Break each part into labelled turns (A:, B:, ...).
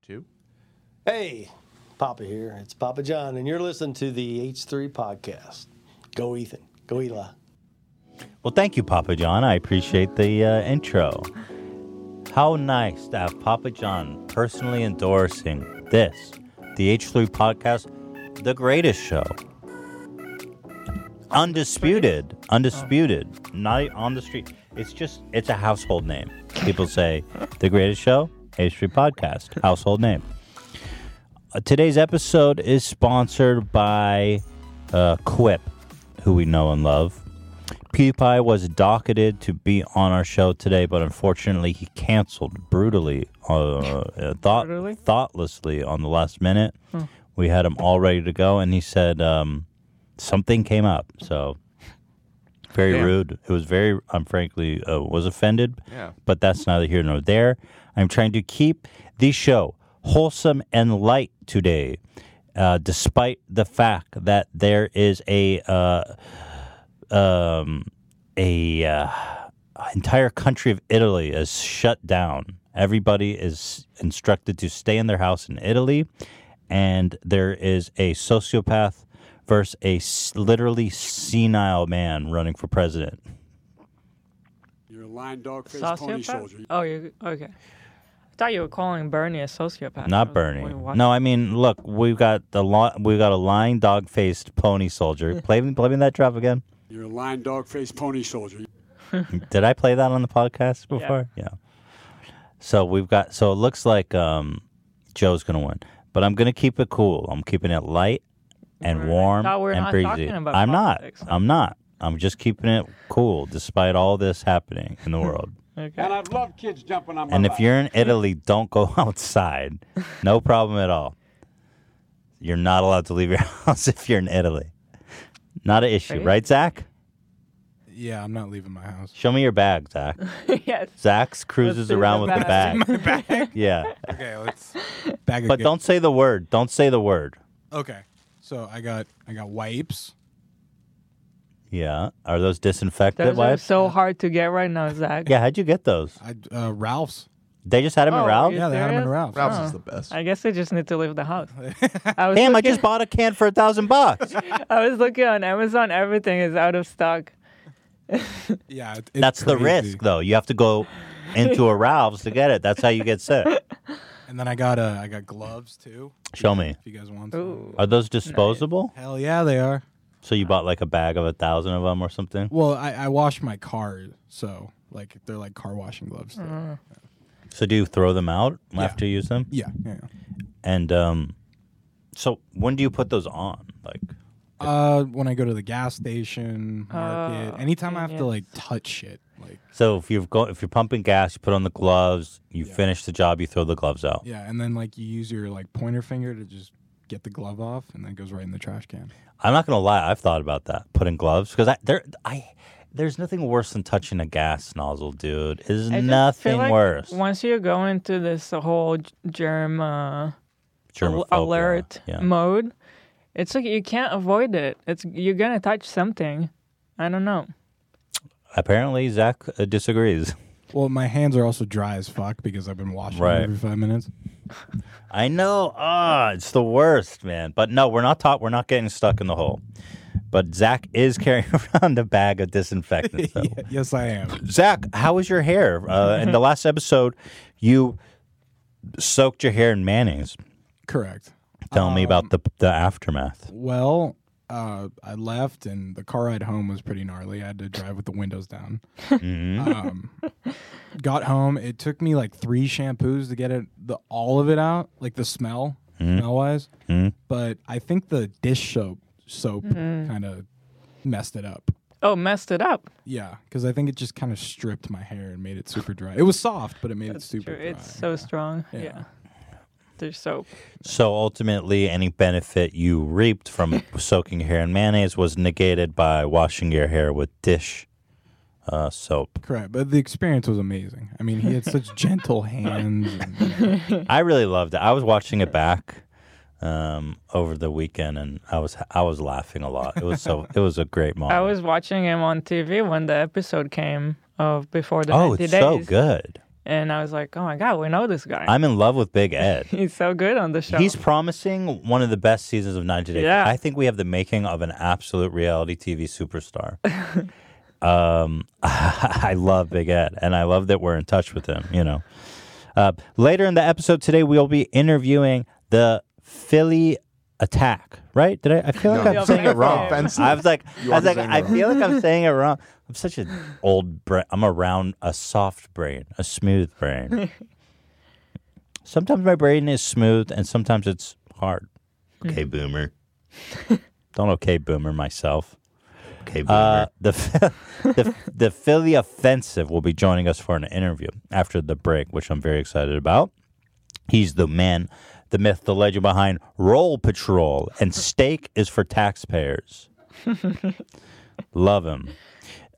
A: Two.
B: Hey, Papa here. It's Papa John, and you're listening to the H3 podcast. Go, Ethan. Go, Eli.
C: Well, thank you, Papa John. I appreciate the uh, intro. How nice to have Papa John personally endorsing this, the H3 podcast, the greatest show. Undisputed, undisputed, not on the street. It's just, it's a household name. People say, the greatest show, H3 podcast, household name. Uh, today's episode is sponsored by uh, Quip, who we know and love. PewDiePie was docketed to be on our show today, but unfortunately, he canceled brutally, uh, uh, thought,
A: Brutally?
C: thoughtlessly on the last minute. We had him all ready to go, and he said um, something came up. So very
A: Damn.
C: rude. It was very, I'm frankly uh, was offended.
A: Yeah.
C: But that's neither here nor there. I'm trying to keep the show wholesome and light today, uh, despite the fact that there is a uh, um, a uh, entire country of Italy is shut down. Everybody is instructed to stay in their house in Italy, and there is a sociopath versus a s- literally senile man running for president.
D: You're a lying dog faced pony soldier.
E: Sociopath? Oh, you okay? I thought you were calling Bernie a sociopath. I
C: Not
E: was
C: Bernie.
E: wondering why.
C: No, I mean, look, we've got the lo- we've got a lying dog faced pony soldier. Play me, play me that drop again.
D: You're a lying dog faced pony soldier.
C: Did I play that on the podcast before? Yeah. So we've got. So it looks like um, Joe's gonna win, but I'm gonna keep it cool. I'm keeping it light and
E: Right. I
C: warm
E: thought we were
C: and
E: not
C: breezy.
E: talking about
C: I'm
E: politics.
C: not. I'm not. I'm just keeping it cool, despite all this happening in the world.
E: Okay.
D: And I love kids jumping on my
C: And if
D: lap.
C: you're in Italy, don't go outside. No problem at all. You're not allowed to leave your house if you're in Italy. Not an
E: Are
C: issue,
E: you-
C: right, Zach?
F: Yeah, I'm not leaving my house.
C: Show me your bag, Zach.
E: yes.
C: Zach cruises
E: big
C: around with the
E: bag.
C: bag. Yeah.
F: Okay, let's bag of
C: But
F: good-
C: don't say the word. Don't say the word.
F: Okay, so I got I got wipes.
C: Yeah. Are those disinfectant
E: Those are
C: wipes?
E: so hard to get right now, Zach.
C: yeah, how'd you get those?
F: I uh, Ralph's.
C: They just had them
E: Oh,
C: in Ralph?
E: you-
F: Yeah, they had them in
E: serious?
F: Ralph's.
A: Ralph's is
E: Oh.
A: the best.
E: I guess they just need to leave the house. I was
C: Damn, I
E: looking-
C: just bought a can for a thousand bucks.
E: I was looking on Amazon. Everything is out of stock.
F: Yeah, it- it's
C: That's the
F: crazy.
C: risk though. You have to go into a Ralph's to get it. That's how you get sick.
F: And then I got uh, I got gloves too.
C: Show me.
F: If you guys want. Some.
E: Ooh.
C: Are those disposable?
F: Hell yeah, they are.
C: So you bought like a bag of a thousand of them or something?
F: Well, I, I wash my car, so like they're like car washing gloves.
C: Mm-hmm.
F: too.
C: So do you throw them out after you use them?
F: Yeah, yeah. yeah.
C: And um, so when do you put those on? Like,
F: Uh, when I go to the gas station, market,
E: Oh,
F: anytime I have to
E: genius.
F: like touch shit, like
C: so if you're go- if you're pumping gas, you put on the gloves. You finish the job, you throw the gloves out.
F: yeah, and then like you use your like pointer finger to just get the glove off, and then it goes right in the trash can.
C: I'm not gonna lie, I've thought about that putting gloves because I there I there's nothing worse than touching a gas nozzle, dude. There's
E: I just feel
C: nothing
E: like
C: worse.
E: Once you go into this whole g- germ uh, al-
C: Germophobia.
E: alert
C: Yeah.
E: mode, it's like you can't avoid it. It's you're gonna touch something. I don't know.
C: Apparently, Zach uh, disagrees.
F: Well, my hands are also dry as fuck because I've been washing them
C: Right.
F: every five minutes.
C: I know. Ah, it's the worst, man. But no, we're not taught. We're not getting stuck in the hole. But Zach is carrying around a bag of disinfectant. So.
F: yes, I am.
C: Zach, how was your hair? Uh, in the last episode, you soaked your hair in mayonnaise.
F: Correct.
C: Tell me
E: Um,
C: about the the aftermath.
F: Well, uh, I left, and the car ride home was pretty gnarly. I had to drive with the windows down. um, got home. It took me like three shampoos to get it, the all of it out, like the smell, smell wise. But I think the dish soap soap
E: Mm-hmm.
F: kind of messed it up.
E: Oh, messed it up.
F: Yeah, because I think it just kind of stripped my hair and made it super dry. It was soft, but it made it super
E: True,
F: dry.
E: It's so strong. Yeah.
F: Yeah.
E: There's soap.
C: So ultimately, any benefit you reaped from soaking your hair in mayonnaise was negated by washing your hair with dish uh, soap.
F: Correct, but the experience was amazing. I mean, he had such gentle hands. And,
C: I really loved it. I was watching it back um, over the weekend, and I was I was laughing a lot. It was so it was a great moment.
E: I was watching him on TV when the episode came of Before the
C: oh,
E: 90
C: it's
E: Days.
C: so good.
E: and I was like, oh my god, we know this guy.
C: I'm in love with Big Ed.
E: He's so good on the show.
C: He's promising one of the best seasons of 90 Day.
E: Yeah.
C: I think we have the making of an absolute reality TV superstar. um, I love Big Ed, and I love that we're in touch with him. You know, uh, later in the episode today, we'll be interviewing the Philly attack. Right? Did I? I feel like
E: No.
C: I'm saying it wrong.
E: Offensive.
C: I was like,
A: You
C: I was
A: are
C: like,
A: saying it
C: I
A: wrong.
C: feel like I'm saying it wrong. I'm such an old brain. I'm around a soft brain, a smooth brain. sometimes my brain is smooth and sometimes it's hard. Okay, boomer. Don't okay, boomer myself.
A: Okay,
C: Uh, the, the the Philly offensive will be joining us for an interview after the break, which I'm very excited about. He's the man, the myth, the legend behind Roll Patrol, and Steak is for taxpayers. Love him.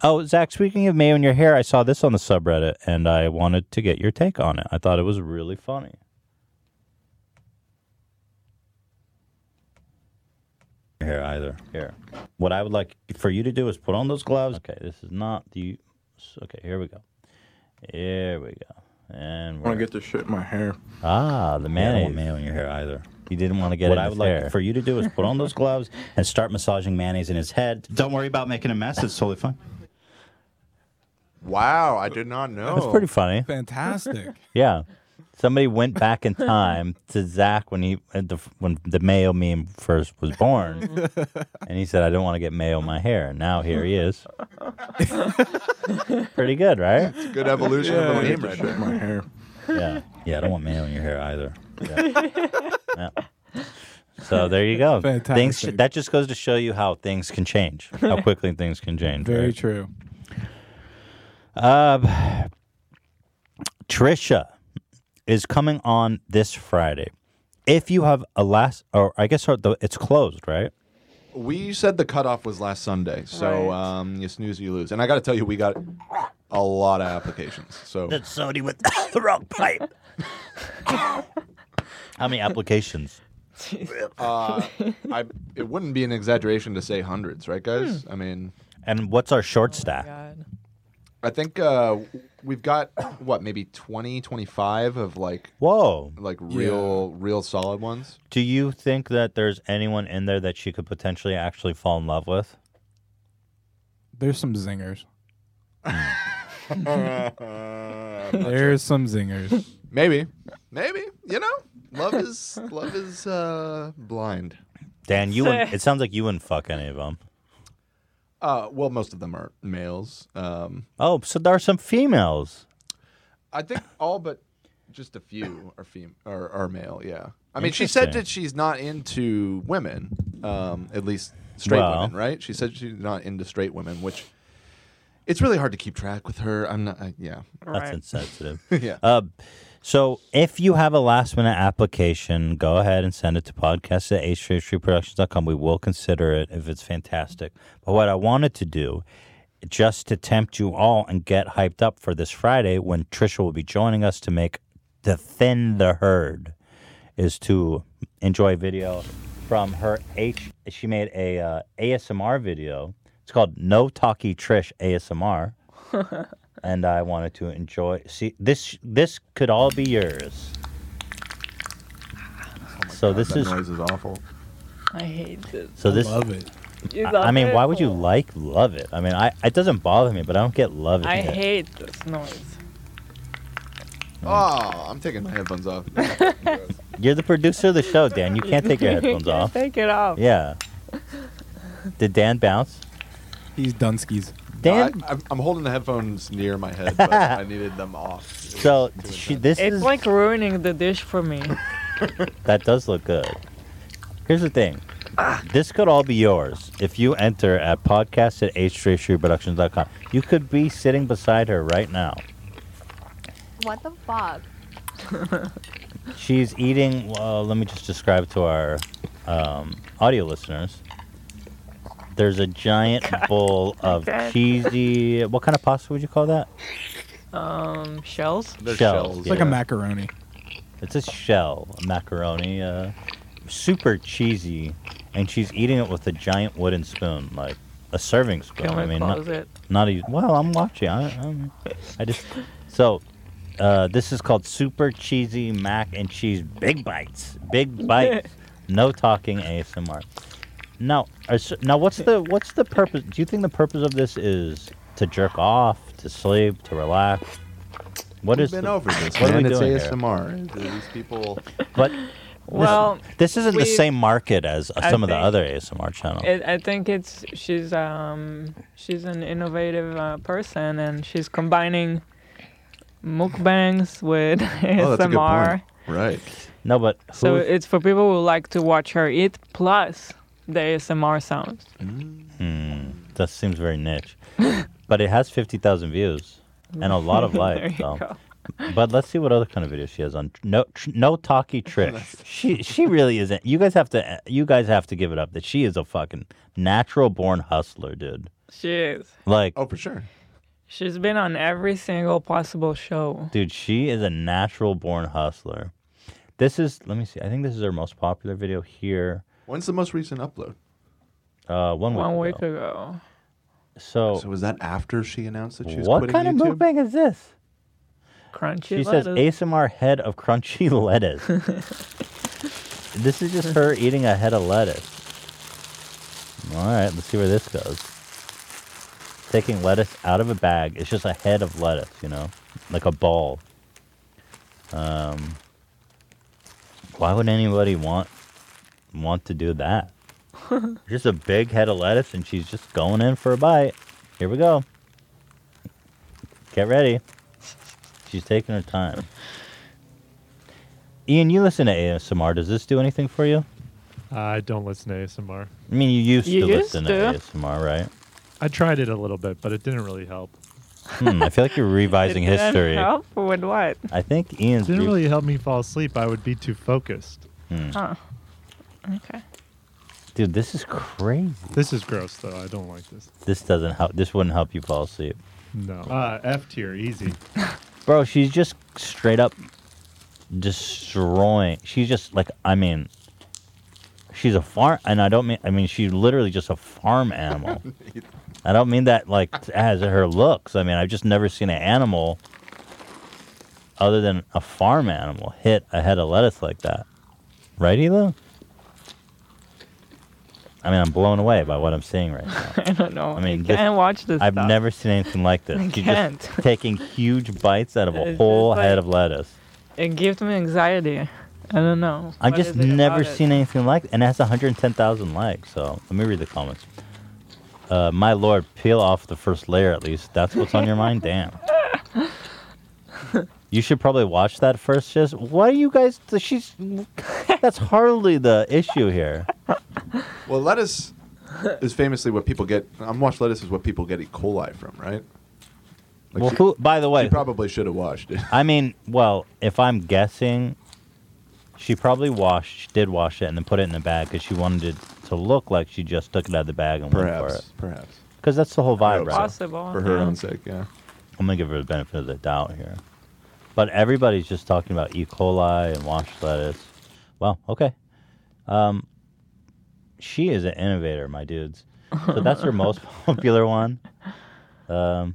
C: Oh, Zach, speaking of mayo in your hair, I saw this on the subreddit and I wanted to get your take on it. I thought it was really funny. Here either. Here. What I would like for you to do is put on those gloves. Okay, this is not the. Okay, here we go. Here we go. And
A: I want
C: we're
A: to get this shit in my hair.
C: Ah, the mayonnaise.
A: want mayo in your hair either.
C: You didn't want to get
A: What
C: it in
A: I
C: his
A: would like
C: hair.
A: for
C: you to do is put on those gloves and start massaging mayonnaise in his head. Don't worry about making a mess. It's totally fine.
A: Wow, I did not know.
C: That's pretty funny.
F: Fantastic.
C: Yeah. Somebody went back in time to Zach when he at the, when the mayo meme first was born, and he said, "I don't want to get mayo in my hair." And now here he is. Pretty good, right?
A: good evolution of a
F: Yeah.
A: meme right there.
F: my hair.
C: Yeah. Yeah, I don't want mayo in your hair either. Yeah. Yeah. So there you go. Things
F: Fantastic.
C: that just goes to show you how things can change, how quickly things can change.
F: Very
C: right?
F: true.
C: Uh, Trisha is coming on this Friday. If you have a last, or I guess her- the- it's closed, right?
A: We said the cutoff was last Sunday, so
E: Right.
A: um, you snooze, you lose. And I got to tell you, we got a lot of applications. So
C: Sony with the wrong pipe. how many applications?
A: uh, I, it wouldn't be an exaggeration to say hundreds, right, guys? I mean,
C: And what's our short staff?
E: Oh God.
A: I think uh, we've got what maybe 20, 25 of like
C: Whoa.
A: like real real solid ones.
C: Do you think that there's anyone in there that she could potentially actually fall in love with?
F: There's some zingers. There's some zingers.
A: Maybe, maybe you know, love is love is uh, blind.
C: Dan, you wouldn't, it sounds like you wouldn't fuck any of them.
A: Uh, well, most of them are males. Um,
C: Oh, so there are some females.
A: I think all but just a few are fem- are, are male. Yeah. I mean, she said
C: Interesting.
A: that she's not into women, um, at least straight
C: Well.
A: women, right? She said she's not into straight women, which it's really hard to keep track with her. I'm not. I, yeah.
C: That's
E: Right.
C: insensitive.
A: Yeah.
C: Uh, so if you have a last minute application, go ahead and send it to podcast at hstreetproductions.com. We will consider it if it's fantastic. But what I wanted to do, just to tempt you all and get hyped up for this Friday when Trisha will be joining us to make the thin the herd, is to enjoy a video from her H. She made a uh, ASMR video. It's called No Talkie Trish ASMR and I wanted to enjoy. See, this this could all be yours. so this is
A: is awful.
E: I hate this.
C: so this.
F: Love it.
E: You
C: I
E: love
C: mean,
E: it?
C: why would you like love it? I mean, I it doesn't bother me, but I don't get love.
E: I
C: in it.
E: hate this noise.
A: Oh, I'm taking my headphones off.
C: You're the producer of the show, Dan. You can't take your headphones
E: Can't
C: off.
E: Take it off.
C: Yeah. Did Dan bounce?
F: He's Dunskies.
A: I,
C: Dan.
A: I'm, I'm holding the headphones near my head, but I needed them off. It was
C: So
A: too
C: she,
A: intense.
C: this
E: It's
C: is
E: like ruining the dish for me.
C: That does look good. Here's the thing. This could all be yours if you enter at podcast at hstreetproductions.com. You could be sitting beside her right now.
G: What the fuck?
C: She's eating, uh, let me just describe to our um, audio listeners. There's a giant bowl of
E: Okay.
C: cheesy, what kind of pasta would you call that?
E: Um, shells.
A: They're
C: shells,
A: shells.
F: It's like a
C: Yeah.
F: macaroni.
C: It's a shell, a macaroni, uh, super cheesy, and she's eating it with a giant wooden spoon, like a serving spoon.
E: Can
C: I
E: we
C: mean, not-
E: close it?
C: Not a well. I'm watching. I, I'm, I just so Uh, this is called super cheesy mac and cheese big bites. Big bites. no talking ASMR. Now, are s- now what's the what's the purpose? Do you think the purpose of this is to jerk off, to sleep, to relax? What
A: We've
C: is
A: been
C: the-
A: over this,
C: what are
A: man.
C: we
A: It's
C: doing here?
A: ASMR. These people.
C: But
E: Well,
C: this isn't the
E: we-
C: same market as uh,
E: I
C: some of the
E: think-
C: other ASMR channels.
E: It, I think it's she's um she's an innovative uh, person and she's combining mukbangs with
A: Oh, that's a good
E: ASMR.
A: point. Right.
C: no, but who,
E: So it's for people who like to watch her eat plus the ASMR sounds.
C: that seems very niche. but it has fifty thousand views and a lot of
E: There
C: likes.
E: you
C: so.
E: go.
C: But let's see what other kind of videos she has on. No, tr- no talkie Trish. she she really isn't. You guys have to you guys have to give it up that she is a fucking natural born hustler, dude.
E: She is.
C: Like,
A: Oh, for sure.
E: She's been on every single possible show.
C: dude, she is a natural born hustler. This is let me see. I think this is her most popular video here.
A: When's the most recent upload?
C: Uh, one week.
E: One week
C: ago.
E: ago.
C: So,
A: So was that after she announced that she was
C: Oh. what
A: quitting
C: kind
A: YouTube?
C: of mukbang is this?
E: Crunchy
C: She says
E: lettuce.
C: ASMR head of crunchy lettuce. this is just her eating a head of lettuce. All right, let's see where this goes. Taking lettuce out of a bag. It's just a head of lettuce, you know, like a ball. Um, why would anybody want want to do that? just a big head of lettuce, and she's just going in for a bite. Here we go. Get ready. She's taking her time. Ian, you listen to ASMR. Does this do anything for you?
H: I don't listen to ASMR.
C: I mean, you used
E: You
C: to
E: used
C: listen
E: to.
C: ASMR, right?
H: I tried it a little bit, but it didn't really help.
C: Hmm, I feel like you're revising
E: Did that
C: history.
E: Help with what?
C: I think
H: It
C: Ian's.
H: didn't
C: re-
H: really help me fall asleep. I would be too focused.
E: Huh. Okay.
C: Dude, this is crazy.
H: This is gross, though. I don't like this.
C: This doesn't help. This wouldn't help you fall asleep,
H: No. Uh, F tier, easy.
C: bro. She's just straight up destroying. She's just like, I mean, she's a farm, and I don't mean. I mean, she's literally just a farm animal. I don't mean that like as her looks. I mean, I've just never seen an animal other than a farm animal hit a head of lettuce like that. Right, Hilo? I mean, I'm blown away by what I'm seeing right now.
E: I don't know.
C: I
E: I
C: mean,
E: mean,
C: this-
E: can't watch this.
C: I've
E: stuff.
C: never seen anything like this.
E: I
C: You're
E: can't.
C: just taking huge bites out of
E: It's
C: a
E: just
C: whole head
E: like-
C: of lettuce.
E: It gives me anxiety. I don't know.
C: I've
E: What
C: just
E: is it
C: never
E: about it?
C: seen anything like and it has 110,000 likes. So let me read the comments. Uh, my lord, peel off the first layer at least. That's what's on your mind? Damn. You should probably watch that first. Just why do you guys? She's that's hardly the issue here.
A: Well, lettuce is famously what people get. Unwashed lettuce is what people get E. coli from, right? Like
C: Well,
A: she,
C: who? By the
A: she
C: way,
A: probably should have washed it.
C: I mean, well, if I'm guessing, she probably washed, she did wash it, and then put it in the bag because she wanted it to look like she just took it out of the bag and went for
A: Perhaps,
C: it.
A: perhaps
C: Because that's the whole vibe,
A: hope
C: right?
E: Possible.
A: for her
E: yeah.
A: own sake. Yeah.
C: I'm gonna give her the benefit of the doubt here. But everybody's just talking about E. coli and washed lettuce. Well, okay. Um, she is an innovator, my dudes. So that's her most popular one. Um,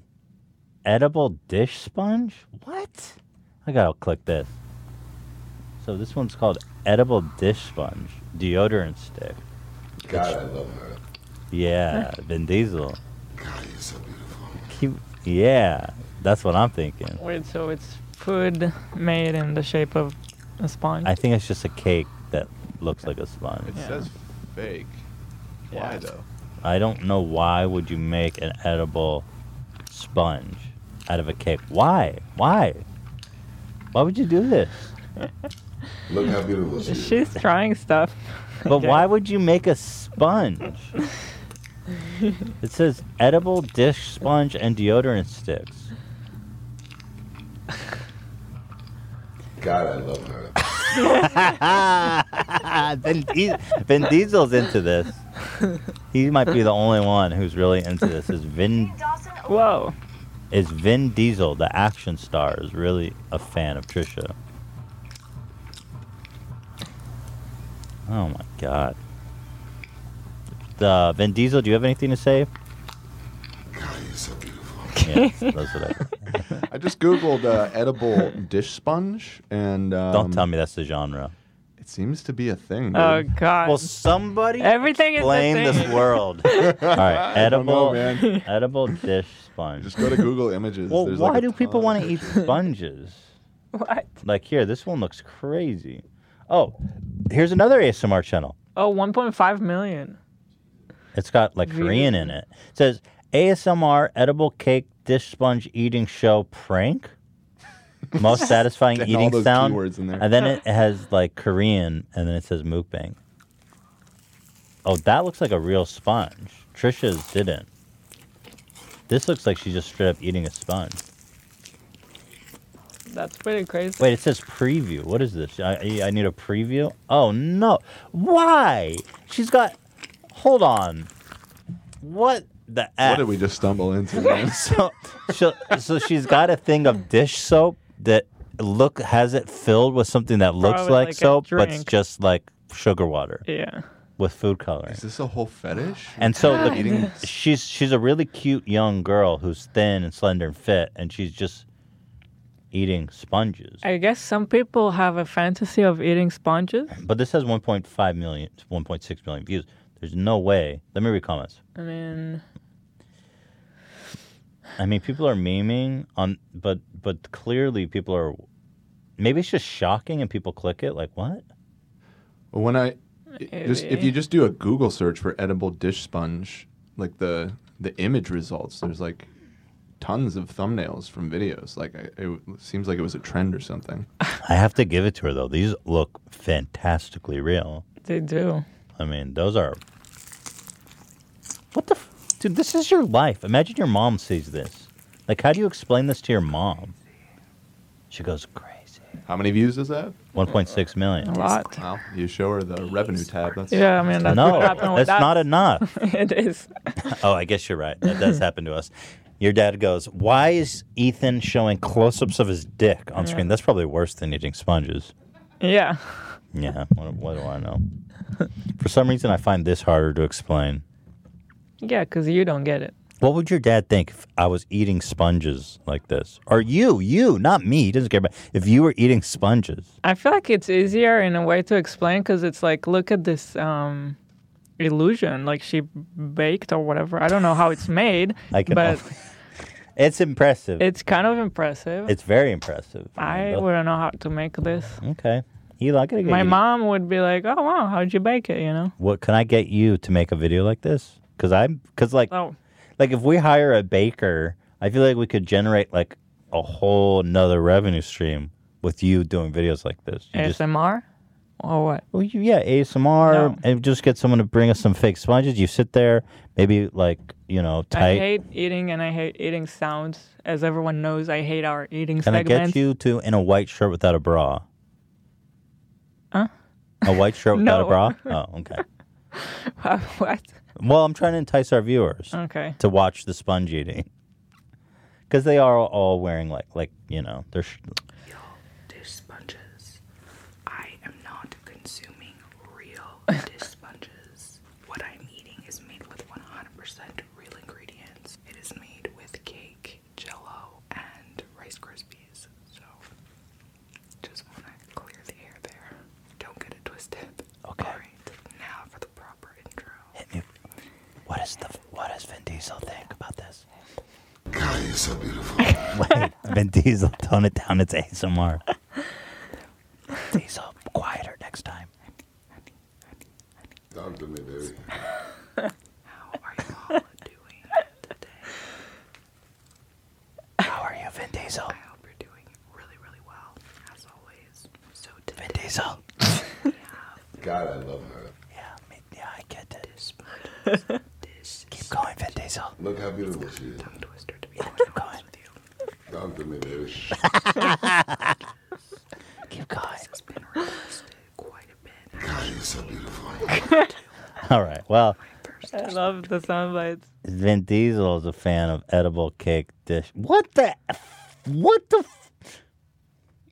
C: edible dish sponge? What? I gotta click this. So this one's called edible dish sponge deodorant stick.
I: God, I love her.
C: Yeah, Vin Diesel.
I: God, you're so beautiful.
C: Keep, yeah, that's what I'm thinking.
E: Wait, so it's food made in the shape of a sponge?
C: I think it's just a cake that looks like a sponge.
A: It says fake. Why
E: Yeah.
A: though?
C: I don't know why would you make an edible sponge out of a cake? Why? Why? Why would you do this?
I: Look how beautiful she is.
E: She's trying stuff.
C: But
E: Okay.
C: why would you make a sponge? it says edible dish sponge and deodorant sticks.
I: God, I love her.
C: Vin, Di- Vin Diesel's into this. He might be the only one who's really into this. Is Vin
G: Dawson,
E: Whoa.
C: is Vin Diesel, the action star, is really a fan of Trisha. Oh my god. The Vin Diesel, do you have anything to say?
I: God, you're so beautiful.
C: Yeah, that's what I-
A: I just googled uh, edible dish sponge, and um,
C: Don't tell me that's the genre.
A: It seems to be a thing.
E: Oh
A: dude.
E: God.
C: Well, somebody
E: Everything is a
C: blame this
E: thing.
C: world. All right,
A: I don't know,
C: edible,
A: man.
C: edible dish sponge.
A: Just go to Google Images.
C: well,
A: There's
C: why
A: like a
C: do people
A: ton.
C: want to eat sponges?
E: What?
C: Like here, this one looks crazy. Oh, here's another ASMR channel.
E: Oh, 1.5 million.
C: It's got like
E: Really?
C: Korean in it. It says ASMR edible cake dish sponge eating show prank. Most satisfying
A: And all
C: eating
A: those
C: sound.
A: keywords in there.
C: And then it has like Korean and then it says mukbang. Oh, that looks like a real sponge. Trisha's didn't. This looks like she's just straight up eating a sponge.
E: That's pretty crazy.
C: Wait, it says preview. What is this? I, I- I need a preview? Oh, no. Why? She's got. Hold on. What the
A: What
C: F?
A: did we just stumble into? man?
C: so, she'll, so she's got a thing of dish soap that look has it filled with something that looks
E: Probably
C: like,
E: like a
C: soap, but it's
E: drink.
C: just like sugar water
E: Yeah.
C: with food coloring.
A: Is this a whole fetish?
C: And so the,
A: Eating-
C: she's she's a really cute young girl who's thin and slender and fit, and she's just eating sponges.
E: I guess some people have a fantasy of eating sponges.
C: But this has 1.5 million, 1.6 million views. There's no way. Let me read comments.
E: I mean,
C: I mean, people are memeing on, but but clearly people are. Maybe it's just shocking and people click it. Like what?
A: When I just if
E: Maybe.
A: you just do a Google search for edible dish sponge, like the the image results, there's like tons of thumbnails from videos. Like I, it seems like it was a trend or something.
C: I have to give it to her though. These look fantastically real.
E: they do.
C: I mean, those are. What the, f- dude? This is your life. Imagine your mom sees this. Like, how do you explain this to your mom? She goes crazy.
A: How many views does that?
C: 1.6 million.
E: A lot.
A: Well, you show her the revenue tab. That's
E: Yeah, I mean, that's
C: No,
E: what happened
C: that's
E: with us.
C: not enough.
E: it is.
C: Oh, I guess you're right. That does happen to us. Your dad goes, Why is Ethan showing close ups of his dick on screen? That's probably worse than eating sponges.
E: Yeah.
C: Yeah, what, what do I know? For some reason, I find this harder to explain.
E: Yeah, because you don't get it.
C: What would your dad think if I was eating sponges like this? Or you, you, not me, he doesn't care about if you were eating sponges.
E: I feel like it's easier in a way to explain because it's like, look at this um, illusion. Like she baked or whatever. I don't know how it's made,
C: I can
E: but
C: only- It's impressive.
E: it's kind of impressive.
C: it's very impressive.
E: I
C: mean,
E: wouldn't know how to make this.
C: Okay. Eli, I gotta get
E: My
C: you-
E: mom would be like, "Oh wow, how'd you bake it?" You know.
C: What can I get you to make a video like this? Because I'm, because like,
E: Oh,
C: like if we hire a baker, I feel like we could generate like a whole nother revenue stream with you doing videos like this. You just-
E: ASMR, or what?
C: well, you, yeah, ASMR,
E: No.
C: and just get someone to bring us some fake sponges. You sit there, maybe like you know,
E: I
C: tight.
E: hate eating and I hate eating sounds. As everyone knows, I hate our eating
C: Can I
E: segments.
C: get you to in a white shirt without a bra? Huh? A white shirt without a
E: No.
C: bra? Oh, okay.
E: what?
C: Well, I'm trying to entice our viewers
E: Okay.
C: to watch the sponge eating because they are all wearing like like you know they're sh-
J: dish sponges. I am not consuming real dish sponges. What I'm eating is made with 100% real ingredients. It is made with cake, jello, and Rice Krispies. So just want to clear the air there. Don't get it twisted.
C: Okay.
J: All right, now for the proper intro.
C: Hit me. What is the What does Vin Diesel think about this?
I: God, you're so beautiful.
C: Wait, Vin Diesel, tone it down. It's ASMR. Diesel, quieter next time.
I: Talk to me, baby.
J: How are you all doing today?
C: How are you, Vin Diesel?
J: I hope you're doing really, really well, as always. So today,
C: Vin Diesel.
I: God, I love her.
C: Yeah, me, yeah, I get it.
J: dish
C: Keep going, Vin Diesel.
I: Look how beautiful she is.
J: tongue twister to be quite honest with you.
I: Talk to me, baby.
C: Keep going.
J: It's been requested quite a bit.
I: God, you're so beautiful.
C: All right. Well,
E: I love the sound bites.
C: Vin Diesel is a fan of edible cake dish. What the? f- What the? f-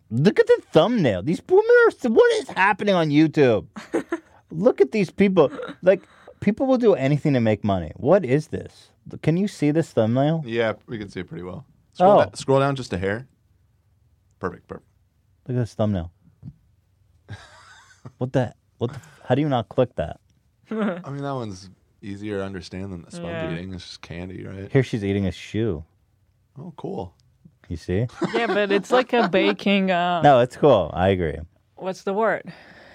C: Look at the thumbnail. These women are. What is happening on YouTube? Look at these people. Like people will do anything to make money. What is this? Can you see this thumbnail?
A: yeah, we can see it pretty well. Scroll,
C: Oh.
A: down, scroll down just a hair. Perfect, perfect.
C: Look at this thumbnail. what the? What? The, how do you not click that?
A: I mean, that one's easier to understand than the sponge
E: Yeah.
A: eating. It's just candy, right?
C: Here she's eating a shoe.
A: Oh, cool.
C: You see?
E: yeah, but it's like a baking. Uh,
C: no, it's cool. I agree.
E: What's the word?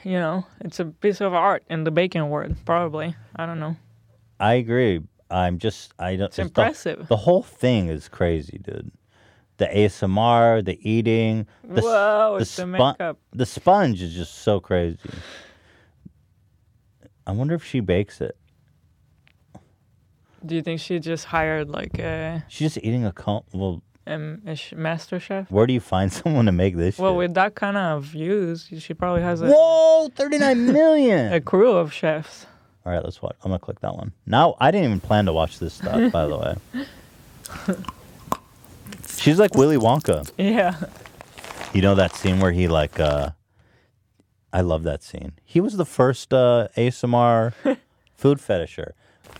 E: You know, it's a piece of art in the baking world, probably. I don't know.
C: I agree. I'm just I don't. It's, the- The,
E: impressive.
C: whole thing is crazy, dude. The ASMR, the eating, the, s-
E: Whoa, it's the
C: spon-
E: makeup.
C: The sponge is just so crazy. I wonder if she bakes it.
E: Do you think she just hired like a,
C: She's just eating a con. Well,
E: um, a sh- master chef?
C: where do you find someone to make this?
E: Well,
C: shit?
E: with that kind of views, she probably has a
C: whoa, thirty nine million.
E: a crew of chefs.
C: All right, let's watch. I'm gonna click that one. Now I didn't even plan to watch this stuff. by the way, she's like Willy Wonka.
E: Yeah,
C: You know that scene where he like uh I love that scene. He was the first uh ASMR food fetisher.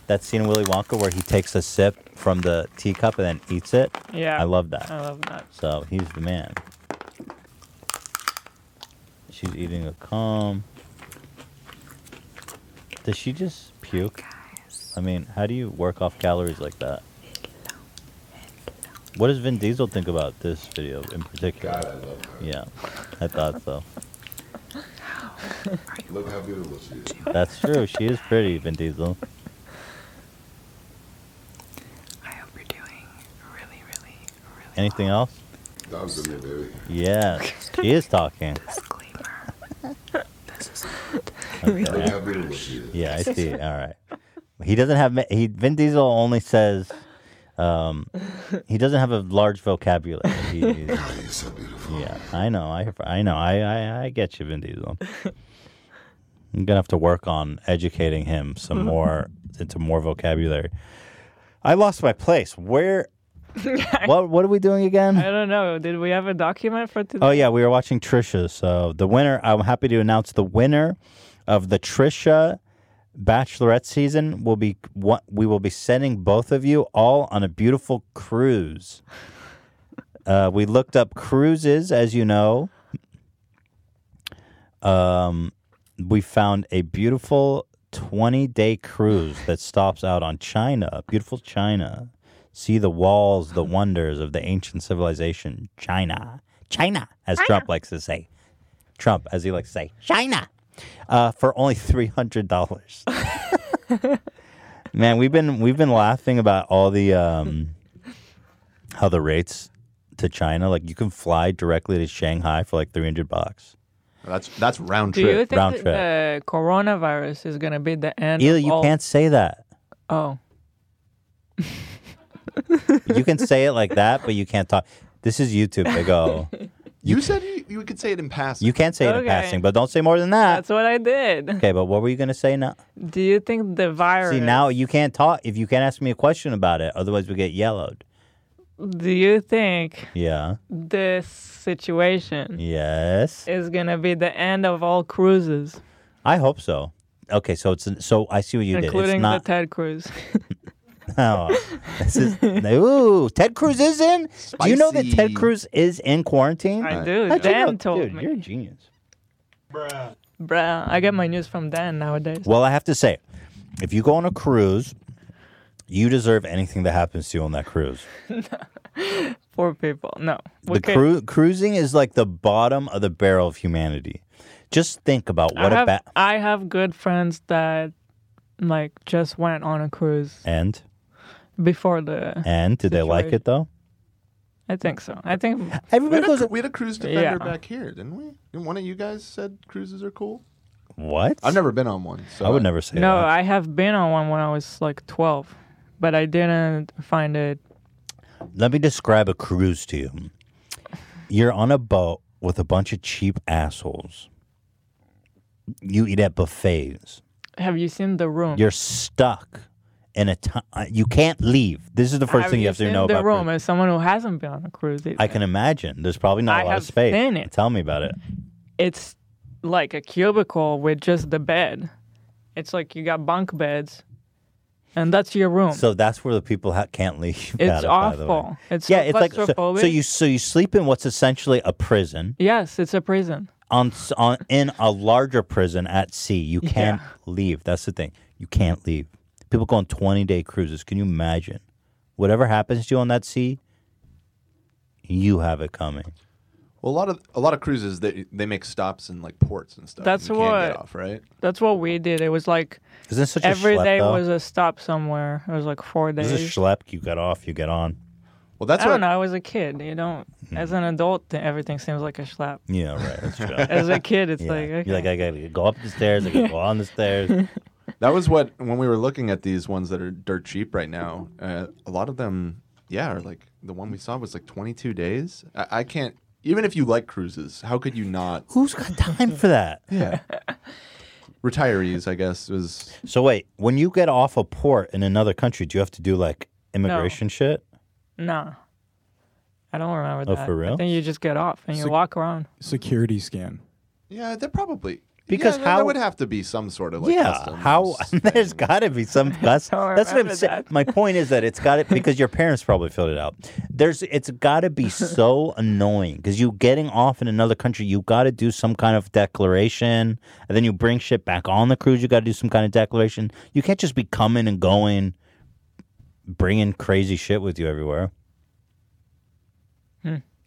C: That scene in Willy Wonka where he takes a sip from the teacup and then eats it.
E: yeah.
C: I love that.
E: I love that.
C: So he's the man. She's eating a comb. Does she just puke? I mean, how do you work off calories like that? What does Vin Diesel think about this video in particular?
I: God, I love her.
C: Yeah, I thought so.
I: Look how beautiful she is.
C: That's true. She is pretty, Vin Diesel.
J: I hope you're doing really, really, really
C: Anything else?
I: Talk to me, baby.
C: Yes, she is talking.
J: disclaimer. this is not
I: Look
C: Okay.
I: how beautiful she is.
C: Yeah, I see. All right. He doesn't have ma- he Vin Diesel only says um, he doesn't have a large vocabulary. He- he's-
I: Oh, you're so beautiful.
C: yeah, I know. I I know. I, I I get you, Vin Diesel. I'm gonna have to work on educating him some more into more vocabulary. I lost my place. Where? what What are we doing again?
E: I don't know. Did we have a document for today?
C: Oh yeah, we were watching Trisha. So the winner, I'm happy to announce the winner of the Trisha Bachelorette season will be what we will be sending both of you all on a beautiful cruise. Uh, we looked up cruises, as you know. Um, we found a beautiful 20 day cruise that stops out on China, beautiful China. See the walls, the wonders of the ancient civilization, China. China, as Trump likes to say. Trump, as he likes to say, China, uh, for only three hundred dollars. Man, we've been we've been laughing about all the um, how the rates to China. Like you can fly directly to Shanghai for like three hundred bucks.
A: That's that's round
E: Do
A: trip.
E: you think
C: round
E: that the coronavirus is gonna be the end?
C: Ew,
E: of
C: you
E: all-
C: can't say that.
E: Oh,
C: You can say it like that, but you can't talk. This is YouTube. They go.
A: you said you, you could say it in passing.
C: You can say it in
E: Okay.
C: passing, but don't say more than that.
E: that's what I did.
C: okay, but what were you gonna say now?
E: Do you think the virus?
C: See, now you can't talk if you can't ask me a question about it. Otherwise, we get yellowed.
E: Do you think
C: Yeah.
E: this situation
C: Yes.
E: is gonna be the end of all cruises,
C: I hope so. Okay, so it's so I see what you did.
E: including
C: It's not
E: the Ted Cruz?
C: oh, this is ooh. Ted Cruz is in. Do you know that Ted
A: Spicy.
C: Cruz is in quarantine?
E: I do.
C: How'd you know?
E: Dan told
C: Dude,
E: me.
C: You're a genius.
E: Bruh, I get my news from Dan nowadays.
C: Well, I have to say, if you go on a cruise, you deserve anything that happens to you on that cruise.
E: Poor people. No,
C: The cru- cruising is like the bottom of the barrel of humanity. Just think about what
E: I have,
C: about
E: I have good friends that like just went on a cruise
C: and
E: before the.
C: and did they like
E: Situation.
C: it though?
E: I think so. I think
A: We
C: Everybody
A: had, a,
C: goes.
A: cru- we had a cruise defender
E: Yeah.
A: back here, didn't we? Didn't one of you guys said cruises are cool?
C: what?
A: I've never been on one, so
C: I would never say
E: no.
C: that.
E: I have been on one when I was like twelve, but I didn't find it.
C: Let me describe a cruise to you. You're on a boat with a bunch of cheap assholes. You eat at buffets.
E: Have you seen the room?
C: You're stuck in a time. You can't leave. This is the first
E: have
C: thing you have to
E: seen
C: know
E: the
C: about.
E: room
C: cruise.
E: as someone who hasn't been on a cruise. Either.
C: I can imagine. There's probably not
E: I
C: a lot of
E: have
C: space.
E: seen it.
C: Tell me about it.
E: It's like a cubicle with just the bed. It's like you got bunk beds, and that's your room.
C: So that's where the people ha- can't leave. out
E: It's
C: of, by the way.
E: awful. It's
C: yeah,
E: so
C: it's like so, so
E: claustrophobic.
C: you so you sleep in what's essentially a prison
E: yes, it's a prison.
C: on, s- on in a larger prison at sea. You can't
E: Yeah.
C: leave. That's the thing. You can't leave. People go on twenty day cruises. Can you imagine? Whatever happens to you on that sea, you have it coming.
A: Well, a lot of a lot of cruises they they make stops in like ports and stuff.
E: That's
A: and you
E: what.
A: Can't get off, right?
E: That's what we did. It was like
C: Isn't it such a
E: every
C: schlep,
E: day
C: though?
E: was a stop somewhere. It was like four days.
C: This is schlep. You get off. You get on.
A: Well,
E: I don't know. I was a kid. You don't.
C: Hmm.
E: As an adult, th- everything seems like a slap.
C: Yeah, right. That's true.
E: As a kid, it's
C: Yeah.
E: like okay.
C: you're like I gotta go up the stairs. I gotta go on the stairs.
A: That was what when we were looking at these ones that are dirt cheap right now. Uh, a lot of them, yeah, are like the one we saw was like 22 days. I, I can't. Even if you like cruises, how could you not?
C: Who's got time for that?
A: Yeah. Retirees, I guess, was
C: So wait, when you get off a port in another country, do you have to do like immigration shit?
E: Nah. I don't remember
C: Oh,
E: that.
C: for real?
E: I think you just get off and you
F: So-
E: walk around.
F: Security scan.
A: yeah, they're probably
C: Because
A: yeah, there-
C: how-
A: there would have to be some sort of like
C: yeah.
A: customs
C: How there's got to be some cus-
E: Don't
C: That's what I'm
E: remember
C: saying.
E: that.
C: My point is that it's got it because your parents probably filled it out. There's it's got to be so annoying because you getting off in another country, you got to do some kind of declaration, and then you bring shit back on the cruise. You got to do some kind of declaration. You can't just be coming and going, bringing crazy shit with you everywhere.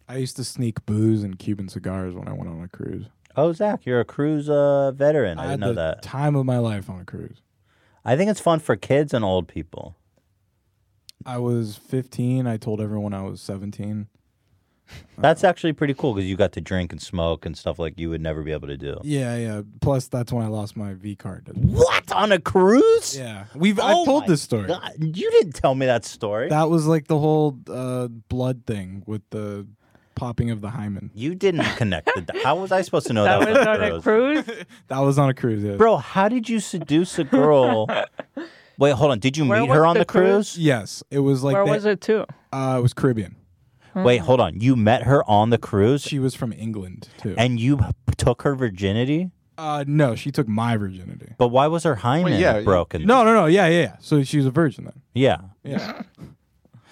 F: I used to sneak booze and Cuban cigars when I went on a cruise.
C: Oh, Zach, you're a cruise uh, veteran. I,
F: had
C: didn't know
F: the
C: that.
F: time of my life on a cruise.
C: I think it's fun for kids and old people.
F: I was 15. I told everyone I was 17.
C: That's actually pretty cool because you got to drink and smoke and stuff like you would never be able to do.
F: Yeah, yeah. Plus, that's when I lost my V card.
C: What on a cruise?
F: Yeah, we've I've
C: Oh
F: told
C: my
F: this story.
C: God, you didn't tell me that story.
F: That was like the whole uh, blood thing with the popping of the hymen.
C: you didn't connect. The, do- how was I supposed to know
E: That
C: that,
E: was
C: was
E: on a cruise?
F: That was on a cruise. Yeah.
C: Bro, how did you seduce a girl? Wait, hold on. Did you
E: Where
C: meet
E: was
C: her on
E: the
C: the
E: cruise?
C: cruise?
F: Yes, it was like
E: Where
F: that-
E: was it too?
F: Uh, it was Caribbean.
C: Wait,
E: Hmm.
C: hold on. You met her on the cruise
F: She was from England too.
C: and you took her virginity?
F: uh, no, she took my virginity.
C: But why was her hymen
A: yeah, you-
C: broken?
F: No, no, no. Yeah, yeah. yeah. So she was a virgin then.
C: Yeah.
F: Yeah.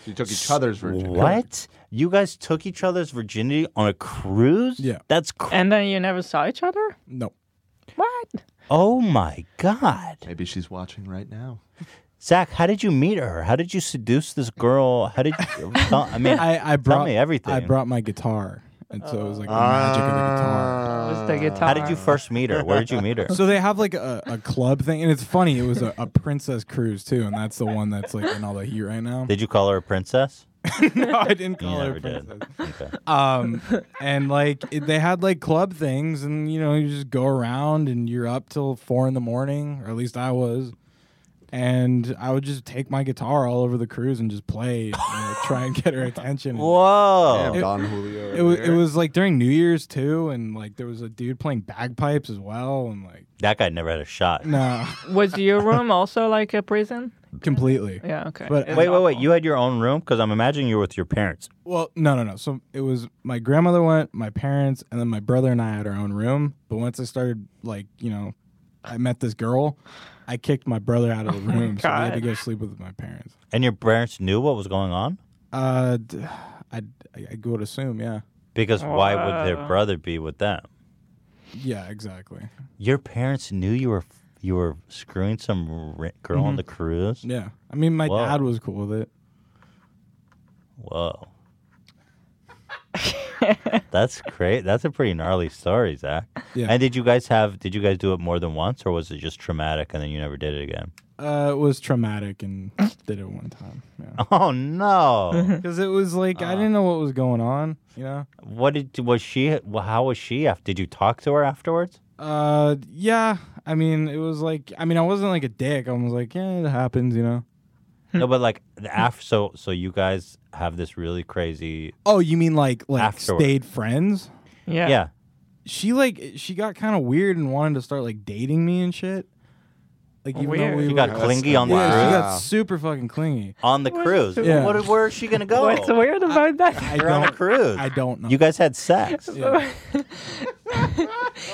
A: you took each other's virgin.
C: What? You guys took each other's virginity on a cruise?
F: Yeah.
C: That's cr-
E: And then you never saw each other?
F: No.
E: What?
C: oh my god,
A: Maybe she's watching right now.
C: Zach. How did you meet her? How did you seduce this girl? How did you? tell, I mean,
F: I, I brought
C: me everything.
F: I brought my guitar, and so it was like the magic of the guitar.
E: It was the guitar.
C: Uh, how did you first meet her? Where did you meet her?
F: So they have like a, a club thing, and it's funny. It was a, a princess cruise too, and that's the one that's like in all the heat right now.
C: Did you call her a princess?
F: no, I didn't
C: You
F: call her
C: never
F: a
C: did.
F: princess.
C: Okay.
F: Um, and like it, they had like club things, and you know you just go around, and you're up till four in the morning, or at least I was. And I would just take my guitar all over the cruise and just play, you know, try and get her attention.
C: Whoa.
A: Damn, Oh, Don Julio.
F: It was, it was like during New Year's too, and like there was a dude playing bagpipes as well, and like
C: That guy never had a shot.
F: no,
E: Was your room also like a prison?
F: completely.
E: Yeah, okay.
F: But-
E: It's
C: Wait, wait, wait.
E: awful.
C: You had your own room because I'm imagining you were with your parents.
F: Well, no, no, no. So it was my grandmother went, my parents, and then my brother and I had our own room. But once I started, like you know, I met this girl, I kicked my brother out of the room, so we had to
E: God.
F: go sleep with my parents.
C: And your parents knew what was going on?
F: Uh, d- I I I would assume, yeah,
C: Because why would their
F: Uh.
E: Wow.
C: brother be with them?
F: yeah, exactly,
C: Your parents knew you were you were screwing some ri girl on the cruise.
F: yeah. I mean, my
C: Whoa.
F: dad was cool with it.
C: Whoa. That's great. That's a pretty gnarly story, Zach.
F: Yeah.
C: And did you guys have? Did you guys do it more than once, or was it just traumatic and then you never did it again?
F: Uh, it was traumatic and did it one time, yeah.
C: Oh no!
F: Because it was like I didn't know what was going on, you know.
C: what did was she? well, How was she? af- Did you talk to her afterwards?
F: Uh, yeah. I mean, it was like I mean, I wasn't like a dick. I was like, yeah, it happens, you know.
C: no, but like after. So so you guys have this really crazy.
F: Oh, you mean like like
C: Afterward.
F: stayed friends?
E: Yeah.
C: yeah.
F: She like she got kind of weird and wanted to start like dating me and shit. Like even
C: Weird.
F: though we
C: She
F: were-
C: got clingy on the
F: yeah, she got
C: cruise?
F: super fucking clingy.
C: on the cruise.
F: Yeah.
C: What, where is she gonna go?
E: What's weird about that?
C: You're on a cruise.
F: I don't know.
C: You guys had sex.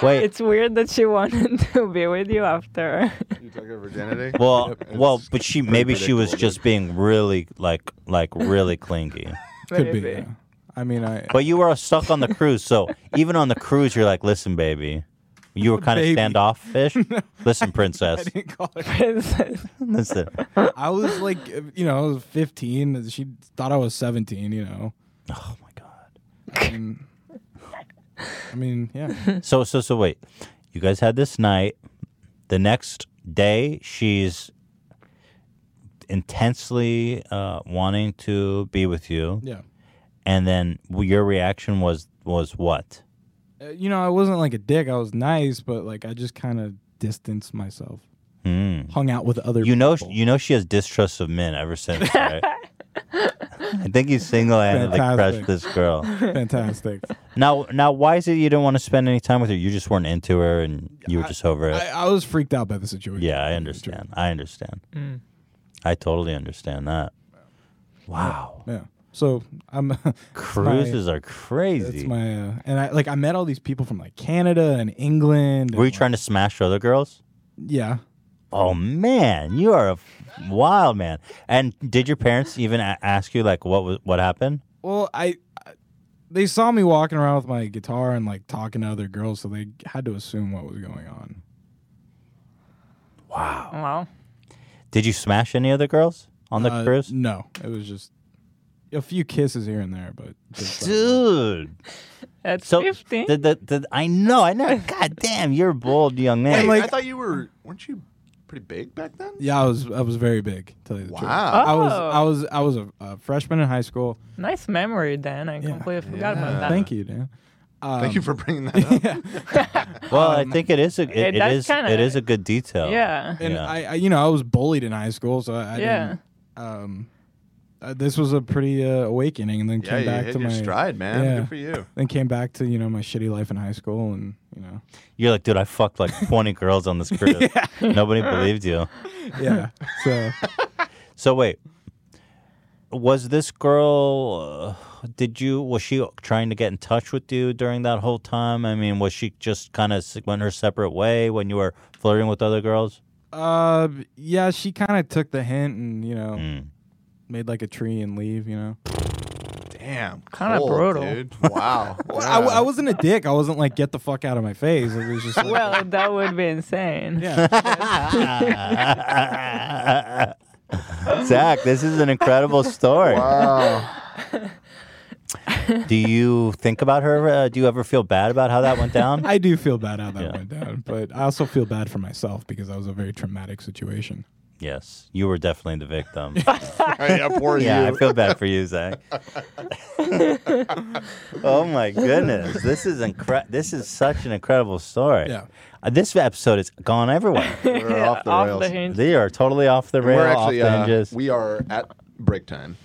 C: Wait.
E: It's weird that she wanted to be with you after.
A: You talk about virginity.
C: well,
A: It's
C: well, but she
A: pretty
C: maybe she was
A: predictable,
C: just being really like like really clingy.
F: Could be.
E: Maybe.
F: yeah. I mean, I
C: But you were stuck on the cruise, so even on the cruise, you're like, "Listen, baby." You were kind of
F: Baby.
C: standoffish. Listen,
F: I
C: princess.
F: didn't call her.
C: Listen.
F: I was like, uh, you know, I was 15. She thought I was 17. You know,
C: Oh my god.
F: and, I mean, yeah.
C: So so so wait. You guys had this night. The next day, she's intensely uh, wanting to be with you,
F: Yeah.
C: and then w- your reaction was was what?
F: Uh, You know, I wasn't like a dick. I was nice, but like I just kind of distanced myself.
C: Hmm.
F: Hung out with other
C: You know, sh-
F: people.
C: you know, she has distrust of men ever since. Right? I think you single-handedly crushed
F: Fantastic.
C: this girl.
F: fantastic.
C: Now, now, why is it you didn't want to spend any time with her? You just weren't into her, and you were just over it.
F: I, I was freaked out by the situation.
C: Yeah, I understand. I understand. I totally understand that. Wow.
F: Yeah. So I'm
C: Cruises are
F: That's
C: crazy.
F: my uh, and I like I met all these people from like Canada and England.
C: Were you
F: and,
C: trying to smash other girls?
F: like, yeah.
C: Oh man, you are a f- wild man. And did your parents even a- ask you like what was what happened?
F: Well, I, I they saw me walking around with my guitar and like talking to other girls, so they had to assume what was going on.
E: Wow.
C: Did you smash any other girls on the
F: Uh,
C: cruise?
F: No, it was just a few kisses here and there, but just, uh,
C: Dude,
E: At
C: so
E: 15?
C: the, the, the, I know, I know. God damn, you're a bold young man.
A: Wait,
F: like-
A: I thought you were. Weren't you pretty big back then?
F: yeah, I was I was very big. to Tell you the truth.
A: Wow.
F: I was
E: Oh.
F: I was I was a, a freshman in high school.
E: Nice memory, Dan. I completely forgot about that.
F: Thank you, Dan.
A: Thank you for bringing that up.
C: well, I think it is a it,
E: Um, It
C: it
E: does
C: is
E: kinda-
C: it is a good detail.
E: Yeah.
F: And
C: Yeah.
F: I, I, you know, I was bullied in high school, so I, I
E: Yeah.
F: didn't, um, uh, this was a pretty uh, awakening, and then
A: Yeah,
F: came
A: you
F: back
A: hit
F: to
A: your
F: my
A: stride, man.
F: Yeah.
A: Good for you.
F: Then came back to you know my shitty life in high school, and you know,
C: You're like, dude, I fucked like 20 girls on this cruise. Nobody believed you.
F: yeah. so
C: So wait, was this girl? Uh, did you? Was she trying to get in touch with you during that whole time? I mean, was she just kind of went her separate way when you were flirting with other girls?
F: uh, yeah, she kind of took the hint, and you know,
C: Mm.
F: made like a tree and leave. You know,
A: Damn.
E: Kinda
A: cold,
E: brutal.
A: Dude. Wow.
F: well, I, w- I wasn't a dick. I wasn't like get the fuck out of my face. It was just like,
E: Well, that would be insane.
F: yeah,
C: Zach, this is an incredible story.
A: Wow.
C: Do you think about her? Uh, do you ever feel bad about how that went down?
F: I do feel bad how that
C: Yeah.
F: went down, but I also feel bad for myself because that was a very traumatic situation.
C: yes, you were definitely the victim.
A: Hey, yeah, poor
C: Yeah, I
A: you.
C: feel bad for you, Zach. oh my goodness, this is incre- This is such an incredible story.
F: Yeah.
C: Uh, this episode is gone everywhere.
A: We're off the
E: Off
A: rails.
E: the hinge.
C: they are totally off the rail,
A: We're actually
C: off the
A: uh,
C: hinges.
A: we are at break time.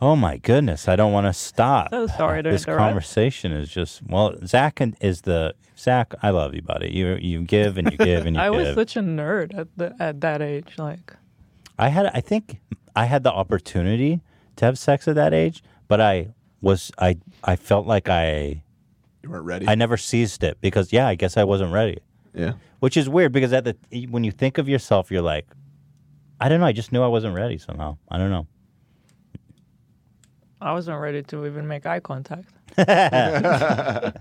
C: oh my goodness, I don't want to stop.
E: So sorry to
C: this
E: interrupt.
C: conversation is just well. Zach and is the Zach. I love you, buddy. You you give and you give and you
E: I
C: give.
E: was such a nerd at, the, at that age. Like,
C: I had I think I had the opportunity to have sex at that age, but I was I I felt like I
A: You weren't ready.
C: I never seized it because yeah, I guess I wasn't ready,
A: yeah.
C: which is weird because at the when you think of yourself, you're like, I don't know, I just knew I wasn't ready somehow. I don't know.
E: I wasn't ready to even make eye contact.
F: I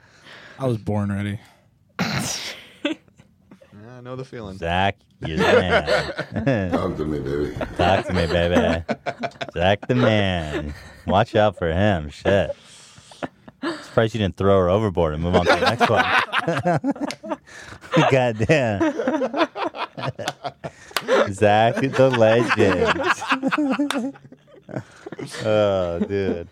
F: was born ready.
A: Yeah, I know the feeling.
C: Zach, you're the man.
I: Talk to me, baby.
C: Talk to me, baby. Zach the man. Watch out for him. Shit. Surprised you didn't throw her overboard and move on to the next one. Goddamn. Zach the legend. oh, dude.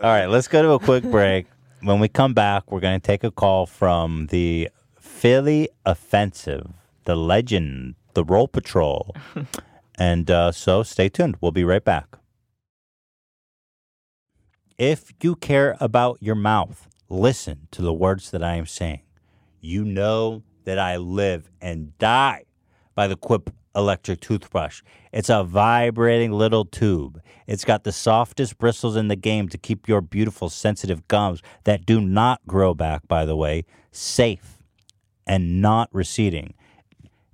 C: All right, let's go to a quick break. When we come back, we're going to take a call from the Philly Offensive, the legend, the Roll Patrol. And uh, so stay tuned. We'll be right back. If you care about your mouth, listen to the words that I am saying. You know that I live and die by the quip electric toothbrush. It's a vibrating little tube. It's got the softest bristles in the game to keep your beautiful, sensitive gums that do not grow back, by the way, safe and not receding.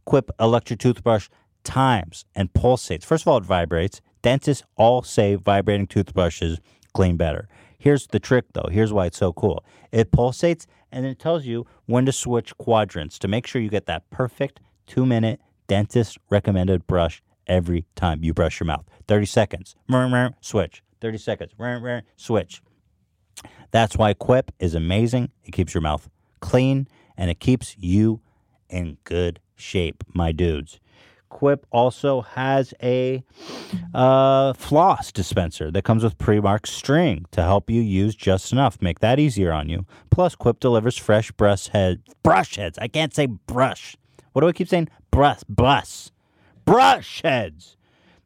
C: Quip electric toothbrush times and pulsates. First of all, it vibrates. Dentists all say vibrating toothbrushes clean better. Here's the trick, though. Here's why it's so cool. It pulsates and it tells you when to switch quadrants to make sure you get that perfect two minute dentist recommended brush every time you brush your mouth. 30 seconds, Murr, murr, switch. 30 seconds, Murr, murr, switch. That's why Quip is amazing. It keeps your mouth clean and it keeps you in good shape, my dudes. Quip also has a uh, floss dispenser that comes with pre-marked string to help you use just enough, make that easier on you. Plus, Quip delivers fresh brush head brush heads. I can't say brush. What do I keep saying? Brush, brush, brush heads.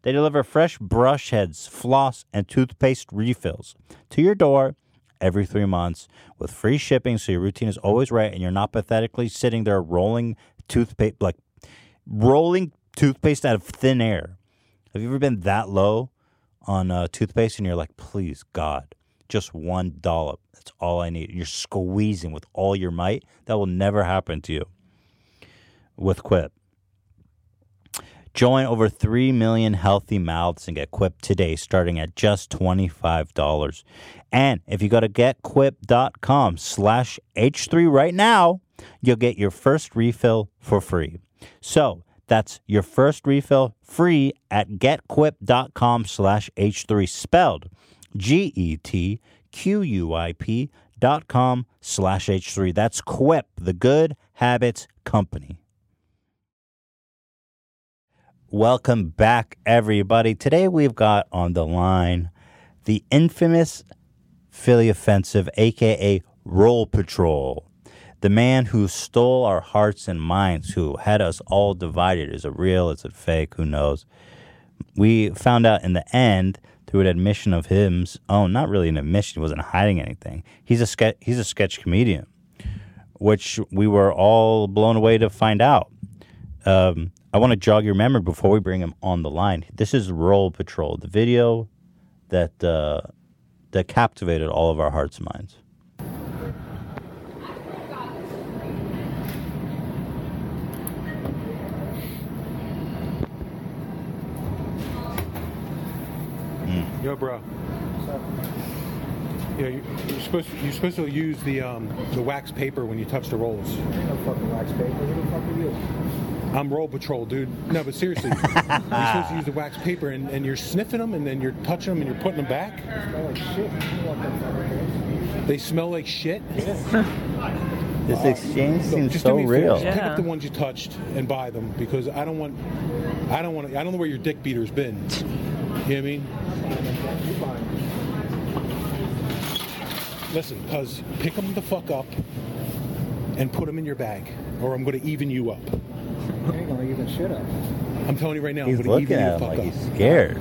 C: They deliver fresh brush heads, floss, and toothpaste refills to your door every three months with free shipping, so your routine is always right and you're not pathetically sitting there rolling toothpaste like rolling toothpaste out of thin air. Have you ever been that low on uh, toothpaste and you're like, please, God, just one dollop. That's all I need. And you're squeezing with all your might. That will never happen to you with Quip. Join over 3 million healthy mouths and get Quip today, starting at just $25. And if you go to getquip.com slash H3 right now, you'll get your first refill for free. So that's your first refill free at getquip.com slash H3, spelled G E T Q U I P dot com slash H3. That's Quip, the good habits company. Welcome back, everybody. Today we've got on the line the infamous Philly Offensive, aka Roll Patrol. The man who stole our hearts and minds, who had us all divided. Is it real? Is it fake? Who knows? We found out in the end through an admission of him. Oh, not really an admission. He wasn't hiding anything. He's a sketch. He's a sketch comedian, which we were all blown away to find out. Um, I want to jog your memory before we bring him on the line. This is Roll Patrol, the video that uh, that captivated all of our hearts and minds.
K: Yo, bro. Yeah, you, you're supposed to, you're supposed to use the um, the wax paper when you touch the rolls. No fucking wax paper. Who the fuck are you? I'm roll patrol, dude. No, but seriously, you're supposed to use the wax paper, and, and you're sniffing them, and then you're touching them, and you're putting them back. They smell like shit.
C: This exchange
K: Look,
C: seems
K: just
C: so
K: do me a favor,
A: Oh.
C: real.
K: just Pick up the ones you touched and buy them because I don't want, I don't want, I don't know where your dick beater's been. You know what I mean? Listen, cuz pick them the fuck up and put them in your bag, or I'm going to even you up. even shit up. I'm telling you right now,
C: He's
K: I'm going
C: looking
K: to even you
C: at
K: the
C: him like
K: fuck up.
C: he's scared,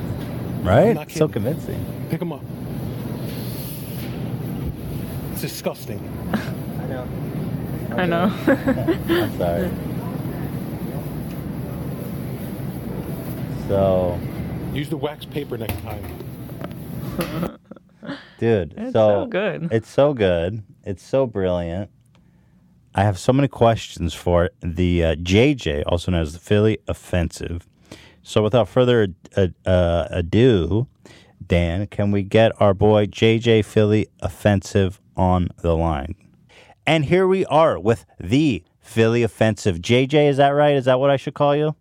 C: right?
K: I'm not
C: so
K: kidding.
C: convincing.
K: Pick them up. It's disgusting. I know.
E: I know.
C: I'm sorry. So,
K: Use the wax paper next time.
C: dude,
E: It's
C: so,
E: so good.
C: It's so good. It's so brilliant. I have so many questions for it. the uh, JJ, also known as the Philly Offensive. So, without further ad- uh, ado, Dan, can we get our boy JJ Philly Offensive on the line? And here we are with the Philly Offensive. JJ, is that right? Is that what I should call you?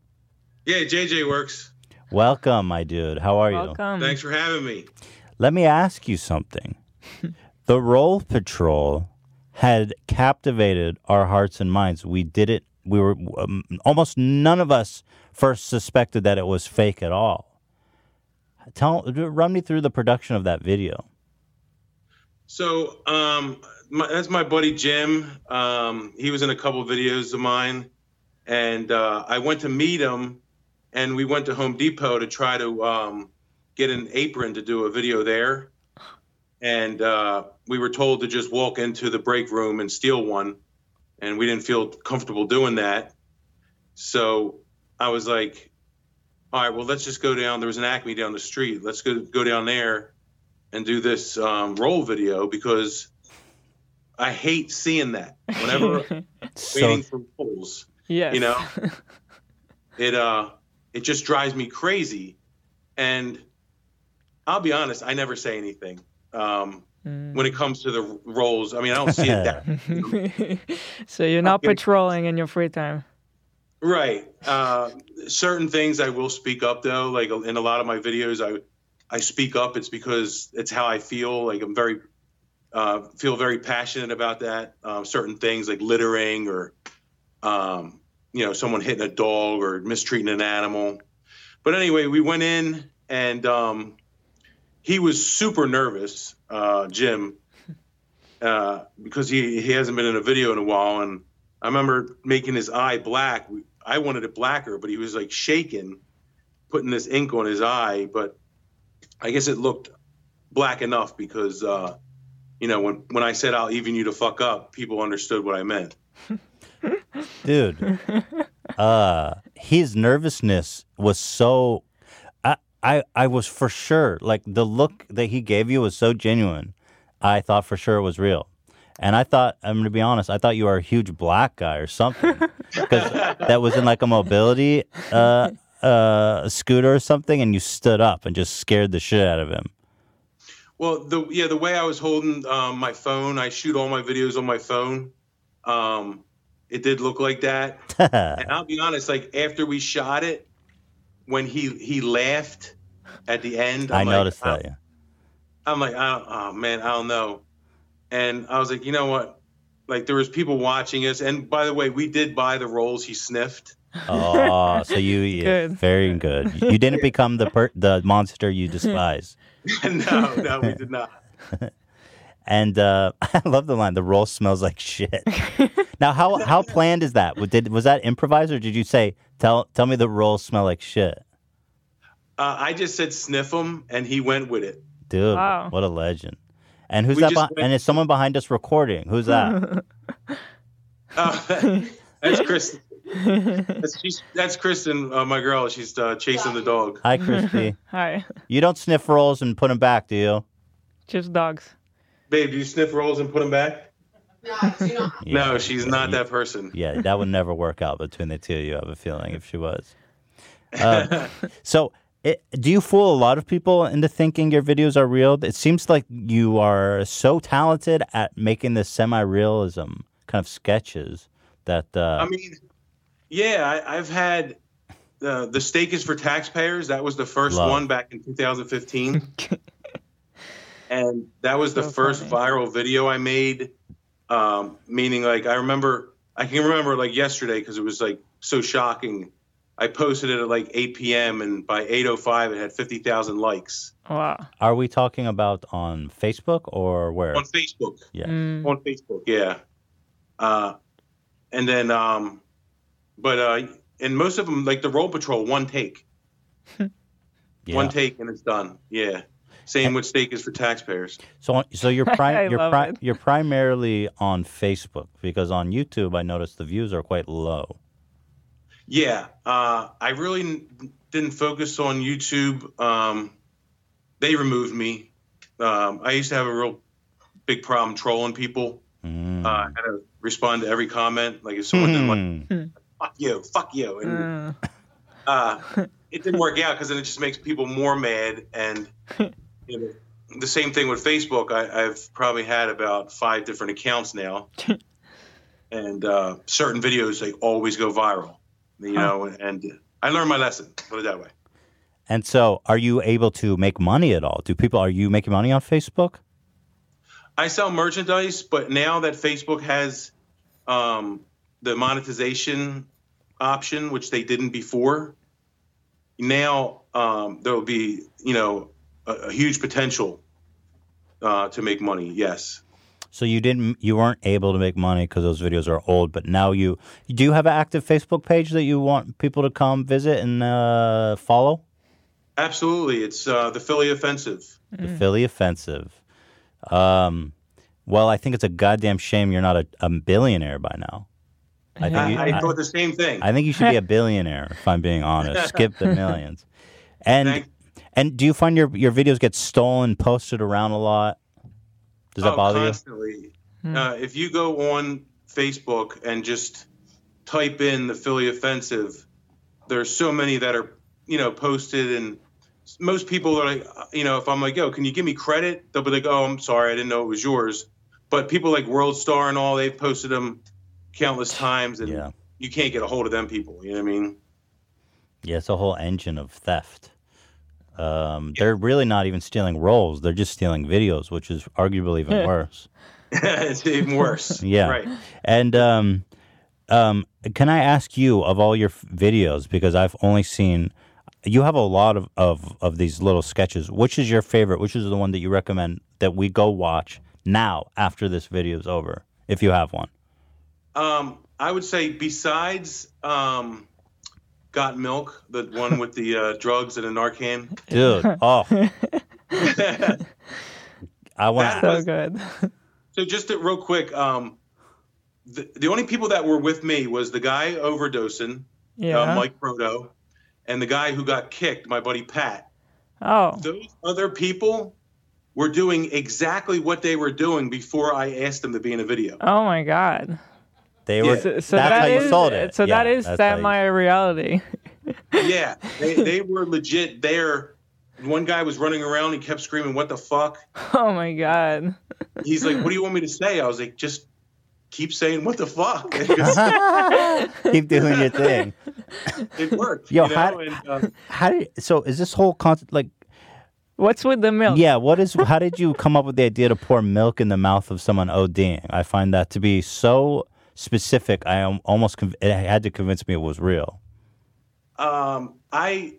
L: Yeah, JJ works.
C: Welcome, my dude. How are you?
L: Thanks for having me.
C: Let me ask you something. the Roll Patrol had captivated our hearts and minds. We did it. We were um, almost none of us first suspected that it was fake at all. Tell, run me through the production of that video.
L: So, um, my, that's my buddy Jim. Um, he was in a couple videos of mine, and uh, I went to meet him, and we went to Home Depot to try to um, get an apron to do a video there, and uh, we were told to just walk into the break room and steal one, and we didn't feel comfortable doing that, so I was like, all right, well, let's just go down. There was an Acme down the street. Let's go go down there and do this um, roll video because I hate seeing that. Whenever
C: So-
L: waiting for rolls,
E: Yes.
L: you know, it uh, it just drives me crazy. And I'll be honest, I never say anything um, when it comes to the rolls. I mean, I don't see it that
E: so you're not patrolling in your free time.
L: Right. Uh, certain things I will speak up though. Like in a lot of my videos, I I speak up. It's because it's how I feel. Like I'm very uh, feel very passionate about that. Um, certain things like littering or um, you know someone hitting a dog or mistreating an animal. But anyway, we went in and um, he was super nervous, uh, Jim, uh, because he he hasn't been in a video in a while and. I remember making his eye black. I wanted it blacker, but he was like shaking, putting this ink on his eye. But I guess it looked black enough because, uh, you know, when, when I said I'll even you to fuck up, people understood what I meant.
C: dude. Uh, his nervousness was so. I, I I was for sure like the look that he gave you was so genuine. I thought for sure it was real, and I thought I'm gonna be honest. I thought you were a huge black guy or something because that was in like a mobility uh uh scooter or something, and you stood up and just scared the shit out of him.
L: Well, the yeah, the way I was holding um, my phone, I shoot all my videos on my phone. Um, it did look like that. and I'll be honest, like after we shot it, when he he laughed at the end,
C: I
L: I'm like,
C: noticed that. Yeah.
L: I'm like, I don't, oh man, I don't know. And I was like, you know what? Like there was people watching us. And by the way, we did buy the rolls he sniffed.
C: Oh, so you yeah,
L: Good.
C: very good. You didn't become the per- the monster you despise.
L: no, no, we did not.
C: And uh, I love the line. The roll smells like shit. now, how how planned is that? Did was that improvised, or did you say tell tell me the rolls smell like shit,
L: Uh, I just said sniff him, and he went with it.
C: dude?
L: Wow.
C: What a legend. And who's
L: We
C: that?
L: just
C: behi-
L: went-
C: and is someone behind us recording? Who's that?
L: Uh, that's Kristen. That's, she's, that's Kristen, uh, my girl. She's uh, chasing the dog.
C: Hi, Christy.
E: Hi.
C: You don't sniff rolls and put them back, do you?
E: Just dogs.
L: Babe, do you sniff rolls and put them back? No, she's not that person.
C: Yeah, that would never work out between the two of you. I have a feeling if she was. Um, so, it, do you fool a lot of people into thinking your videos are real? It seems like you are so talented at making this semi-realism kind of sketches that. Uh,
L: I mean, yeah, I, I've had uh, the stake is for taxpayers. That was the first
C: Love.
L: one back in 2015, and that was the first viral video I made. Um, meaning, like, I remember, I can remember like yesterday because it was like so shocking. I posted it at like 8 p.m. and by 8:05 it had 50,000 likes
E: Wow.
C: are we talking about on Facebook or where?
L: on Facebook.
C: Yeah.
E: Mm. Mm-hmm.
L: on Facebook. Yeah. Uh, and then, um, but uh, and most of them like the Roll Patrol, one take, one take, and it's done. Yeah. Same with stake is for taxpayers.
C: So, on- so you're
L: I
C: pri- you're,
L: love
C: pri-
L: it.
C: you're primarily on Facebook because on YouTube I noticed the views are quite low.
L: Yeah. Uh, I really n- didn't focus on YouTube. Um, they removed me. Um, I used to have a real big problem trolling people.
C: Mm.
L: Uh, I had to respond to every comment. Like if someone didn't
C: Hmm.
L: like fuck you, fuck you. And
E: Mm,
L: uh, it didn't work out because then it just makes people more mad. And you know, the same thing with Facebook. I, I've probably had about five different accounts now, and uh, certain videos like always go viral. You know, and I learned my lesson. Put it that way.
C: And so, are you able to make money at all? Do people are you making money on Facebook?
L: I sell merchandise, but now that Facebook has um, the monetization option, which they didn't before, now um, there will be, you know, a, a huge potential uh, to make money. Yes.
C: So you didn't you weren't able to make money because those videos are old, but now you do you have an active Facebook page that you want people to come visit and uh, follow?
L: Absolutely. It's uh, the Philly offensive.
C: The Philly offensive. Um, well, I think it's a goddamn shame you're not a, a billionaire by now. I think you-
L: I, I
C: I-
L: thought the same thing.
C: I think you should be a billionaire, if I'm being honest. Skip the millions. And and do you find your your videos get stolen, posted around a lot? Does that
L: Oh,
C: bother
L: constantly. Uh, if you go on Facebook and just type in the Philly offensive, there's so many that are you know posted, and most people are like, uh, you know, if I'm like, yo, can you give me credit? They'll be like, oh, I'm sorry, I didn't know it was yours. But people like World Star and all, they've posted them countless times, and you can't get a hold of them people. You know what I mean?
C: you? Yeah, it's a whole engine of theft. Um, they're really not even stealing roles; they're just stealing videos, which is arguably even worse.
L: it's even worse.
C: Yeah.
L: Right.
C: And um, um, can I ask you of all your f- videos because I've only seen you have a lot of, of of these little sketches. Which is your favorite? Which is the one that you recommend that we go watch now after this video is over, if you have one?
L: Um, I would say besides um, Got Milk, the one with the uh, drugs and the Narcan.
C: Dude, oh, I want
L: So
E: good.
L: So just to, real quick, um, the, the only people that were with me was the guy overdosing, uh,
E: Yeah.
L: Mike Proto, and the guy who got kicked, my buddy Pat.
E: Oh.
L: Those other people were doing exactly what they were doing before I asked them to be in a video.
E: Oh my God.
C: They were.
L: So-
E: So
C: that's
E: that
C: how you
E: is-
C: sold it.
E: So that
C: Yeah,
E: is
C: that's how you-
E: semi reality.
L: yeah, they, they were legit there. One guy was running around. He kept screaming, "What the fuck?"
E: Oh my God.
L: He's like, "What do you want me to say?" I was like, "Just keep saying what the fuck." Because
C: keep doing your thing.
L: it worked.
C: Yo,
L: you know?
C: how-
L: and, uh,
C: How did so? Is this whole concept like?
E: What's with the milk?
C: Yeah, what is? How did you come up with the idea to pour milk in the mouth of someone ODing? I find that to be so specific. I am almost conv- it had to convince me it was real.
L: um, I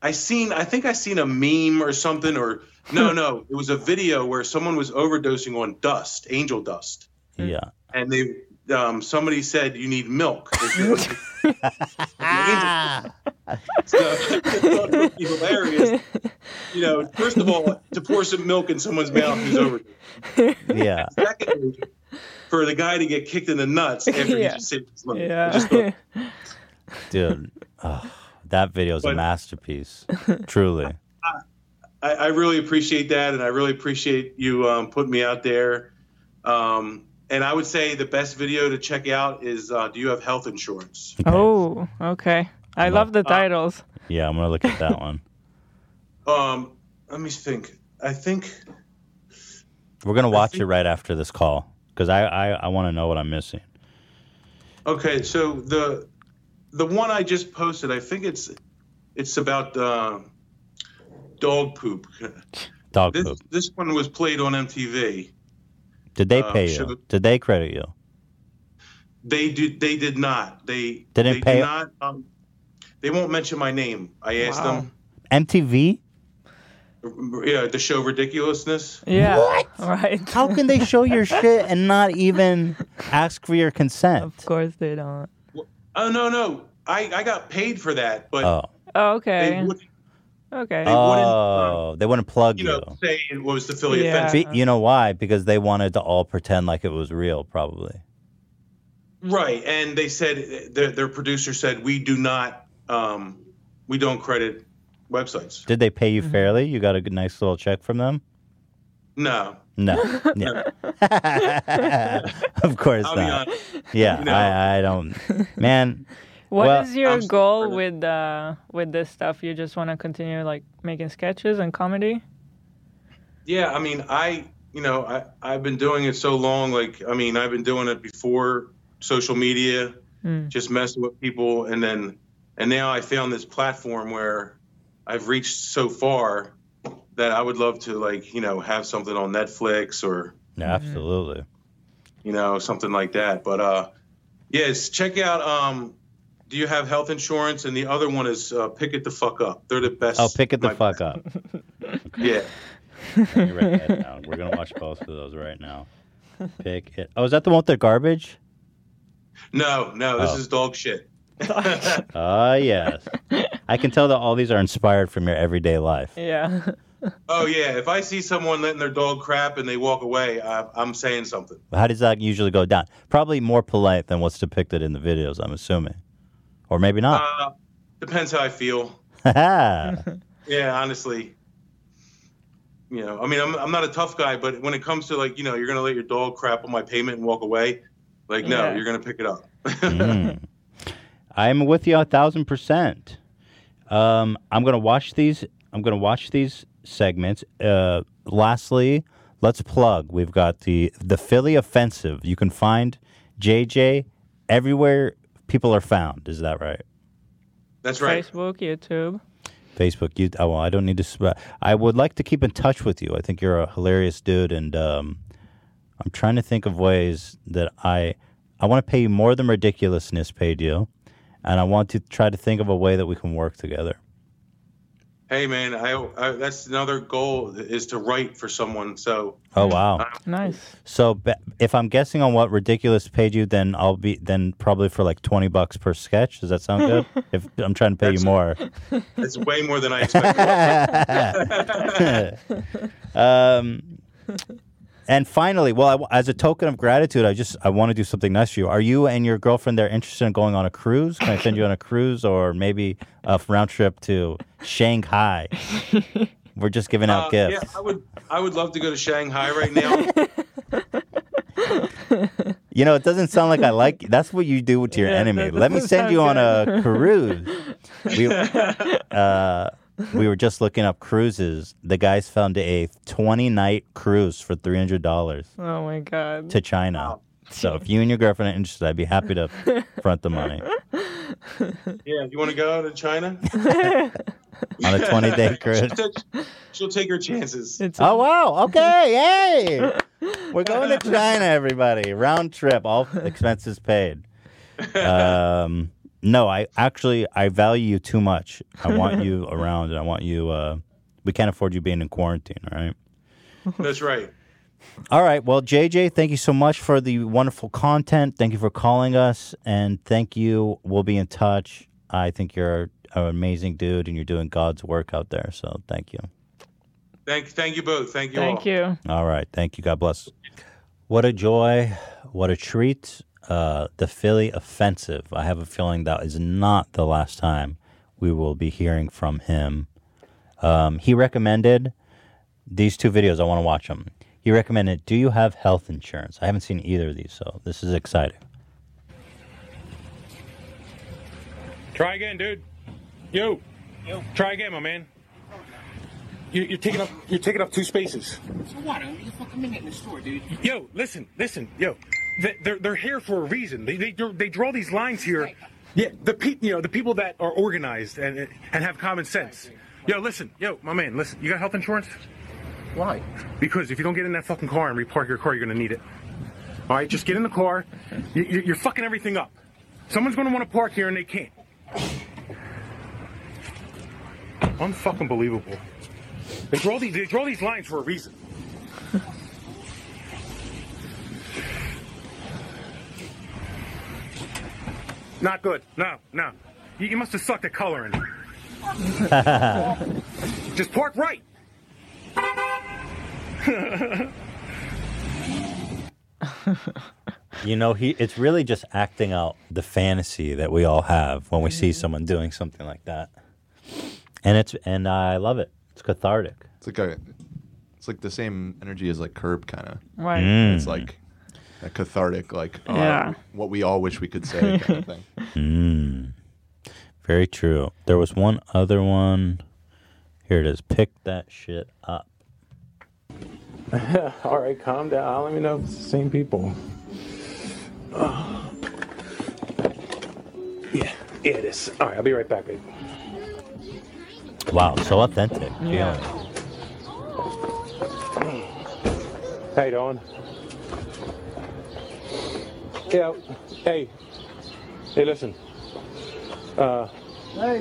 L: I seen I think I seen a meme or something or no no it was a video where someone was overdosing on dust, angel dust,
E: Mm.
C: Yeah,
L: and they um, somebody said you need milk.
E: Ah.
L: so I thought it would be hilarious. You know, first of all, to pour some milk in someone's mouth is over.
C: Yeah.
L: Secondly, for the guy to get kicked in the nuts after he
E: Yeah.
L: just saved his life. I just thought,
E: Yeah.
C: dude, ugh, that video is a
L: But-
C: masterpiece. Truly,
L: I, I really appreciate that, and I really appreciate you um, putting me out there. Um, and I would say the best video to check out is uh, Do you have health insurance?
E: Oh, okay. I love the titles.
C: yeah, I'm gonna look at that one.
L: Um, let me think. I think
C: We're gonna watch it right after this call because I I, I want to know what I'm missing.
L: okay. So the the one I just posted, I think it's it's about uh, dog poop.
C: Dog
L: this,
C: poop.
L: This one was played on MTV.
C: Did they
L: uh,
C: pay
L: sugar-
C: you? Did they credit you?
L: They did. They did not. They
C: They didn't
L: they
C: pay-
L: Did not, um, they won't mention my name. I asked
E: Wow.
L: them.
C: MTV?
L: Yeah, the show ridiculousness.
E: Yeah. Right.
C: How can they show your shit and not even ask for your consent?
E: Of course they don't.
L: Oh no no, I I got paid for that, but
C: Oh.
E: Oh,
L: they
E: okay.
L: would
E: Okay.
C: oh, they wouldn't plug you.
L: not say it was the Philly
E: Yeah.
L: offensive.
C: Be- you know why? Because they wanted to all pretend like it was real, probably.
L: Right, and they said their their producer said we do not um we don't credit websites.
C: Did they pay you fairly? You got a good, nice little check from them?
L: No.
C: No. no. of course
E: I'll be
C: not.
E: honest.
C: Yeah,
E: No.
C: I, I don't. Man.
E: What is
C: well,
E: your goal with uh with this stuff? You just want to continue like making sketches and comedy?
L: Yeah, I mean I you know I I've been doing it so long. Like I mean I've been doing it before social media,
E: Mm.
L: just messing with people, and then and now I found this platform where I've reached so far that I would love to like you know have something on Netflix or
C: No, absolutely.
L: you know something like that. But uh, yes, check out um, do you have health insurance? And the other one is uh, pick it the fuck up. They're the best.
C: Oh, pick it the
L: my-
C: fuck up.
L: Yeah.
C: Let me write that down. We're going to watch both of those right now. Pick it. Oh, is that the one with the garbage?
L: No, no, this
C: Oh.
L: is dog shit.
C: Ah, yes. I can tell that all these are inspired from your everyday life.
E: Yeah.
L: oh yeah, if I see someone letting their dog crap and they walk away, I, I'm saying something.
C: How does that usually go down? Probably more polite than what's depicted in the videos, I'm assuming. Or maybe not.
L: Uh, depends how I feel. Yeah, honestly. You know, I mean, I'm, I'm not a tough guy, but when it comes to like, you know, you're gonna let your dog crap on my payment and walk away, like, no,
C: Yeah.
L: you're gonna pick it up.
C: Mm. I'm with you a thousand percent. Um, I'm gonna watch these. I'm gonna watch these segments. Uh, lastly, let's plug. We've got the the Philly offensive. You can find JJ everywhere people are found. Is that right?
L: That's right.
E: Facebook, YouTube.
C: Facebook. You. Oh, well, I don't need to. sp- I would like to keep in touch with you. I think you're a hilarious dude, and um, I'm trying to think of ways that I I want to pay you more than ridiculousness paid you, and I want to try to think of a way that we can work together.
L: Hey, man, I, I that's another goal is to write for someone. So
C: Oh wow,
E: nice.
C: So ba- if I'm guessing on what ridiculous paid you, then I'll be then probably for like twenty bucks per sketch. Does that sound good? if I'm trying to pay you more.
L: it's way more than I expected.
C: um, and finally, well, I w as a token of gratitude, I just I want to do something nice for you. Are you and your girlfriend there interested in going on a cruise? Can I send you on a cruise or maybe a f- round trip to Shanghai? We're just giving out
L: Uh,
C: gifts.
L: Yeah, I would I would love to go to Shanghai right now.
C: You know, it doesn't sound like I like. That's what you do to your
L: Yeah,
C: enemy.
L: that
C: Let me
L: doesn't
C: send
L: sound
C: you on a
L: good.
C: cruise. We, uh, we were just looking up cruises. The guys found a 20 night cruise for $300
E: Oh my god.
C: to China. So if you and your girlfriend are interested, I'd be happy to front the money
L: yeah, you want to go to China
C: on a 20 day
L: She'll
C: cruise.
L: take, she'll take her chances.
C: Oh, wow. Okay. Yay. We're going to China, everybody. Round trip, all expenses paid. Um, no, I actually I value you too much. I want you around, and I want you. Uh, we can't afford you being in quarantine. All right.
L: That's right.
C: All right. Well, JJ, thank you so much for the wonderful content. Thank you for calling us, and thank you. We'll be in touch. I think you're an amazing dude, and you're doing God's work out there. So thank you.
L: Thank thank you both. Thank you all.
E: Thank you.
C: All right. Thank you. God bless. What a joy. What a treat. Uh, the Philly offensive. I have a feeling that is not the last time we will be hearing from him. Um, he recommended these two videos. I want to watch them. He recommended Do You Have Health Insurance? I haven't seen either of these, so this is exciting.
K: Try again, dude. You. You. Try again, my man. You, you're taking up. You're taking up two spaces.
J: So what? Only a fucking minute in the store, dude.
K: Yo, listen, listen, yo. They- They're they're here for a reason. They they, they draw these lines here. Yeah, the pe- you know the people that are organized and and have common sense. Yo, listen, yo, my man, listen. You got health insurance? Why? Because if you don't get in that fucking car and repark your car, you're gonna need it. All right, just get in the car. You- you- You're fucking everything up. Someone's gonna want to park here and they can't. Unfucking believable. They draw these they draw these lines for a reason. Not good. No, no. You, you must have sucked at coloring. Just park right.
C: You know, he it's really just acting out the fantasy that we all have when we see someone doing something like that. Mm-hmm. And it's and I love it. It's cathartic.
A: It's like a, it's like the same energy as like Curb kind of.
E: Right. Mm.
C: Hmm.
A: It's like a cathartic, like uh,
E: Yeah.
A: what we all wish we could say kind of thing.
C: Mm. Very true. There was one other one. Here it is. Pick that shit up.
M: All right, calm down. I'll let me know if it's the same people.
K: Yeah, yeah, it is. All right, I'll be right back, babe.
C: Wow, so authentic.
K: Yeah. How you doing? Yeah. Hey. Hey, listen. Uh,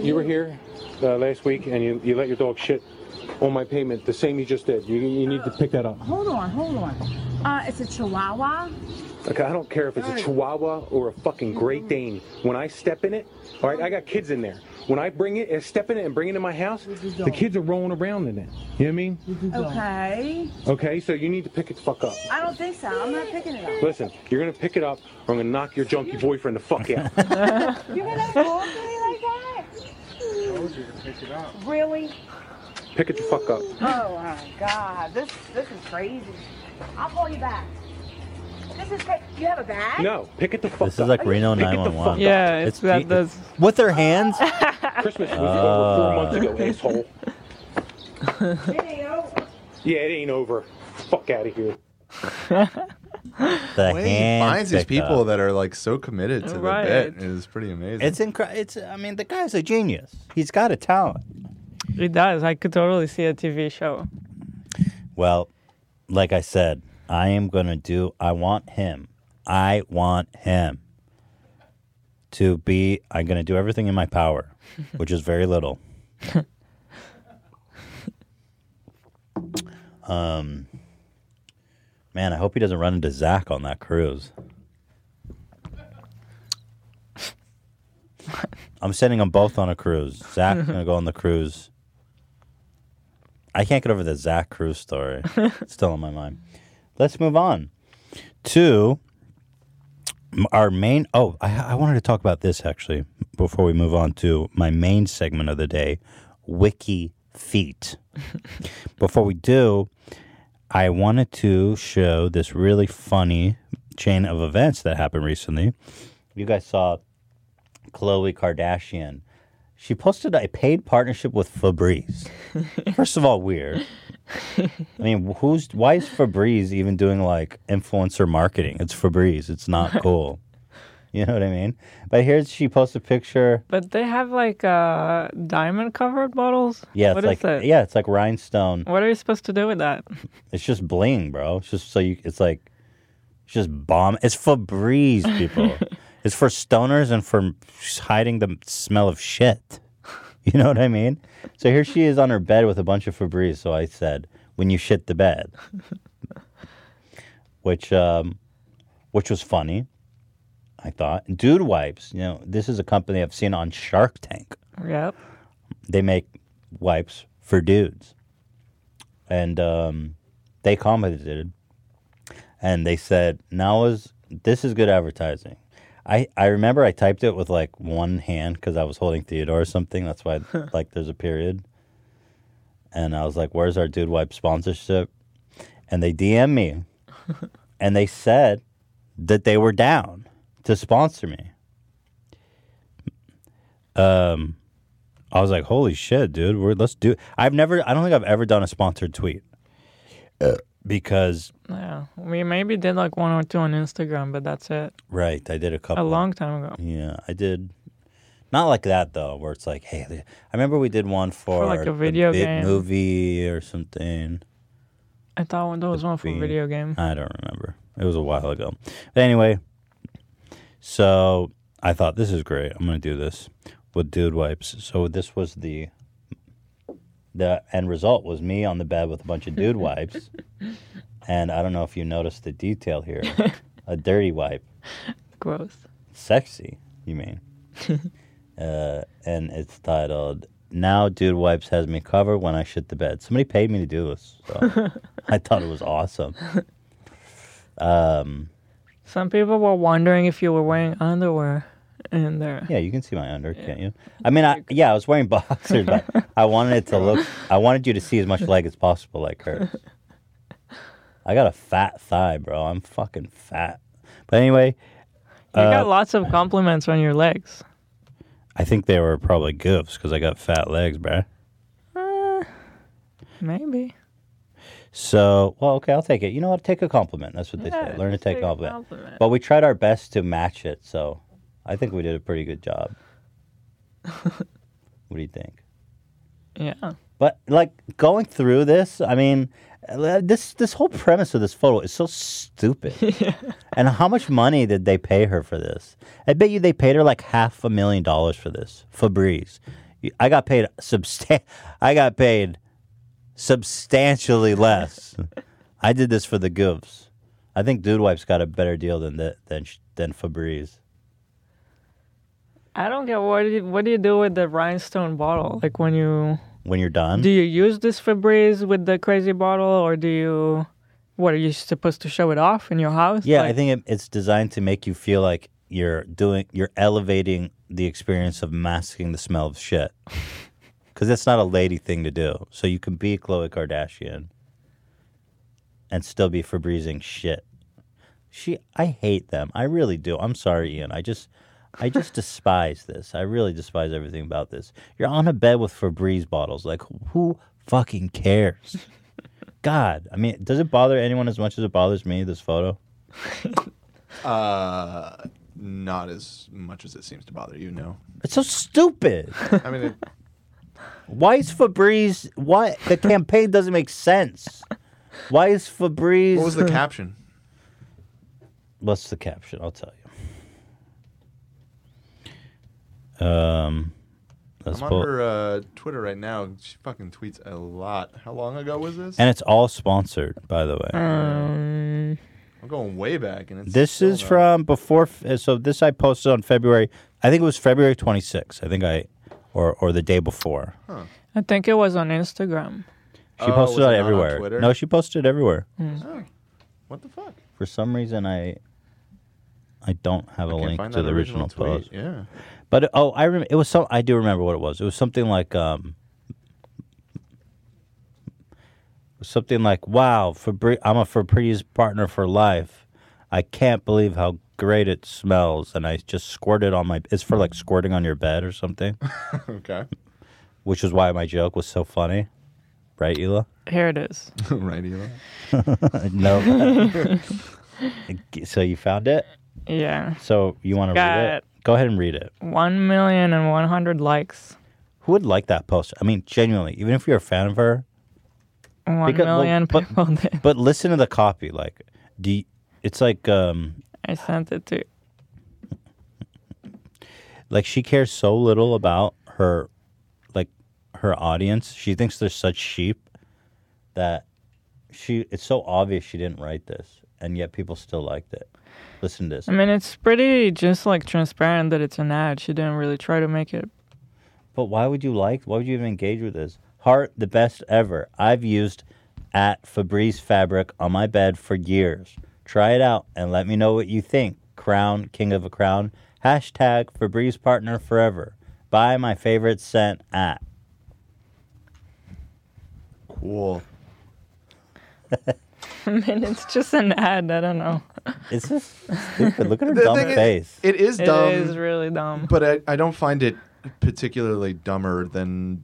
K: you were here uh, last week and you, you let your dog shit on my payment, the same you just did. You, you need to pick that up.
N: Hold on, hold on. Uh, it's a chihuahua.
K: Okay, I
N: Mm-hmm.
K: don't care if it's a chihuahua or a fucking Great Dane. When I step in it, all right, I got kids in there. When I bring it and step in it and bring it in my house, the kids are rolling around in it. You know what I mean?
N: Okay.
K: Okay, so you need to pick it the fuck up.
N: I don't think so. I'm not picking it up.
K: Listen, you're gonna pick it up, or I'm gonna knock your junkie boyfriend the fuck out.
N: You're gonna walk me like that? Really?
K: pick it the fuck up.
N: Oh my God, this this is crazy. I'll call you back. This is cra- you have a bag?
K: No, pick it the fuck up.
C: This is like Reno 911.
E: Yeah, it's that-
C: be- with their hands.
K: Christmas was over four
C: Uh.
K: months ago, asshole. Yeah, it ain't over. Fuck out of here.
C: The
A: He
C: hands
A: finds these
C: picked
A: people
C: up.
A: that are like so committed to
C: Right.
A: the bit is pretty amazing.
C: It's incredible. It's I mean, the guy's a genius. He's got a talent.
E: It does. I could totally see a TV show.
C: Well, like I said, I am going to do, I want him. I want him to be, I'm going to do everything in my power, which is very little. um, man, I hope he doesn't run into Zach on that cruise. I'm sending them both on a cruise. Zach's going to go on the cruise. I can't get over the Zach Cruz story. It's still in my mind. Let's move on to m- our main. Oh, I, I wanted to talk about this actually before we move on to my main segment of the day Wiki Feet. before we do, I wanted to show this really funny chain of events that happened recently. You guys saw Khloe Kardashian. She posted a paid partnership with Febreze. First of all, weird. I mean, who's why is Febreze even doing like influencer marketing? It's Febreze. It's not cool. You know what I mean? But here's she posted a picture.
E: But they have like uh, diamond covered bottles.
C: Yeah, it's
E: What is
C: like
E: that?
C: yeah, it's like rhinestone.
E: What are you supposed to do with that?
C: It's just bling, bro. It's just so you. It's like, it's just bomb. It's Febreze, people. it's for stoners and for hiding the smell of shit. You know what I mean? So here she is on her bed with a bunch of Febreze. So I said, when you shit the bed, which um, which was funny. I thought, dude wipes. You know, this is a company I've seen on Shark Tank
E: Yep.
C: they make wipes for dudes. And um, they commented and they said, now is this is good advertising. I, I remember I typed it with like one hand because I was holding Theodore or something. That's why like there's a period. And I was like, where's our dude wipe sponsorship? And they DM me and they said that they were down to sponsor me. Um, I was like, "Holy shit, dude! We're, let's do." I've never, I don't think I've ever done a sponsored tweet because,
E: Yeah. We maybe did like one or two on Instagram, but that's it.
C: right? I did a couple
E: A long time ago.
C: Yeah, I did. Not like that though, where it's like, "Hey, I remember we did one for,
E: like, a
C: the
E: video
C: big
E: game.
C: movie or something."
E: I thought there was one for a
C: Be-
E: video game.
C: I don't remember. It was a while ago. But anyway, so I thought this is great. I'm gonna do this with dude wipes. So this was the the end result was me on the bed with a bunch of dude wipes, and I don't know if you noticed the detail here, a dirty wipe,
E: Gross.
C: sexy. You mean? uh, and it's titled "Now Dude Wipes Has Me Covered When I Shit the Bed." Somebody paid me to do this, so I thought it was awesome. Um,
E: Some people were wondering if you were wearing underwear in there.
C: yeah, you can see my under, can't you? I mean, I, yeah, I was wearing boxers, but I wanted it to look. I wanted you to see as much leg as possible, like hers. I got a fat thigh, bro. I'm fucking fat. But anyway,
E: You
C: uh,
E: got lots of compliments on your legs.
C: I think they were probably goofs because I got fat legs, bro.
E: Maybe.
C: So, well, okay, I'll take it. You know what? Take a compliment. That's what they
E: Yeah,
C: say. Learn to
E: just
C: take a
E: take a
C: compliment.
E: compliment.
C: But we tried our best to match it, so I think we did a pretty good job. what do you think?
E: Yeah.
C: But like going through this, I mean, uh, this this whole premise of this photo is so stupid. And how much money did they pay her for this? I bet you they paid her like half a million dollars for this. Febreze. I got paid substan- I got paid substantially less. I did this for the goofs. I think Dude Wipes got a better deal than the, than sh- than Febreze.
E: I don't get what do you, what do you do with the rhinestone bottle? Like when you
C: when you're done.
E: do you use this Febreze with the crazy bottle, or do you what are you supposed to show it off in your house?
C: Yeah, I
E: Like,
C: think it, it's designed to make you feel like you're doing, you're elevating the experience of masking the smell of shit, because that's not a lady thing to do. So you can be Khloe Kardashian and still be Febrezing shit. She, I hate them. I really do. I'm sorry, Ian. I just, I just despise this. I really despise everything about this. You're on a bed with Febreze bottles. Like, who fucking cares? God, I mean, does it bother anyone as much as it bothers me? This photo.
A: Uh, not as much as it seems to bother you. No.
C: It's so stupid.
A: I mean, it,
C: Why is Febreze? Why the campaign doesn't make sense? Why is Febreze?
A: what was the caption?
C: What's the caption? I'll tell you. Um, let's
A: I'm on
C: pull-
A: her uh, Twitter right now. She fucking tweets a lot. How long ago was this?
C: and it's all sponsored, by the way.
A: I'm going way back, and it's
C: this
A: still
C: is
A: not-
C: from before. f- uh, So this I posted on February. I think it was February 26th. I think I, or or the day before.
E: I think it was on Instagram.
C: She
E: Oh,
C: posted
E: was
C: it
E: it not on
C: everywhere.
E: Twitter?
C: no, she posted it everywhere.
A: Oh, what the fuck?
C: For some reason, I I don't have a link
A: find
C: to
A: that
C: the original,
A: original tweet,
C: post.
A: yeah.
C: But oh, I remember it was some. I do remember what it was. It was something like um. Something like, "Wow, Fabri- I'm a Febreze partner for life. I can't believe how great it smells." And I just squirted on my. It's for like squirting on your bed or something,
A: okay.
C: which is why my joke was so funny, right, Ela?
E: Here it is.
A: right, Ela.
C: no. so you found it?
E: Yeah.
C: So you want to
E: Got
C: read it?
E: it.
C: Go ahead and read it.
E: One million and one hundred likes.
C: Who would like that post? I mean, genuinely, even if you're a fan of her.
E: One
C: because- well,
E: million
C: but-
E: people. did.
C: but, listen to the copy. Like, do you- it's like um
E: I sent it to.
C: like she cares so little about her like her audience. She thinks they're such sheep that she it's so obvious she didn't write this, and yet people still liked it. Listen to this.
E: I mean, it's pretty just like transparent that it's an ad. She didn't really try to make it.
C: But why would you like? Why would you even engage with this? Heart, the best ever. I've used at Febreze fabric on my bed for years. Try it out and let me know what you think. Crown, king of a crown. Hashtag Febreze partner forever. Buy my favorite scent at.
A: Cool.
E: I mean, it's just an ad. I don't know.
C: It's just stupid. Look at her
A: The
C: dumb
A: thing is-
C: face.
A: it is dumb.
E: It is really dumb.
A: But I, I don't find it particularly dumber than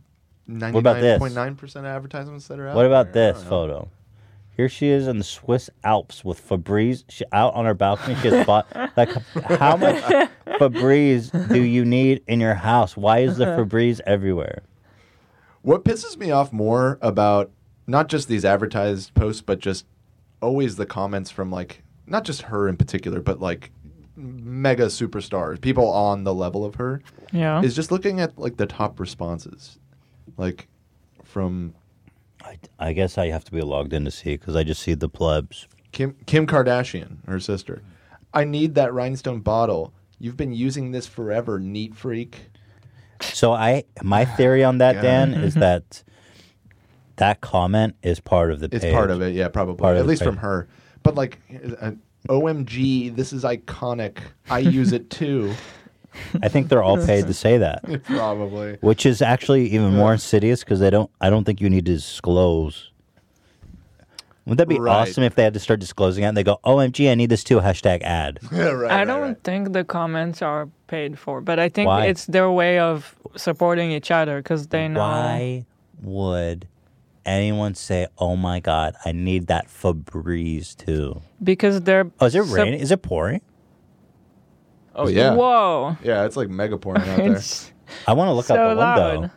C: about this?
A: 99.9% of advertisements that are out
C: What about
A: there. I
C: this
A: don't know.
C: photo? Here she is in the Swiss Alps with Febreze she, out on her balcony. She has bought like how much Febreze do you need in your house? Why is the
A: Uh-huh.
C: Febreze everywhere?
A: What pisses me off more about not just these advertised posts, but just always the comments from like not just her in particular, but like mega superstars, people on the level of her.
E: Yeah.
A: Is just looking at like the top responses, like from
C: I guess I have to be logged in to see because I just see the plebs.
A: Kim Kim Kardashian, her sister. I need that rhinestone bottle. You've been using this forever, neat freak.
C: So I, my
A: Ah,
C: theory on that,
A: God.
C: Dan, is that that comment is part of the.
A: It's
C: page.
A: part of it, yeah, probably.
C: Part of
A: At
C: the
A: least from
C: page.
A: her. But like, uh, OMG, this is iconic. I use it too.
C: I think they're all paid to say that,
A: Probably.
C: which is actually even more insidious because they don't. I don't think you need to disclose. Wouldn't that be
A: Right.
C: awesome if they had to start disclosing it? And they go, "OMG, I need this too." Hashtag ad.
E: I don't think the comments are paid for, but I think
C: Why?
E: it's their way of supporting each other because they know.
C: Why would anyone say, "Oh my God, I need that Febreze too"?
E: Because they're.
C: Oh, is it
E: sup-
C: raining? Is it pouring?
A: Oh yeah.
E: Whoa.
A: Yeah, it's like mega porn out there.
E: It's
C: I want to look out the
E: so
C: window.
E: loud.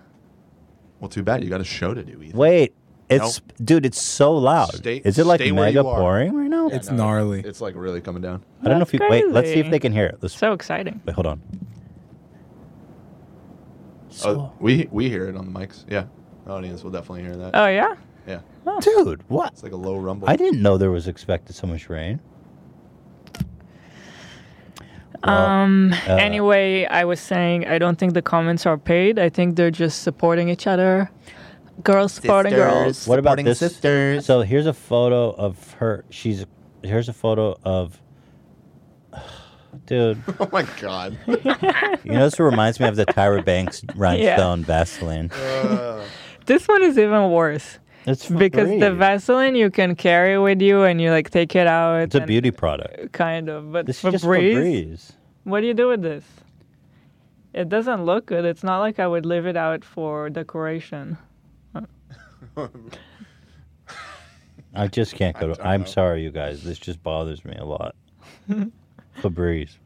A: Well, too bad you got a show to do. Ethan.
C: Wait, it's dude, it's so loud.
A: Stay-
C: Is it like
A: stay where you
C: mega
A: are.
C: pouring right now?
A: Yeah, no, It's like really coming down.
C: I don't know if you wait. Let's see if they
E: Crazy.
C: can hear it. Let's
E: So exciting.
C: wait, hold on.
A: Oh, we we hear it on the mics. Yeah, the audience will definitely hear that.
E: Oh, yeah?
A: yeah.
C: Dude, what?
A: It's like a low rumble.
C: I didn't know there was expected so much rain.
E: Um.
C: uh,
E: anyway, I was saying I don't think the comments are paid. I think they're just supporting each other. Girls supporting girls.
C: What about this? Sisters. So here's a photo of her. She's here's a photo of. Dude,
A: Oh my god.
C: you know this reminds me of the Tyra Banks rhinestone
E: Yeah.
C: Vaseline.
E: This one is even worse.
C: It's
E: because the
C: free.
E: Vaseline you can carry with you and you like take it out.
C: It's a
E: and-
C: beauty product.
E: Kind of, but
C: This is
E: Febreze,
C: just Febreze.
E: What do you do with this? It doesn't look good. It's not like I would leave it out for decoration.
C: I just can't go. To, I'm sorry, you guys. This just bothers me a lot. Febreze.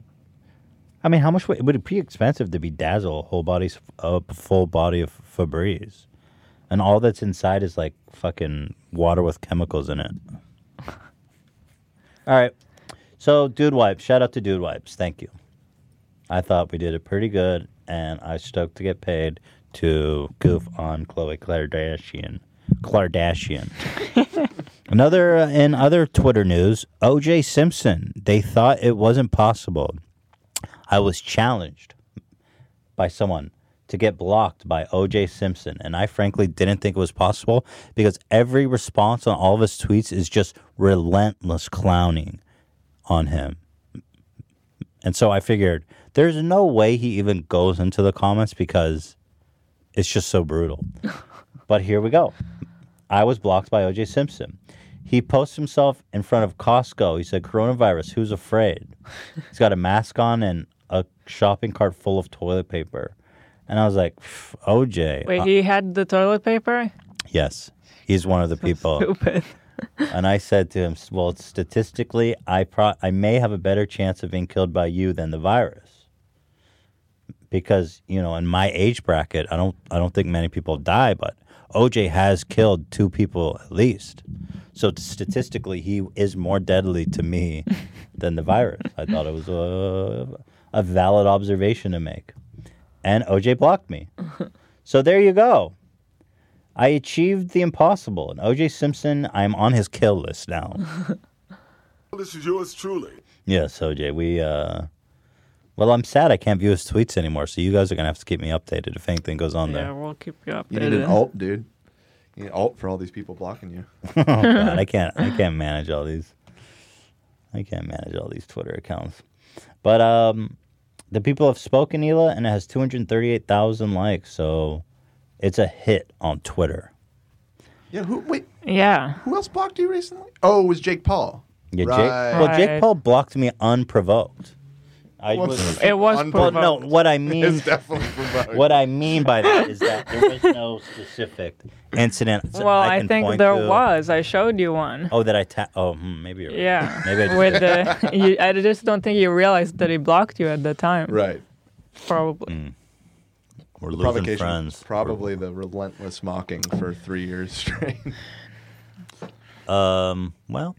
C: I mean, how much would, would it be expensive to bedazzle a whole body, s- a full body of Febreze, and all that's inside is like fucking water with chemicals in it. All right. So, dude wipes. Shout out to dude wipes. Thank you. I thought we did it pretty good, and I stoked to get paid to goof on Chloe Kardashian. Kardashian. Another uh, in other Twitter news, O.J. Simpson. They thought it wasn't possible. I was challenged by someone to get blocked by O.J. Simpson, and I frankly didn't think it was possible because every response on all of his tweets is just relentless clowning on him. And so I figured there's no way he even goes into the comments because it's just so brutal. but here we go. I was blocked by OJ Simpson. He posts himself in front of Costco. He said, Coronavirus, who's afraid? He's got a mask on and a shopping cart full of toilet paper. And I was like, "Pff, OJ.
E: Wait,
C: uh,
E: he had the toilet paper?
C: Yes, he's one of the people.
E: stupid.
C: and I said to him, "S- "Well, statistically, I pro- I may have a better chance of being killed by you than the virus, because you know, in my age bracket, I don't I don't think many people die, but OJ has killed two people at least. So statistically, he is more deadly to me than the virus. I thought it was a a valid observation to make, and OJ blocked me. So there you go." I achieved the impossible. And OJ Simpson, I'm on his kill list now.
I: This is yours truly.
C: yes, OJ, we, uh, well, I'm sad I can't view his tweets anymore. So you guys are going to have to keep me updated if anything goes on
E: Yeah,
C: there.
E: we'll keep you updated.
A: You need an alt, dude. You need alt for all these people blocking you.
C: oh, God, I can't, I can't manage all these. I can't manage all these Twitter accounts. But, um, the people have spoken, Hila, and it has 238,000 likes. So it's a hit on Twitter.
A: Yeah, who wait,
E: Yeah.
A: who else blocked you recently? Oh, it was Jake Paul.
C: Yeah,
A: Right.
C: Jake, well, Jake
A: Right.
C: Paul blocked me unprovoked. I
A: Well,
C: was,
A: it was
C: Well, no,
A: provoked.
C: what I mean
A: It's definitely provoked.
C: What I mean by that is that there was no specific incident.
E: Well, I,
C: can
E: think
C: point
E: there
C: to.
E: was. I showed you one.
C: Oh, that I ta- oh hmm, maybe you're right.
E: Yeah.
C: maybe I just
E: With
C: did.
E: the, you, I just don't think you realized that he blocked you at the time.
A: Right.
E: Probably.
C: We're losing
A: Provocation.
C: friends.
A: Probably the relentless mocking for three years straight.
C: Um, well,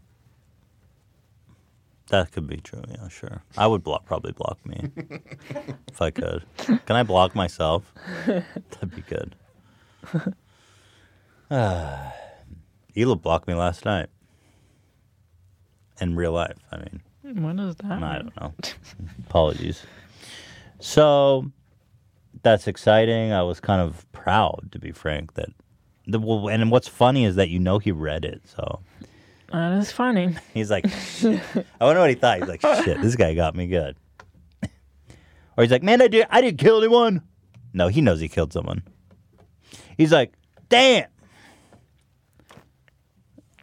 C: that could be true. Yeah, sure. I would block probably block me if I could. Can I block myself? That'd be good. Ah, Hila blocked me last night. In real life, I mean.
E: When is that?
C: I don't know. Apologies. So that's exciting. I was kind of proud, to be frank, that the well, and what's funny is that you know he read it. So
E: That is funny.
C: he's like, shit. I wonder what he thought. He's like, shit, this guy got me good. Or he's like, man, I did, I didn't kill anyone. No, he knows he killed someone. He's like, damn.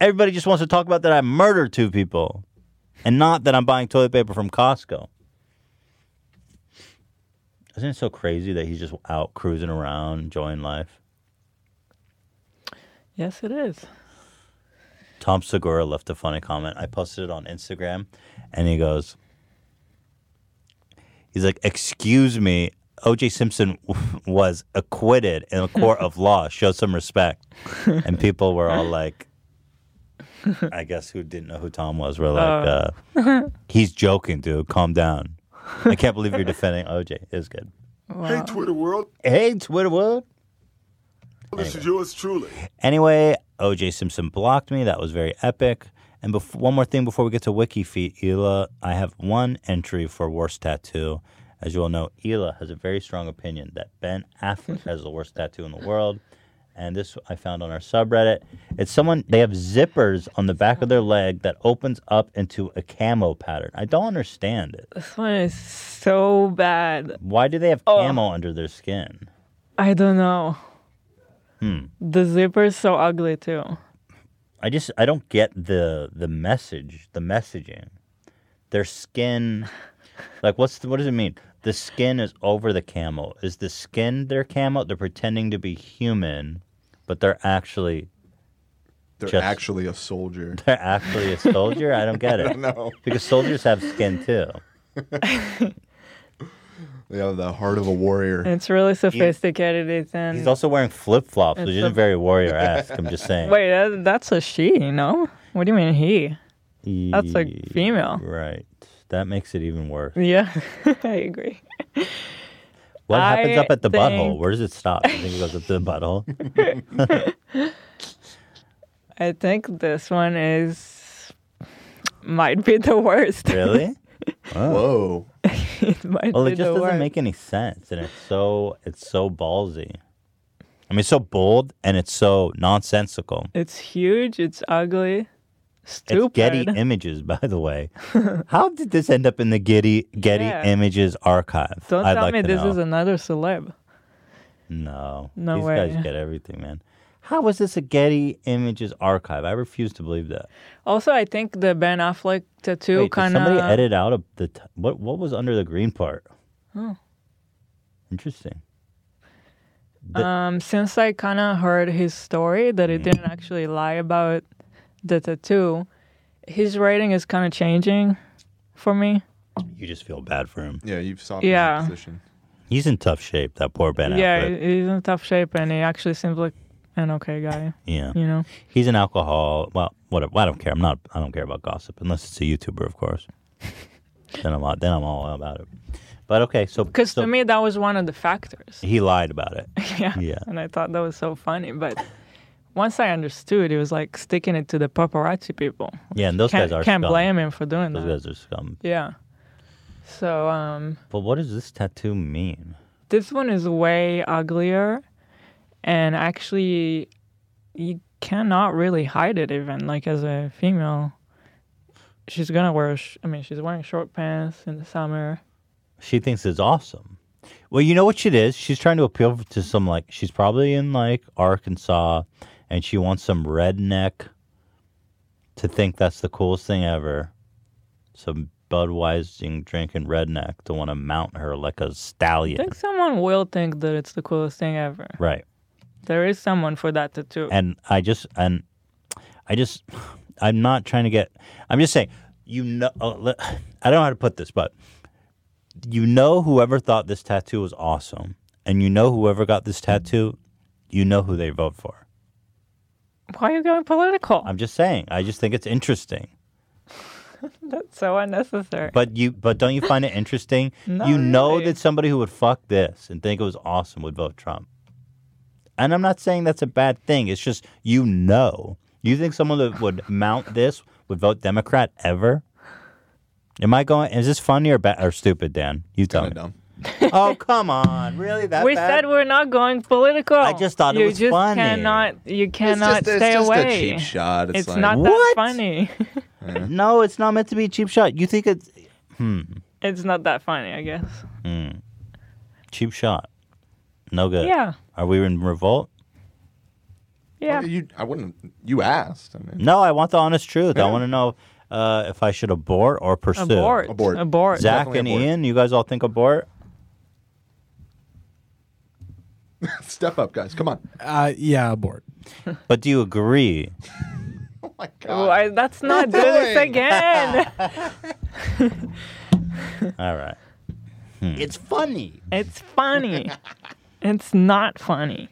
C: Everybody just wants to talk about that I murdered two people, and not that I'm buying toilet paper from Costco. Isn't it so crazy that he's just out cruising around, enjoying life?
E: Yes, it is.
C: Tom Segura left a funny comment. I posted it on Instagram, and he goes, "He's like, excuse me, O.J. Simpson was acquitted in a court of law. Show some respect." And people were all like, "I guess who didn't know who Tom was were like, uh, he's joking, dude. Calm down. I can't believe you're defending O.J. It's good.
I: Hey, Twitter world.
C: Hey, Twitter world.
I: This is yours truly.
C: Anyway, O.J. Simpson blocked me. That was very epic. And bef- one more thing before we get to Wiki Feet, Hila, I have one entry for worst tattoo. As you all know, Hila has a very strong opinion that Ben Affleck has the worst tattoo in the world. And this I found on our subreddit. It's someone they have zippers on the back of their leg that opens up into a camo pattern. I don't understand it.
E: This one is so bad.
C: Why do they have camo under their skin?
E: I don't know.
C: Hmm.
E: The zipper's so ugly too.
C: I just I don't get the the message, the messaging. Their skin, like what's the, what does it mean? The skin is over the camel. Is the skin their camel? They're pretending to be human, but they're actually
A: They're
C: just-
A: actually a soldier.
C: they're actually a soldier. I don't get
A: I
C: it.
A: don't know.
C: because soldiers have skin too.
A: They have the heart of a warrior.
E: It's really sophisticated. It's and
C: He's also wearing flip flops, which
E: It's
C: isn't
E: a-
C: very warrior esque. I'm just saying.
E: wait. That, that's a she, you know? What do you mean he? That's a
C: Ye-
E: female.
C: Right. That makes it even worse.
E: Yeah, I agree.
C: What happens
E: I
C: up at the butthole?
E: think-
C: Where does it stop? I think it goes up to the butthole.
E: I think this one is might be the worst.
C: really? Oh.
A: Whoa.
E: it might
C: Well,
E: be
C: it
E: the
C: just doesn't
E: worst.
C: make any sense, and it's so it's so ballsy. I mean, it's so bold and it's so nonsensical.
E: It's huge. It's ugly.
C: It's Getty
E: Stupid.
C: Images, by the way. How did this end up in the Getty Getty
E: Yeah.
C: Images archive?
E: Don't
C: I'd
E: tell
C: like
E: me
C: to
E: this
C: know.
E: is another celeb.
C: no.
E: No
C: These
E: way.
C: guys get everything, man. How is this a Getty Images archive? I refuse to believe that.
E: Also, I think the Ben Affleck tattoo
C: Wait, did
E: kind
C: somebody
E: of.
C: edit out of the t- what? What was under the green part?
E: Oh.
C: Interesting. The-
E: Um, since I kind of heard his story that he
C: Hmm.
E: didn't actually lie about the tattoo, his rating is kind of changing for me.
C: You just feel bad for him.
A: Yeah, you've softened
E: his Yeah. position.
C: He's in tough shape. That poor Ben
E: yeah,
C: Affleck.
E: he- he's in tough shape, and he actually seems like an okay guy.
C: Yeah.
E: you know.
C: He's an alcohol. Well, whatever. I don't care. I'm not. I don't care about gossip unless it's a YouTuber, of course. then I'm. all- Then I'm all about it. But okay, so
E: Because
C: so
E: to me, that was one of the factors.
C: he lied about it.
E: yeah.
C: Yeah.
E: And I thought that was so funny, but once I understood, it was like sticking it to the paparazzi people.
C: Yeah, and those
E: can't,
C: guys are
E: can't
C: scum.
E: blame him for doing
C: Those
E: that.
C: guys are scum.
E: Yeah. So um,
C: But what does this tattoo mean?
E: this one is way uglier, and actually, you cannot really hide it even like as a female. She's gonna wear. Sh- I mean, she's wearing short pants in the summer.
C: She thinks it's awesome. Well, you know what it is. She's trying to appeal to some like she's probably in like Arkansas, and she wants some redneck to think that's the coolest thing ever. Some Budweiser drinking redneck to want to mount her like a
E: I
C: stallion,
E: think someone will think that it's the coolest thing ever.
C: right?
E: There is someone for that tattoo.
C: And I just and I just I'm not trying to get. I'm just saying you know. oh, le- I don't know how to put this, but you know whoever thought this tattoo was awesome, and you know whoever got this tattoo, you know who they vote for.
E: Why are you going political?
C: I'm just saying. I just think it's interesting.
E: That's so unnecessary.
C: But you, but don't you find it interesting?
E: Not
C: you know that somebody who would fuck this and think it was awesome would vote Trump. And I'm not saying that's a bad thing. It's just you know. You think someone that would mount this would vote Democrat ever? Am I going? Is this funny or bad or stupid, Dan? You tell me. Oh come on! Really? That
E: we
C: bad?
E: said we're not going political. I
C: just thought it
E: you
C: was
E: just
C: funny.
E: Cannot, you cannot
A: it's
E: stay
A: just a
E: away.
A: cheap shot. It's
E: It's,
A: like-
E: not
C: What?
E: that funny.
C: No, it's not meant to be a cheap shot. You think it's hmm,
E: it's not that funny, I guess.
C: hmm. cheap shot? No good.
E: Yeah.
C: Are we in revolt?
E: Yeah.
A: you, I wouldn't. You asked. I mean,
C: No, I want the honest truth. I want to know uh, if I should abort or pursue.
E: Abort. Abort. Abort.
C: Zach
A: Definitely
C: and
A: abort.
C: Ian, you guys all think abort?
A: step up, guys. Come on. Oh
F: Uh, yeah, abort.
C: but do you agree?
E: Why? Let's not do this
A: doing?
E: again.
C: All right. Hmm. It's funny.
E: It's funny. it's not funny.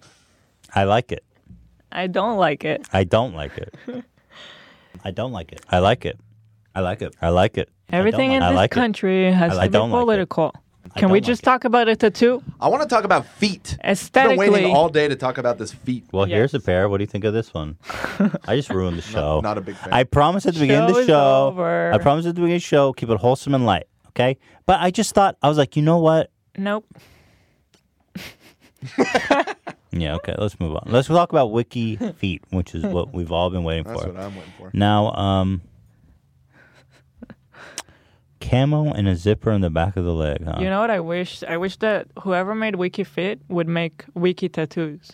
C: I like it.
E: I don't like it.
C: I don't like it. I don't like it. I like it. I like it. I like it.
E: Everything in this country has
C: I-
E: to
C: I
E: be
C: don't like it.
E: political. Can we just talk about a tattoo?
A: I want to talk about feet. I've been
E: Aesthetically,
A: waiting all day to talk about this feet.
C: Well, here's a pair. What do you think of this one? I just ruined the show.
A: not a big fan.
C: I promised at the beginning of
A: Show
C: the
A: is
C: show.
A: over.
C: I promised at the beginning of the show, keep it wholesome and light. Okay. But I just thought, I was like, you know what?
E: nope.
C: Yeah, okay, let's move on. Let's talk about Wiki Feet, which is what we've all been waiting
A: That's
C: for.
A: what I'm waiting for.
C: Now, um, camo and a zipper in the back of the leg, huh?
E: You know what I wish? I wish that whoever made WikiFit would make Wiki tattoos.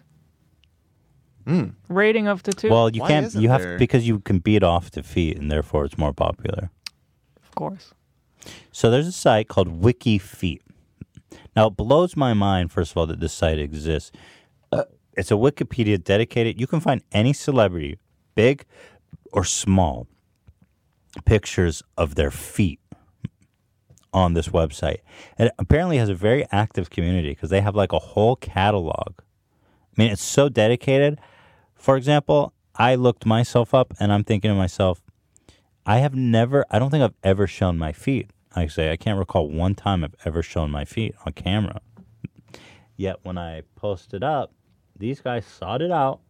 E: Rating of tattoos.
C: Hmm. well, you can't, you have, because you can beat off to feet, and therefore it's more popular.
E: of course.
C: So there's a site called Wiki Feet. Now it blows my mind, first of all, that this site exists. Uh, It's a Wikipedia dedicated. You can find any celebrity, big or small, pictures of their feet on this website. And it apparently has a very active community because they have like a whole catalog. I mean, it's so dedicated. For example, I looked myself up and I'm thinking to myself, I have never, I don't think I've ever shown my feet. I say, I can't recall one time I've ever shown my feet on camera. Yet when I posted up, these guys sought it out.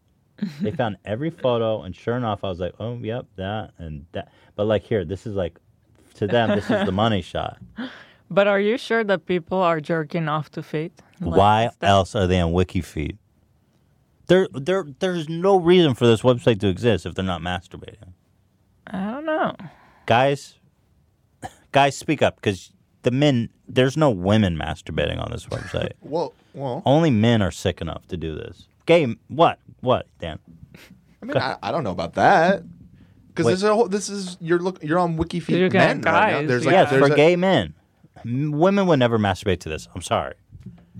C: They found every photo, and sure enough, I was like, oh, yep, that and that. But like here, this is like, to them, this is the money shot.
E: But are you sure that people are jerking off to feet? Like,
C: Why else are they on WikiFeed? There, there, there's no reason for this website to exist if they're not masturbating.
E: I don't know.
C: Guys, guys, speak up because the men, there's no women masturbating on this website.
A: Well, well.
C: Only men are sick enough to do this. Game, what, what, Dan?
A: I mean, I, I don't know about that. Because there's a whole. This is you're look. You're on Wiki Feet
E: You're gonna
A: men right now.
E: guys,
A: There's like
C: yes,
A: there's
C: for
A: a-
C: gay men. M- Women would never masturbate to this. I'm sorry.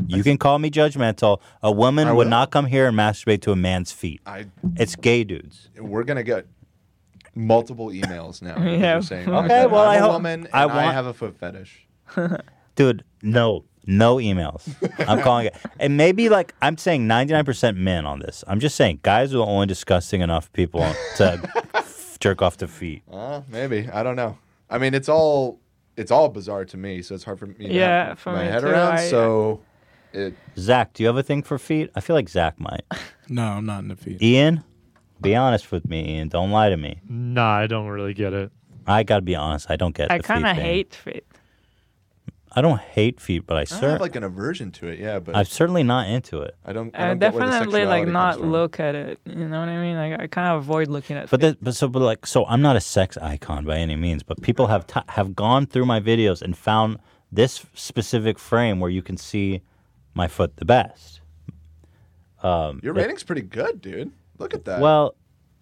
C: You can call me judgmental. A woman
A: I
C: would
A: will.
C: not come here and masturbate to a man's feet.
A: I-
C: it's gay dudes.
A: We're gonna get multiple emails now. that
C: Yeah.
A: are Saying,
C: Okay,
A: "I'm
C: well,
A: a
C: I hope-
A: woman
C: I
A: and I
C: want-
A: have a foot fetish.
C: Dude, no, no emails. I'm calling it. And maybe like I'm saying 99% men on this. I'm just saying guys are the only disgusting enough people to jerk off to feet.
A: Uh, maybe I don't know. I mean, it's all it's all bizarre to me, so it's hard for me to
E: Yeah,
A: have
E: for
A: my
E: me
A: head
E: too,
A: around.
E: I-
A: so, it,
C: Zach, do you have a thing for feet? I feel like Zach might.
F: No, I'm not in the feet.
C: Ian, be honest with me, Ian. Don't lie to me.
H: Nah, I don't really get it.
C: I gotta be honest. I don't get.
E: I
C: the feet
E: kind of
C: thing.
E: hate feet.
C: I don't hate feet, but I
A: I have
C: certainly.
A: like an aversion to it. Yeah, but
C: I'm certainly not into it.
A: I don't.
E: I,
A: I don't get where the
E: Uh, definitely like
A: sexuality
E: not
A: comes from.
E: look at it. You know what I mean? Like I kind of avoid looking at.
C: But that, but so, but like, so I'm not a sex icon by any means. But people have t- have gone through my videos and found this specific frame where you can see my foot the best. Um,
A: Your
C: it-
A: rating's pretty good, dude. Look at that.
C: Well,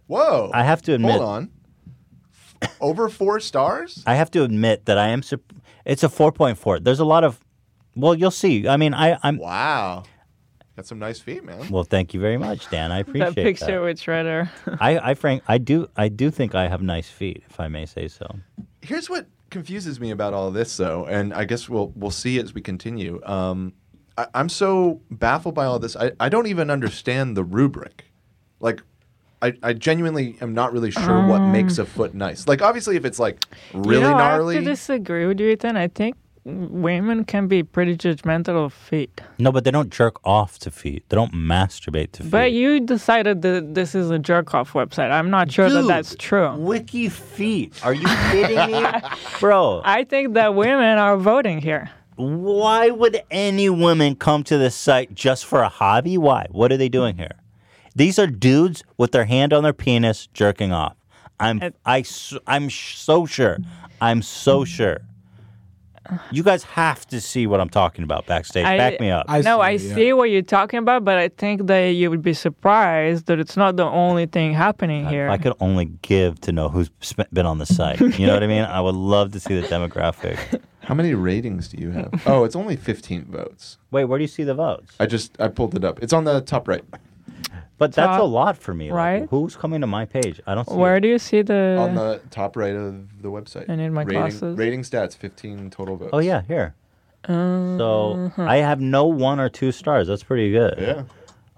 A: whoa.
C: I have to admit-
A: Hold on. Over four stars?
C: I have to admit that I am. Sup- it's a 4.4. There's a lot of. Well, you'll see. I mean, I, I'm.
A: Wow. Got some nice feet, man.
C: Well, thank you very much, Dan. I appreciate
E: that picture with Shredder.
C: I, I frank, I do, I do think I have nice feet, if I may say so.
A: Here's what confuses me about all this, though, and I guess we'll we'll see as we continue. Um, I, I'm so baffled by all this. I, I don't even understand the rubric. Like, I, I genuinely am not really sure what
E: Um.
A: makes a foot nice. Like, obviously, if it's like really
E: you know, I
A: gnarly,
E: have to disagree with you, Ethan. I think women can be pretty judgmental of feet.
C: No, but they don't jerk off to feet. They don't masturbate to feet.
E: But you decided that this is a jerk off website. I'm not sure that
C: Dude,
E: that's true.
C: Wiki feet. Are you kidding me? Bro,
E: I think that women are voting here.
C: why would any woman come to this site just for a hobby? Why? What are they doing here? These are dudes with their hand on their penis jerking off. I'm I s- I'm sh- so sure. I'm
E: Mm.
C: so sure. You guys have to see what I'm talking about backstage.
E: I-
C: Back me up.
E: no, I see what you're talking about, but I think that you would be surprised that it's not the only thing happening here.
C: If I could only give to know who's sp- been on the site. You know what I mean? I would love to see the demographic.
A: how many ratings do you have? oh, it's only 15 votes.
C: Wait, where do you see the votes?
A: I just I pulled it up. It's on the top right.
C: But that's a
E: Top
C: lot for me. like,
E: right?
C: who's coming to my page? I don't see.
E: Where
C: it.
E: do you see the?
A: on the top right of the website.
E: I need my
A: rating,
E: glasses.
A: Rating stats, 15 total votes.
C: Oh yeah, here. So
E: Uh-huh.
C: I have no one or two stars. That's pretty good.
A: Yeah.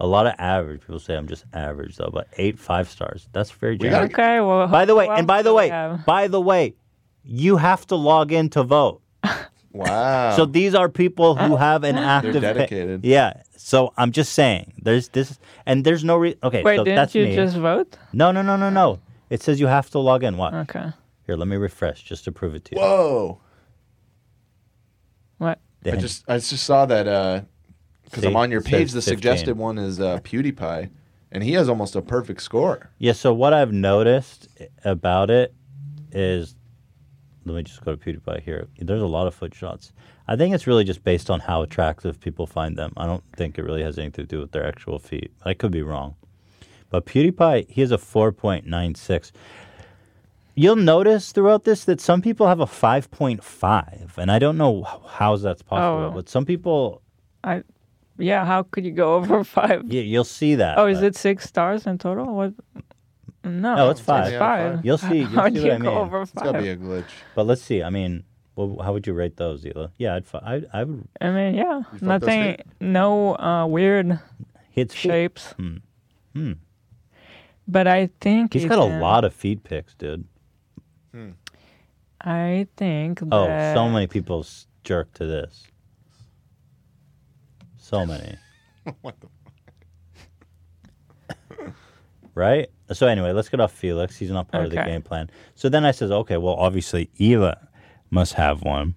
C: A lot of average people say I'm just average though, but eight five stars. That's very
A: We gotta-
C: generous.
E: okay. Well,
C: By the way,
E: who
C: and
E: else
C: by the
E: do we
C: way,
E: have?
C: by the way, you have to log in to vote.
A: Wow.
C: So these are people
E: Oh.
C: who have an
A: They're
C: active. pa-
A: Oh. dedicated.
C: yeah. So I'm just saying, there's this, and there's no re- okay.
E: Wait,
C: so
E: didn't
C: that's
E: you
C: me.
E: just vote?
C: No, no, no, no, no. It says you have to log in. What?
E: Okay.
C: Here, let me refresh just to prove it to you.
A: Whoa.
E: What?
A: I just I just saw that because I'm
C: See?
A: on your
C: It
A: page.
C: says
A: The
C: 15.
A: suggested one is uh, PewDiePie, and he has almost a perfect score.
C: Yeah. So what I've noticed about it is, let me just go to PewDiePie here. There's a lot of foot shots. I think it's really just based on how attractive people find them. I don't think it really has anything to do with their actual feet. I could be wrong, but PewDiePie he has a 4.96. You'll notice throughout this that some people have a 5.5, and I don't know h- how that's possible.
E: Oh.
C: But some people,
E: I, yeah. How could you go over five?
C: yeah, you'll see that.
E: Oh, is
C: but-
E: it six stars in total? What? No,
C: No, it's five.
E: five.
C: You'll see. You'll
E: How
C: see
E: do
C: what
E: you
C: I mean.
E: go over five?
A: glitch.
C: But let's see. I mean, well, how would you rate those, Ela? Yeah, I'd. fi- I, I would.
E: I mean, yeah,
C: fucked us
E: nothing, no uh, weird
C: Hits
E: shapes.
C: Hmm. Hmm.
E: But I think
C: He's
E: it,
C: got
E: uh,
C: a lot of feed pics, dude.
E: I think.
C: Oh,
E: that,
C: so many people s- jerk to this. So many.
A: What the
C: right? So anyway, let's get off Felix. He's not part of the
E: Okay.
C: game plan. So then I says, okay, well, obviously Ela must have one.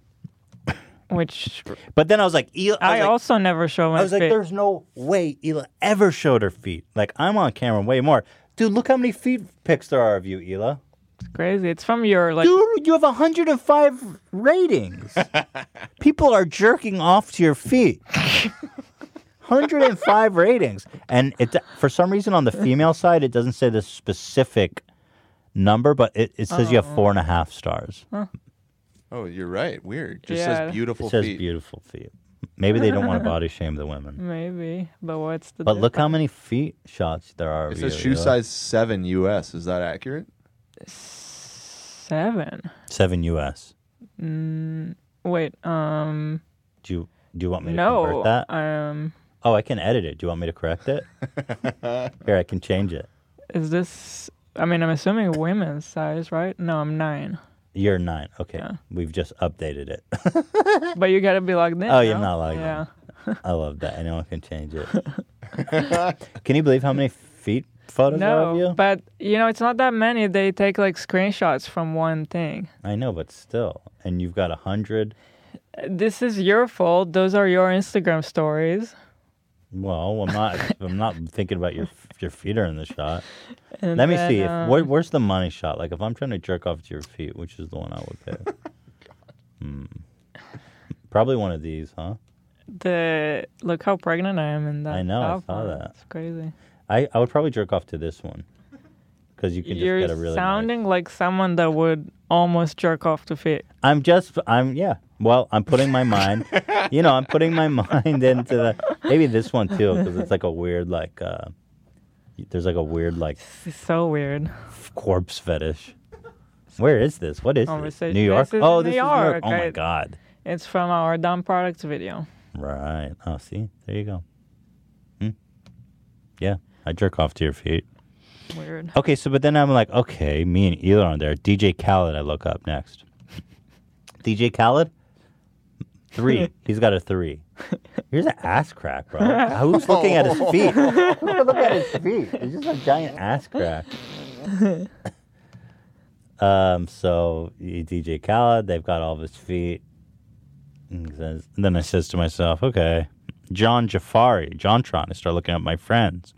E: Which
C: But then I was like, Ela.
E: I,
C: I, was like,
E: also never show my.
C: I was like,
E: fit.
C: there's no way Ela ever showed her feet. Like I'm on camera way more. Dude, look how many feet pics there are of you, Ela.
E: It's crazy. It's from your like.
C: Dude, you have 105 ratings. People are jerking off to your feet. 105 ratings. And it for some reason on the female side, it doesn't say the specific number, but it, it says you have four and a half stars.
A: Oh, you're right. Weird. Just
E: Yeah.
A: says beautiful
C: it says
A: feet.
C: beautiful feet. Maybe they don't want to body shame the women.
E: Maybe, but what's the?
C: But look how many feet shots there are.
A: It
C: of
A: says
C: you,
A: shoe
C: you know?
A: size seven US. Is that accurate?
E: Seven.
C: Seven US.
E: Mm, wait. Um.
C: Do you, do you want me to
E: No.
C: convert that?
E: Um.
C: oh, I can edit it. Do you want me to correct it? Here, I can change it.
E: Is this? I mean, I'm assuming women's size, right? No, I'm nine.
C: You're nine. Okay. We've just updated it.
E: but you gotta be logged in.
C: oh, you're
E: no?
C: not like
E: Yeah.
C: I love that. Anyone can change it. can you believe how many feet photos are of
E: No,
C: you?
E: but you know, it's not that many. They take like screenshots from one thing.
C: I know, but still. And you've got a hundred.
E: This is your fault. Those are your Instagram stories.
C: Well, I'm not. I'm not thinking about your your feet are in the shot.
E: And
C: Let me
E: then,
C: see. If,
E: um,
C: where, where's the money shot? Like, if I'm trying to jerk off to your feet, which is the one I would pick? hmm. Probably one of these, huh?
E: The look how pregnant I am in that.
C: I know, I
E: top
C: saw
E: one.
C: that.
E: It's crazy.
C: I, I would probably jerk off to this one because you can just
E: You're
C: get a really. nice-
E: sounding like someone that would almost jerk off to fit.
C: I'm just, I'm, yeah. Well, I'm putting my mind, you know, I'm putting my mind into the, maybe this one too, because it's like a weird, like, uh, there's like a weird, like,
E: This is so weird.
C: corpse fetish. Where is this? What is this?
E: Conversation.
C: New York?
E: This is
C: oh,
E: in
C: this
E: New
C: is New York.
E: York.
C: Oh my
E: I-
C: God.
E: It's from our dumb products video.
C: Right. Oh, see, there you go. Hmm. Yeah, I jerk off to your feet.
E: Weird.
C: Okay, so but then I'm like, okay, me and Elon are there. DJ Khaled, I look up next. DJ Khaled, three. He's got a three. Here's an ass crack, bro. Who's looking at his feet? Oh. Look at his feet. It's just a giant ass crack. Um, so y- DJ Khaled, they've got all of his feet. And he says- then I says to myself, okay, John Jafari, Jontron. I start looking at my friends.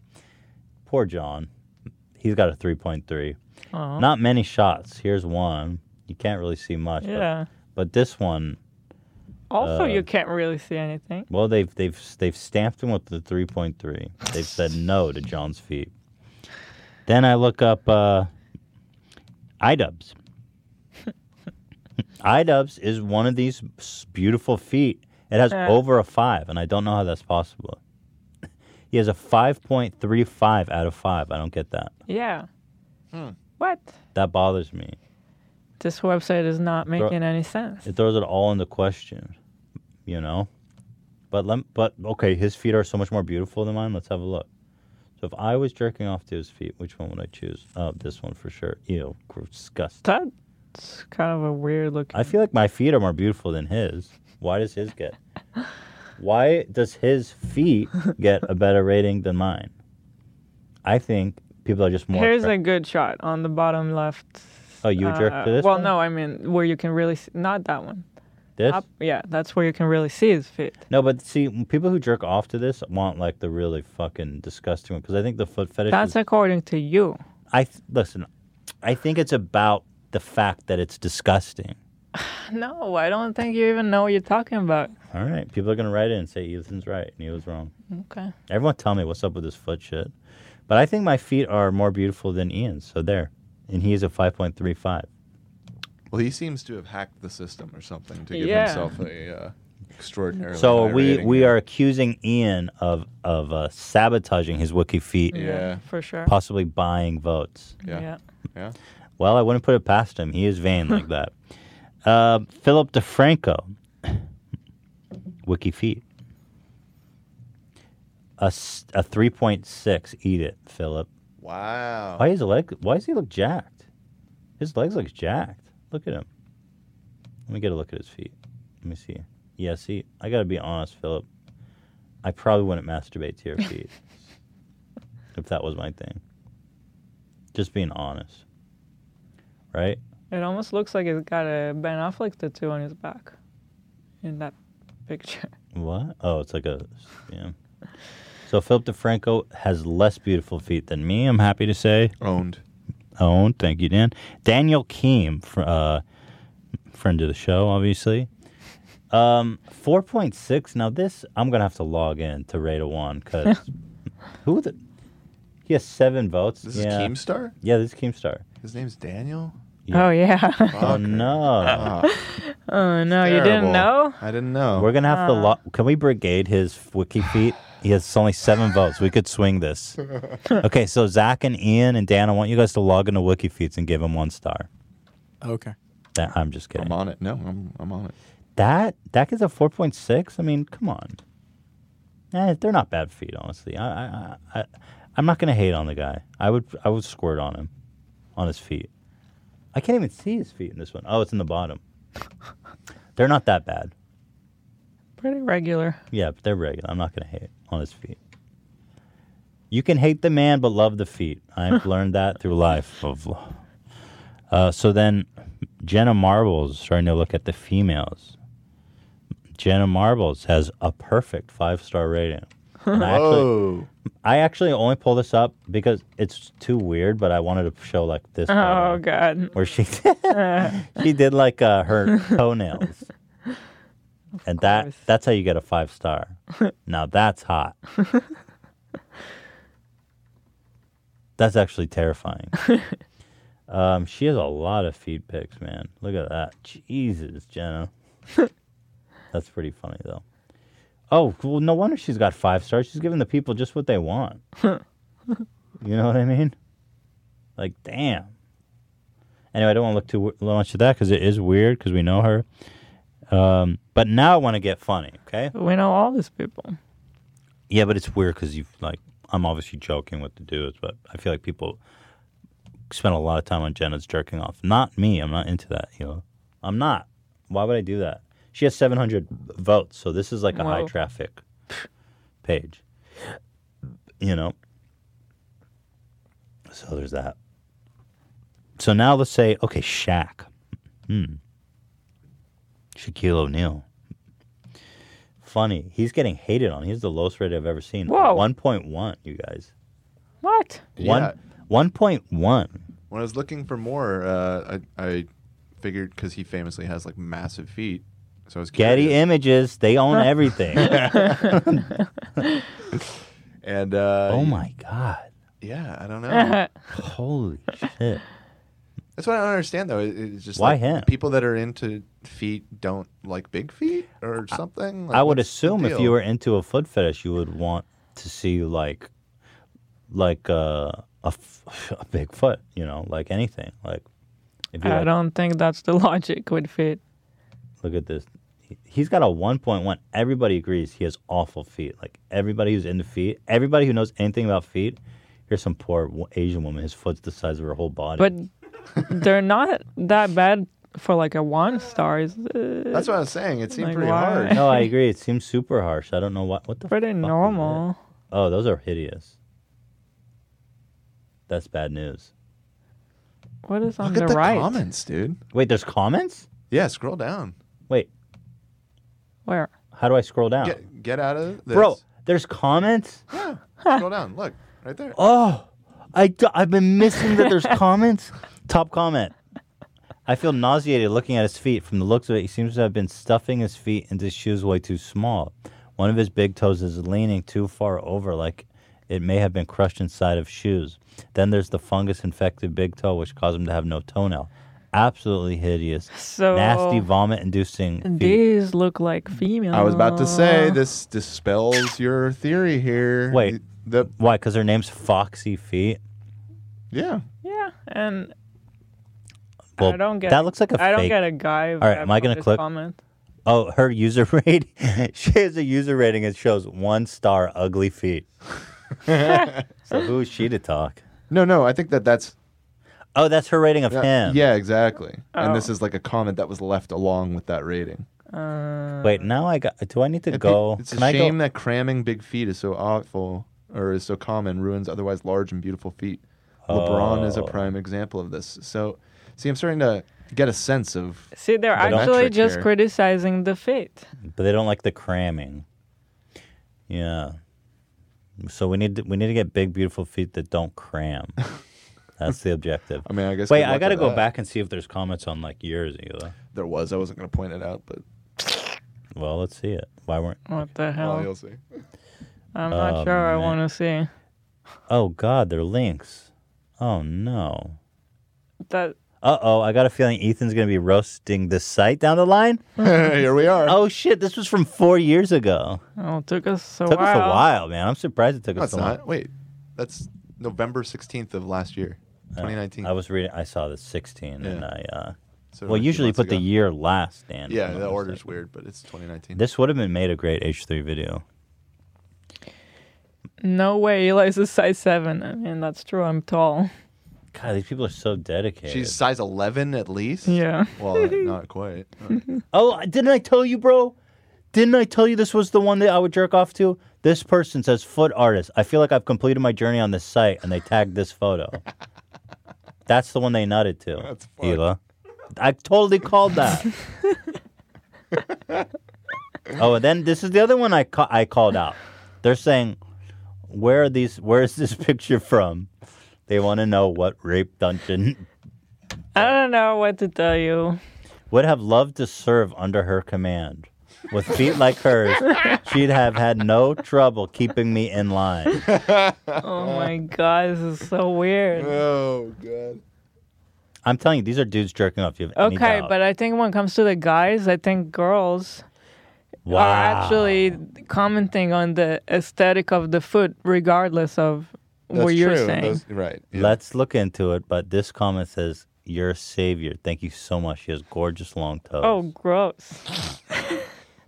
C: Poor John. He's got a 3.3.
E: Aw.
C: Not many shots. Here's one. You can't really see much. but-
E: Yeah.
C: But, this one,
E: Also,
C: Uh,
E: you can't really see anything.
C: well, they've they've they've stamped him with the 3.3. They've said no to John's feet. Then I look up uh, iDubbbz. iDubbbz is one of these s- beautiful feet. It has
E: Uh.
C: over a five, and I don't know how that's possible. He has a 5.35 out of five. I don't get that.
E: Yeah.
C: Hmm.
E: What?
C: That bothers me.
E: This website is not
C: Bro-
E: making any sense.
C: It throws it all into question, you know. But lem- but okay, his feet are so much more beautiful than mine. Let's have a look. So if I was jerking off to his feet, which one would I choose? Oh, this one for sure. Ew, gross, disgusting.
E: That's kind of a weird looking.
C: I feel like my feet are more beautiful than his. Why does his get? Why does his feet get a better rating than mine? I think people are just more.
E: Here's
C: attra-
E: a good shot on the bottom left.
C: Oh, you jerk
E: uh,
C: to this
E: Well,
C: one?
E: no, I mean where you can really see, not that one.
C: This?
E: Up, yeah, that's where you can really see his feet.
C: No, but see, people who jerk off to this want like the really fucking disgusting one because I think the foot fetish.
E: That's
C: is,
E: according to you.
C: I th- listen. I think it's about the fact that it's disgusting.
E: No, I don't think you even know what you're talking about.
C: All right, people are gonna write in and say Ethan's right and he was wrong.
E: Okay.
C: Everyone tell me what's up with this foot shit. But I think my feet are more beautiful than Ian's, so there. And he's a 5.35.
A: Well, he seems to have hacked the system or something to give
E: Yeah.
A: himself a uh, extraordinary.
C: So we we are accusing Ian of of uh, sabotaging his wiki feet.
A: Yeah, for sure.
C: Possibly buying votes.
A: Yeah. Yeah. Yeah.
C: Well, I wouldn't put it past him. He is vain like that. Uh, Philip DeFranco, wiki feet. A, s- a 3.6. Eat it, Philip.
A: Wow.
C: Why is his leg? Why does he look jacked? His legs look jacked. Look at him. Let me get a look at his feet. Let me see. Yeah, see, I gotta be honest, Philip. I probably wouldn't masturbate to your feet if that was my thing. Just being honest, right?
E: It almost looks like it's got a Ben Affleck tattoo on his back in that picture.
C: What? Oh, it's like a yeah. So Philip DeFranco has less beautiful feet than me. I'm happy to say.
A: Owned.
C: Owned. Thank you, Dan. Daniel Keem, fr- uh, friend of the show, obviously. Um, four point six. Now this, I'm gonna have to log in to rate a one because who the he has seven votes.
A: This is
C: yeah.
A: Keemstar?
C: Yeah, this is Keemstar.
A: His name's Daniel.
E: Oh yeah.
C: Oh no.
E: oh no, you didn't know?
A: I didn't know.
C: We're gonna have to.
E: Uh.
C: Lo- can we brigade his wiki feet? He has only seven votes. We could swing this. Okay, so Zach and Ian and Dan, I want you guys to log into wiki feeds and give him one star.
F: Okay.
C: That, I'm just kidding.
A: I'm on it. No, I'm I'm on it.
C: That that gets a four point six. I mean, come on. Eh, they're not bad feet, honestly. I, I, I, I I'm not gonna hate on the guy. I would I would squirt on him, on his feet. I can't even see his feet in this one. Oh, it's in the bottom. they're not that bad.
E: Pretty regular.
C: Yeah, but they're regular. I'm not gonna hate on his feet. You can hate the man but love the feet. I've learned that through life of lo- Uh, so then, Jenna Marbles starting to look at the females. Jenna Marbles has a perfect five star rating. And I
A: Oh,
C: actually, I actually only pull this up because it's too weird, but I wanted to show like this
E: Oh god.
C: where she she did like uh, her toenails, and that that's how you get a five star. now that's hot. that's actually terrifying. um, she has a lot of feed pics, man. Look at that, Jesus, Jenna. that's pretty funny though. Oh well, no wonder she's got five stars. She's giving the people just what they want. You know what I mean? Like, damn. Anyway, I don't want to look too w- much at that because it is weird because we know her. Um, but now I want to get funny, okay?
E: We know all these people.
C: Yeah, but it's weird because you've like I'm obviously joking with the dudes, but I feel like people spend a lot of time on Jenna's jerking off. Not me. I'm not into that. You know, I'm not. Why would I do that? She has 700 votes, so this is like a high
E: Whoa.
C: traffic page. You know. So there's that. So now let's say, okay, Shaq. Hmm. Shaquille O'Neal. Funny. He's getting hated on. He's the lowest rate I've ever seen.
E: Whoa.
C: 1.1, you guys.
E: What?
A: Yeah.
C: One 1.1.
A: When I was looking for more, uh, I, I figured because he famously has like massive feet, so I was
C: Getty
A: curious.
C: Images, they own everything.
A: and uh,
C: oh my god.
A: Yeah, I don't know.
C: Holy shit.
A: That's what I don't understand though. It- It's just
C: Why
A: like,
C: him?
A: People that are into feet don't like big feet or something. Like,
C: I would
A: what's the
C: assume if you
A: deal?
C: were into a foot fetish, you would want to see like, like uh, a, f- a big foot, you know, like anything. Like, if you
E: I
C: like,
E: don't think that's the logic with feet.
C: look at this, He- he's got a 1.1. Everybody agrees he has awful feet. Like everybody who's into feet, everybody who knows anything about feet, here's some poor wo- Asian woman. His foot's the size of her whole body.
E: But they're not that bad for like a one star is. Uh,
A: That's what I was saying. It seemed
E: like,
A: pretty
E: why?
A: hard.
C: no, I agree. It seems super harsh. I don't know what what the.
E: Pretty normal.
C: Oh, those are hideous. That's bad news.
E: What is on
A: Look
E: the,
A: at the
E: right?
A: comments, dude.
C: Wait, there's comments?
A: Yeah, scroll down.
C: Wait.
E: Where?
C: How do I scroll down?
A: Get, get out of this.
C: Bro, there's comments?
A: Yeah, scroll down. Look, right there.
C: Oh, I d- I've been missing that there's comments. Top comment. I feel nauseated looking at his feet. From the looks of it, he seems to have been stuffing his feet into shoes way too small. One of his big toes is leaning too far over, like it may have been crushed inside of shoes. Then there's the fungus infected big toe, which caused him to have no toenail. Absolutely hideous.
E: So-
C: Nasty, vomit inducing
E: These look like female.
A: I was about to say this dispels your theory here.
C: Wait, why? Because her name's Foxy Feet.
A: Yeah.
E: Yeah, and
C: Well,
E: I don't get.
C: that looks like a
E: I don't
C: fake-
E: get a guy.
C: All right, am I gonna
E: going to
C: click?
E: Comment.
C: Oh, her user rating. she has a user rating. It shows one star, ugly feet. so who is she to talk?
A: No, no, I think that that's.
C: Oh, that's her rating of
A: yeah,
C: him.
A: Yeah, exactly. And this
C: Oh.
A: is like a comment that was left along with that rating.
C: Wait, now I got. Do I need to
A: If you-
C: go?
A: It's
C: Can
A: a
C: I go-
A: shame that cramming big feet is so awful or is so common, ruins otherwise large and beautiful feet. LeBron is a
C: Oh.
A: prime example of this. So, see, I'm starting to get a sense of.
E: See, they're
A: the
E: actually
A: metric
E: just
A: here.
E: criticizing the fit.
C: but they don't like the cramming. Yeah. So we need to, we need to get big, beautiful feet that don't cram. That's the objective.
A: I mean, I guess.
C: Wait,
A: good
C: I
A: luck
C: gotta
A: with
C: go
A: that.
C: back and see if there's comments on like yours either.
A: There was. I wasn't going to point it out, but.
C: Well, let's see it. Why weren't?
E: What the hell?
A: Well, you'll see.
E: I'm not
C: Oh,
E: sure. I
C: man.
E: want to see
C: Oh God, they're links. Oh no.
E: that.
C: Uh oh, I got a feeling Ethan's gonna be roasting this site down the line.
A: Here we are.
C: Oh shit, this was from four years ago.
E: Oh, it took us a
C: took
E: while.
C: us a while, man. I'm surprised it took
A: No,
C: us
A: it's
C: so long.
A: not. Wait, that's November 16th of last year, 2019.
C: I was reading. I saw the 16, and
A: Yeah.
C: I. Uh,
A: So
C: well,
A: a few
C: usually
A: months
C: put the
A: ago.
C: year last, Dan. if
A: yeah,
C: I'm not
A: the order's
C: mistaken.
A: weird, but it's 2019.
C: This would have been made a great H3 video.
E: No way, Eli's a size seven. I mean, that's true. I'm tall.
C: God, these people are so dedicated.
A: She's size 11 at least.
E: Yeah.
A: Well, not quite.
C: Oh, I- didn't I tell you, bro? Didn't I tell you this was the one that I would jerk off to? This person says foot artist. I feel like I've completed my journey on this site, and they tagged this photo. That's the one they nutted to. That's Hila. I totally called that. oh, and then this is the other one I ca- I called out. They're saying, "Where are these? Where is this picture from?" They want to know what rape dungeon
E: I don't know what to tell you.
C: would have loved to serve under her command. With feet like hers, she'd have had no trouble keeping me in line.
E: Oh
C: Uh.
E: my god, this is so weird.
A: Oh god.
C: I'm telling you, these are dudes jerking off. You have any
E: Okay,
C: doubt.
E: but uh, I think when it comes to the guys, I think girls are
C: Wow.
E: actually commenting on the aesthetic of the foot, regardless of what you're saying.
A: right.
C: Let's look into it. But this comment says, "You're a savior. Thank you so much. She has gorgeous long toes."
E: Oh, gross.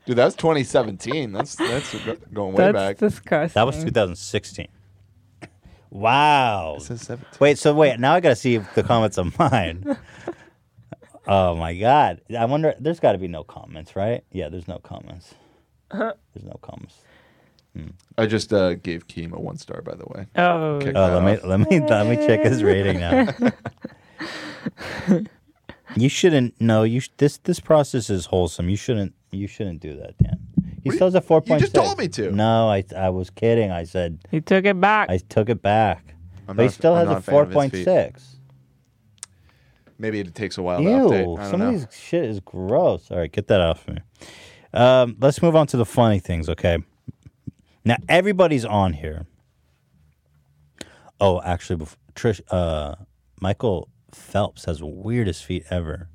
A: Dude, that's 2017. That's that's go- going way
E: That's
A: back.
E: disgusting.
C: That was 2016. Wow.
A: says 17.
C: Wait, so wait, now I gotta see if the comments are mine. oh my god. I wonder there's gotta be no comments, right? Yeah, there's no comments.
E: Uh-huh.
C: There's no comments.
A: I just uh, gave Keem a one star, by the way.
E: Oh.
A: Kick
C: Oh,
A: that
C: let me
A: off.
C: let me let me check his rating now. you shouldn't. No, you. Sh- this this process is wholesome. You shouldn't. You shouldn't do that, Dan. He still has a four point.
A: just told me to.
C: No, I I was kidding. I said
E: He took it back.
C: I took it back.
A: I'm
C: but he
A: not-
C: still
A: I'm
C: has
A: not
C: a
A: a fan
C: four
A: of his
C: point six.
A: Maybe it takes a while
C: Ew!
A: to update. I don't
C: Some
A: know.
C: of these shit is gross. All right, get that off me. Um, let's move on to the funny things. Okay. Now everybody's on here. Oh, actually, bef- Trish, uh, Michael Phelps has the weirdest feet ever,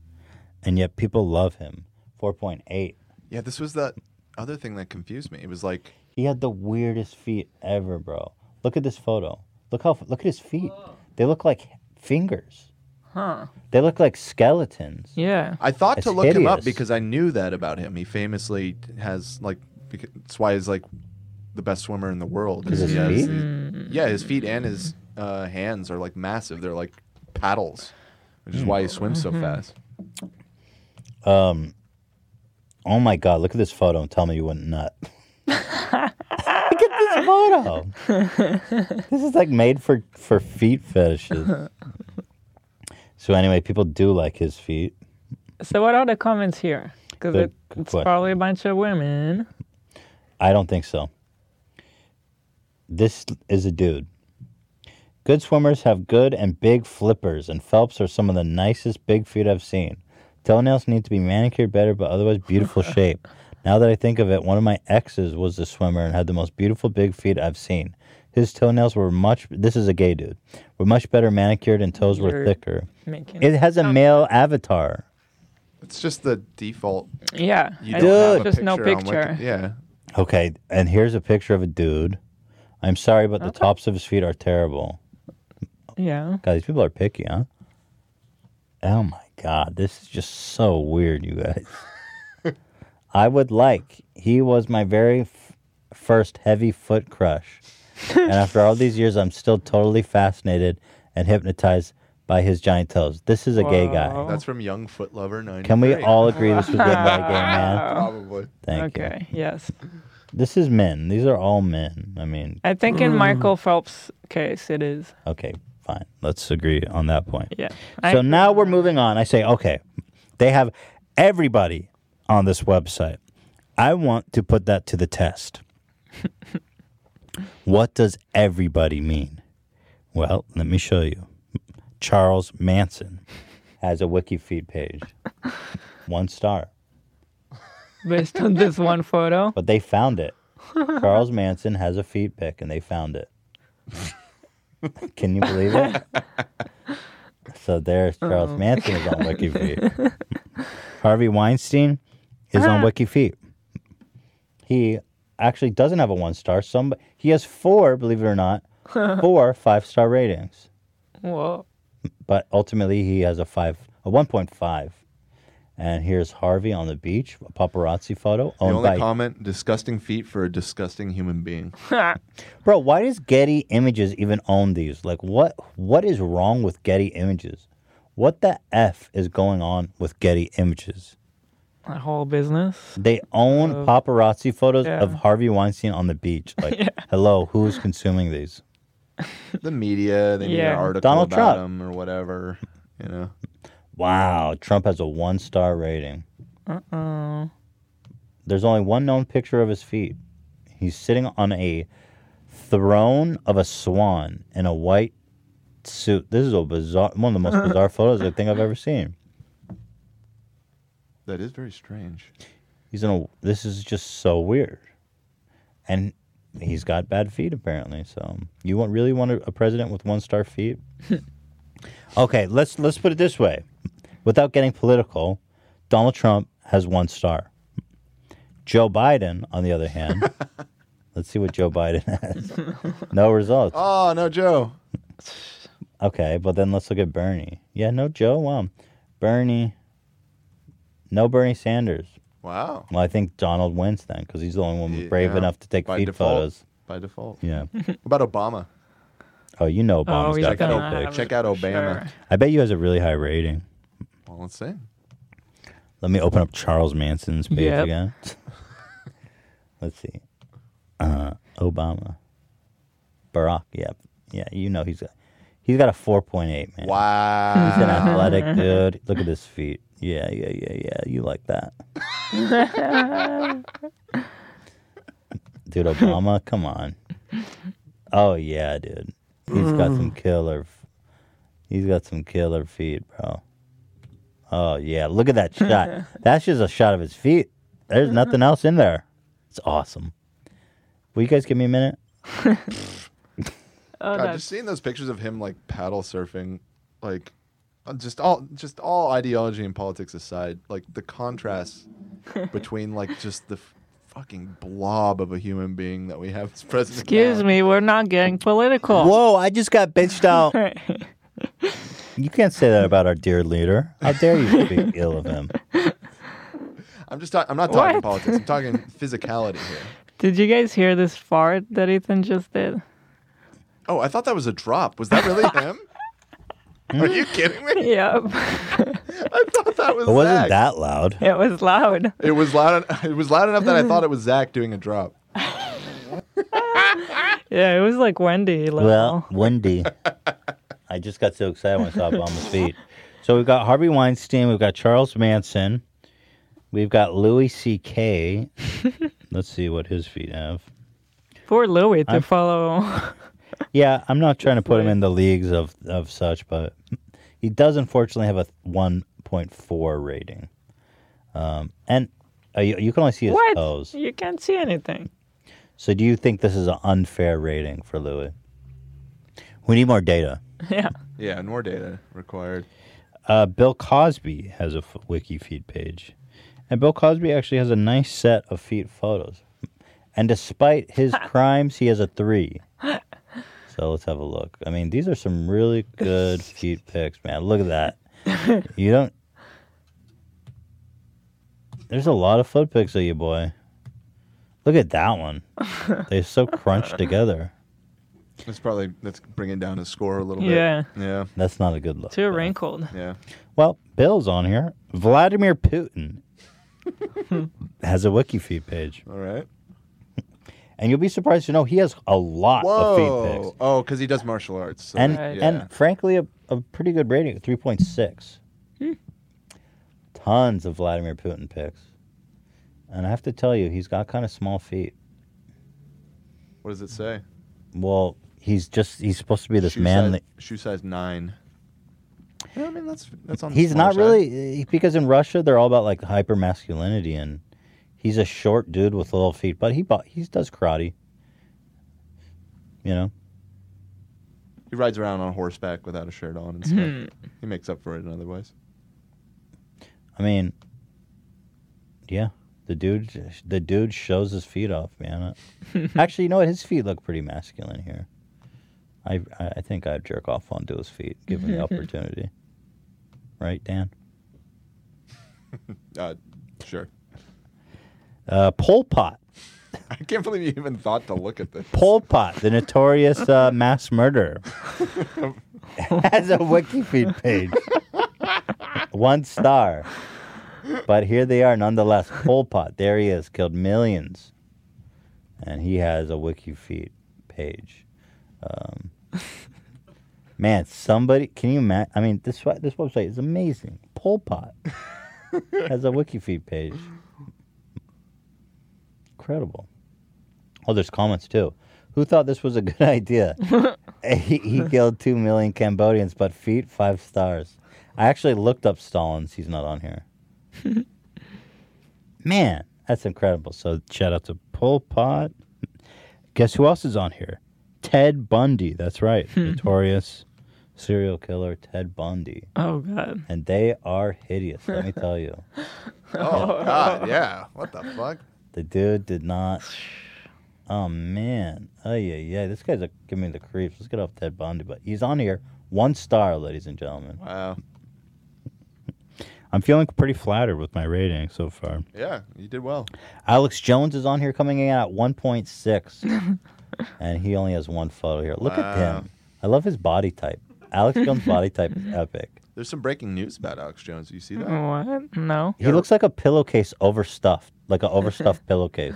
C: and yet people love him. Four point eight.
A: Yeah, this was that other thing that confused me. It was like
C: He had the weirdest feet ever, bro. Look at this photo. Look how look at his feet. They look like fingers.
E: Huh.
C: They look like skeletons.
E: Yeah.
A: I thought to
C: It's
A: look him up
C: hideous.
A: because I knew that about him. He famously has like bec- that's why he's like the best swimmer in the world.
C: Is
A: is he
C: his
A: has
C: feet?
A: these-
E: Mm.
A: yeah, his feet and his uh,
C: Hmm.
E: Mm-hmm.
A: hands are like massive. They're like paddles, which is why he swims so fast.
C: Um, oh my God! Look at this photo and tell me you wouldn't nut.
O: Look at this
C: photo. this is like made for for feet fetishes. so anyway, people do like his feet.
E: So what are the comments here? Because
C: Good
E: it, it's
C: question.
E: probably a bunch of women.
C: I don't think so. This is a dude. Good swimmers have good and big flippers, and Phelps are some of the nicest big feet I've seen. Toenails need to be manicured better, but otherwise beautiful shape. Now that I think of it, one of my exes was a swimmer and had the most beautiful big feet I've seen. His toenails were much. This is a gay dude. Were much better manicured and toes were
E: You're
C: thicker.
E: making
C: It has a male avatar.
A: It's just the default.
E: Yeah,
A: You
E: I-
A: don't have a
E: just no
A: picture on
E: picture.
A: Wiki- yeah.
C: Okay, and here's a picture of a dude. I'm sorry, but the tops of his feet are terrible.
E: Yeah.
C: God, these people are picky, huh? Oh my God, this is just so weird, you guys. I would like, he was my very f- first heavy foot crush. and after all these years, I'm still totally fascinated and hypnotized by his giant toes. This is a gay guy.
A: That's
E: Oh.
A: from Young Foot Lover 9.
C: Can we all agree this was written by a gay man?
A: Probably.
C: Thank you.
E: Okay. Yes.
C: This is men. These are all men. I mean,
E: I think
C: Mm.
E: in Michael Phelps' case, it is.
C: okay, fine. Let's agree on that point.
E: Yeah.
C: So now we're moving on. I say, okay, they have everybody on this website. I want to put that to the test. what does everybody mean? Well, let me show you. Charles Manson has a wiki feed page. One star.
E: Based on this one photo.
C: But they found it. Charles Manson has a feet pic and they found it. Can you believe it? so there's Charles
O: Oh.
C: Manson is on WikiFeet. Harvey Weinstein is on WikiFeet. He actually doesn't have a one star. Some he has four, believe it or not, four five star ratings.
E: Whoa.
C: But ultimately he has a five a one point five. And here's Harvey on the beach, a paparazzi photo
A: The
C: owned
A: only
C: by
A: comment disgusting feet for a disgusting human being.
C: Bro, why does Getty Images even own these? Like what what is wrong with Getty Images? What the F is going on with Getty Images?
E: That whole business.
C: They own
E: Of-
C: paparazzi photos
E: Yeah.
C: of Harvey Weinstein on the beach. Like, hello, who's consuming these?
A: The media, they made
C: Yeah.
A: an article
C: Donald
A: about
C: Trump.
A: him or whatever. You know.
C: Wow, Trump has a one star rating.
E: Uh oh.
C: There's only one known picture of his feet. He's sitting on a throne of a swan in a white suit. This is a bizarre, one of the most bizarre photos I think I've ever seen.
A: That is very strange.
C: He's in a. This is just so weird, and he's got bad feet apparently. So you want really want a, a president with one star feet? okay, let's let's put it this way, without getting political, Donald Trump has one star. Joe Biden, on the other hand, let's see what Joe Biden has. No results.
A: Oh no, Joe.
C: Okay, but then let's look at Bernie. Yeah, no Joe. Wow, Bernie. No Bernie Sanders.
A: Wow.
C: Well, I think Donald wins then because he's the only one brave
A: Yeah.
C: enough to take
A: By
C: feed
A: default.
C: photos.
A: By default.
C: Yeah.
A: What about Obama?
C: Oh, you know Obama's
A: he's
C: got
A: gonna
C: feet
A: have
C: pics.
A: it Check out for Obama. sure.
C: I bet you has a really high rating.
A: Well, let's see.
C: Let me open up Charles Manson's page
A: Yep.
C: again. Let's see. Uh, Obama. Barack. Yep. Yeah, you know he's got he's got a four point eight man.
A: Wow.
C: He's an athletic dude. Look at his feet. Yeah, yeah, yeah, yeah. You like that, dude? Obama, come on. Oh yeah, dude. He's got some killer. f- He's got some killer feet, bro. Oh yeah, look at that shot. That's just a shot of his feet. There's nothing else in there. It's awesome. Will you guys give me a minute?
E: Oh,
A: God, just seeing those pictures of him like paddle surfing, like uh, just all just all ideology and politics aside, like the contrast between like just the f- fucking blob of a human being that we have as president.
E: Excuse me, we're not getting political.
C: Whoa, I just got bitched out. You can't say that about our dear leader. How dare you speak ill of him?
A: I'm just talking. I'm not talking
E: What?
A: politics. I'm talking physicality here.
E: Did you guys hear this fart that Ethan just did?
A: Oh, Hmm? I thought that was a drop. Was that really him? Are you kidding me?
E: Yep.
A: I thought that was
C: It wasn't
A: Zach.
C: that loud.
E: It was loud.
A: It was loud. It was loud enough that I thought it was Zach doing a drop.
E: Yeah, it was like Wendy. Level.
C: Well, Wendy. I just got so excited when I saw Obama's feet. So we've got Harvey Weinstein, we've got Charles Manson, we've got Louis C.K. Let's see what his feet have.
E: poor Louis to
C: I'm-
E: follow.
C: Yeah, I'm not trying to put him in the leagues of, of such, but he does unfortunately have a 1.4 rating. Um, and uh, you, you can only see his
E: what?
C: toes.
E: You can't see anything.
C: So do you think this is an unfair rating for Louis? We need more data.
E: Yeah.
A: Yeah, and more data required.
C: Uh, Bill Cosby has a f- wiki feed page, and Bill Cosby actually has a nice set of feet photos. And despite his crimes, he has a three. So let's have a look. I mean, these are some really good feet pics, man. Look at that. You don't. There's a lot of foot pics of you, boy. Look at that one. They're so crunched together.
A: That's probably that's bringing down his score a little
E: Yeah.
A: bit. Yeah.
C: That's not a good look.
E: Too wrinkled.
A: Yeah.
C: Well, Bill's on here. Vladimir Putin has a wiki feed page.
A: All right.
C: And you'll be surprised to know he has a lot of feed pics.
A: Whoa. Oh, because he does martial arts. so-
C: And
A: yeah.
C: and frankly a, a pretty good rating, three point six.
E: Hmm.
C: Tons of Vladimir Putin pics. And I have to tell you, he's got kind of small feet.
A: what does it say?
C: Well, he's just he's supposed to be this
A: shoe
C: manly
A: size, shoe size nine. Yeah, I mean that's that's on. the
C: he's
A: smaller
C: not
A: side.
C: really eh, because in Russia they're all about like hyper masculinity and he's a short dude with little feet, but he bought, he does karate. You know,
A: He rides around on horseback without a shirt on and stuff. he makes up for it in other ways.
C: I mean, yeah, the dude the dude shows his feet off, man. Uh, Actually, you know what? His feet look pretty masculine here. I I I think I'd jerk off onto his feet given the opportunity. Right, Dan?
A: Uh, sure.
C: Uh, Pol Pot.
A: I can't believe you even thought to look at this.
C: Pol Pot, the notorious uh, mass murderer, has a wiki feed page. One star. But here they are nonetheless. Pol Pot, there he is, killed millions. And he has a wiki feed page. Um, man, somebody, can you imagine? I mean, this, we- this website is amazing. Pol Pot has a wiki feed page. Incredible. Oh, there's comments too. Who thought this was a good idea? he, he killed two million Cambodians, but feet five stars. I actually looked up Stalin's. He's not on here. Man, that's incredible. So shout out to Pol Pot. Guess who else is on here? Ted Bundy. That's right, notorious serial killer Ted Bundy.
E: Oh, God.
C: And they are hideous. Let me tell you.
A: Oh God, yeah. What the fuck?
C: The dude did not. Oh man. Oh yeah, yeah. This guy's a, giving me the creeps. Let's get off Ted Bundy, but he's on here. One star, ladies and gentlemen.
A: Wow.
C: I'm feeling pretty flattered with my rating so far.
A: Yeah, you did well.
C: Alex Jones is on here coming in at 1.6, and he only has one photo here. Look at
A: Wow.
C: him. I love his body type. Alex Jones' body type is epic.
A: There's some breaking news about Alex Jones. You see that?
C: Mm-hmm.
E: What? No.
C: He looks like a pillowcase overstuffed, like an overstuffed pillowcase.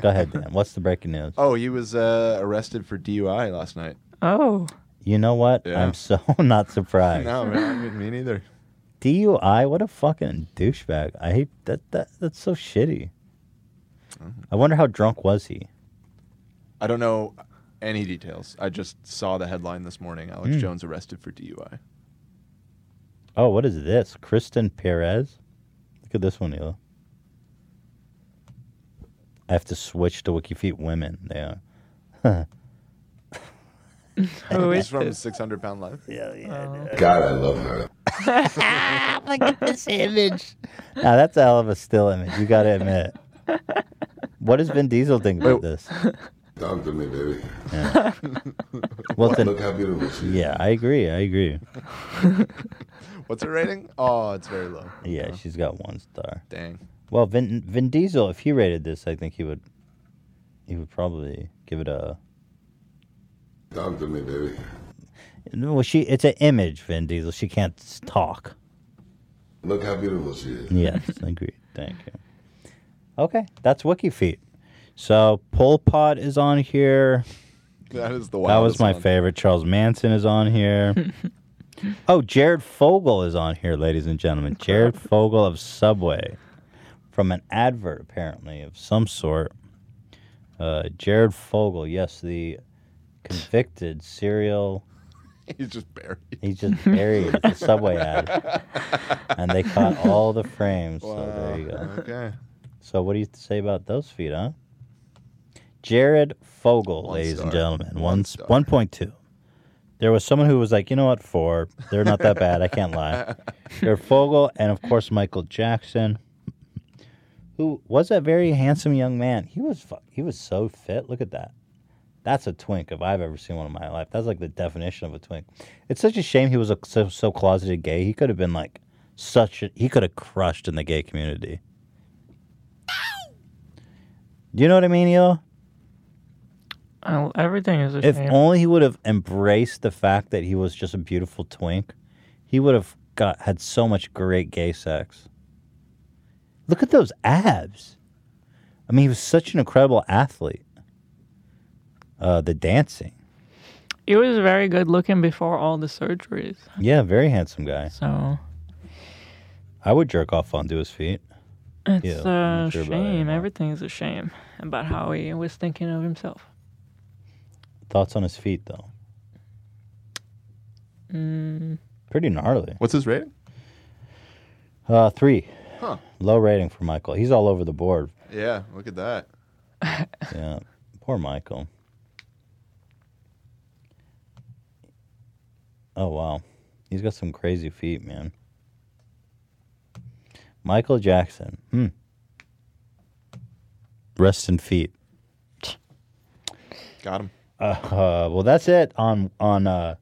C: Go ahead, Dan. What's the breaking news?
A: Oh, he was uh, arrested for DUI last night.
E: Oh.
C: You know what?
A: Yeah.
C: I'm so not surprised.
A: No, man, I mean, me neither.
C: DUI, what a fucking douchebag. I hate that, that that's so shitty. I wonder how drunk was he?
A: I don't know any details. I just saw the headline this morning. Alex
C: Hmm.
A: Jones arrested for DUI.
C: Oh, what is this? Kristen Perez? Look at this one, Hila. I have to switch to Wiki Feet Women. They are.
A: Who is from 600 Pound Life.
C: Yeah, yeah.
A: God, I love her.
C: Look at this image. now that's a hell of a still image. You gotta admit. what does Vin Diesel think about this?
P: Talk to me, baby.
C: Yeah. What's
P: Wow,
C: an-
P: look how beautiful she is.
C: Yeah, I agree. I agree.
A: What's her rating? Oh, it's very low.
C: Yeah, she's got one star.
A: Dang.
C: Well, Vin Vin Diesel, if he rated this, I think he would. He would probably give it a.
P: Talk to me, baby.
C: No, Well, she it's an image, Vin Diesel. She can't s- talk.
P: Look how beautiful she is.
C: Yes, agreed. Thank you. Okay, that's Wiki Feet. So Pol Pot is on here.
A: That is the
C: That was
A: wildest
C: my
A: one.
C: favorite. Charles Manson is on here. oh, Jared Fogle is on here, ladies and gentlemen. Jared Fogle of Subway, from an advert apparently of some sort. Uh, Jared Fogle, yes, the convicted serial.
A: He's just buried.
C: He's just buried at the Subway ad, and they caught all the frames. So there you go.
A: Okay.
C: So what do you say about those feet, huh? Jared Fogle, ladies and gentlemen, one one point two. There was someone who was like, you know what, four. They're not that bad. I can't lie. Jared Fogle, and of course Michael Jackson, who was a very handsome young man. He was fu- he was so fit. Look at that. That's a twink if I've ever seen one in my life. That's like the definition of a twink. It's such a shame he was a, so so closeted gay. He could have been like such. A, he could have crushed in the gay community. Do you know what I mean, Yo?
E: I, Oh, everything is a
C: If
E: shame.
C: only he would have embraced the fact that he was just a beautiful twink, he would have got had so much great gay sex. Look at those abs. I mean, he was such an incredible athlete. Uh, the dancing,
E: He was very good looking before all the surgeries.
C: yeah, very handsome guy.
E: So
C: I would jerk off onto his feet.
E: it's
C: Yeah, I'm
E: a
C: sure about it.
E: shame. Everything is a shame about how he was thinking of himself.
C: Thoughts on his feet, though.
E: Mm,
C: Pretty gnarly.
A: What's his rating?
C: Uh, three.
A: Huh.
C: Low rating for Michael. He's all over the board.
A: Yeah, look at that.
C: Yeah. Poor Michael. Oh wow. He's got some crazy feet, man. Michael Jackson. Hmm. Rest in feet.
A: Got him.
C: Uh, uh, well, that's it on on uh,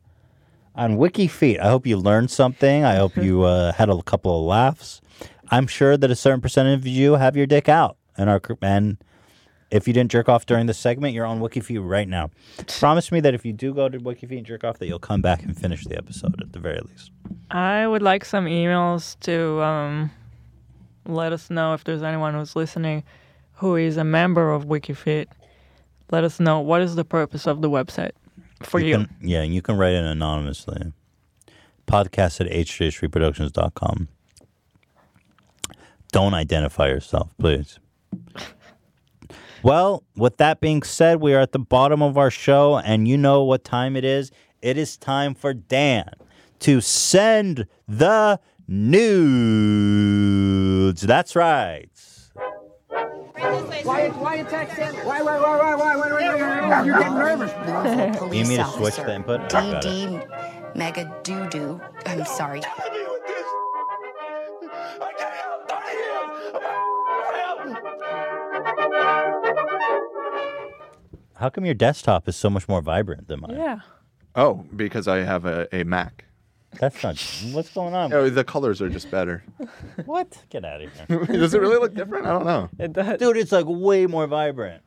C: on Wiki Feet. I hope you learned something. I hope you uh, had a couple of laughs. I'm sure that a certain percentage of you have your dick out, and our and if you didn't jerk off during this segment, you're on Wiki Feet right now. Promise me that if you do go to Wiki Feet and jerk off, that you'll come back and finish the episode at the very least.
E: I would like some emails to um, let us know if there's anyone who's listening who is a member of WikiFit. Let us know what is the purpose of the website for you.
C: can- yeah, and you can write in anonymously. Podcast at hjhreproductions.com. Don't identify yourself, please. Well, with that being said, we are at the bottom of our show, and you know what time it is. It is time for Dan to send the nudes. That's right.
O: Why, why attack Sanders? Why, why, why, why, why, why, why, why, why? You're getting nervous.
C: Do you mean to switch the input? I got it.
Q: DD Mega Doo Doo. I'm sorry.
C: How come your desktop is so much more vibrant than mine?
E: Yeah.
A: Oh, because I have a, a Mac.
C: That's not. What's going on?
A: Oh, the colors are just better.
C: What? Get out of here.
A: Does it really look different? I don't know.
E: It does.
C: Dude, it's like way more vibrant.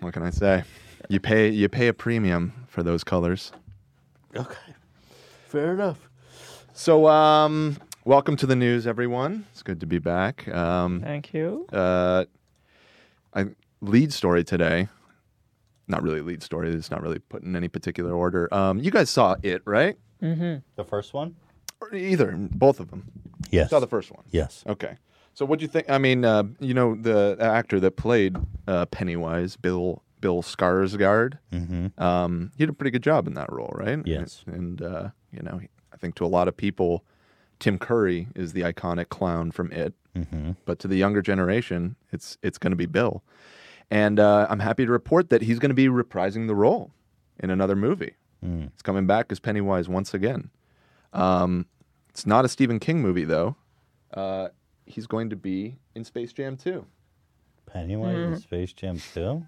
A: What can I say? You pay you pay a premium for those colors.
C: Okay. Fair enough.
A: So, um, welcome to the news, everyone. It's good to be back. Um,
E: Thank you.
A: Uh, I lead story today. Not really lead story. It's not really put in any particular order. Um, you guys saw it, right?
C: Mm-hmm. The first one?
A: Or either, both of them.
C: Yes.
A: Saw the first one.
C: Yes.
A: Okay. So, what do you think? I mean, uh, you know, the actor that played uh, Pennywise, Bill Bill Skarsgård.
C: Mm-hmm.
A: Um, he did a pretty good job in that role, right?
C: Yes.
A: And, and, uh, you know, he- I think to a lot of people, Tim Curry is the iconic clown from It.
C: Mm-hmm.
A: But to the younger generation, it's it's going to be Bill. And uh, I'm happy to report that he's going to be reprising the role in another movie.
C: Mm.
A: He's coming back as Pennywise once again. Um, it's not a Stephen King movie though. Uh, he's going to be in Space Jam 2.
C: Pennywise in Space Jam 2?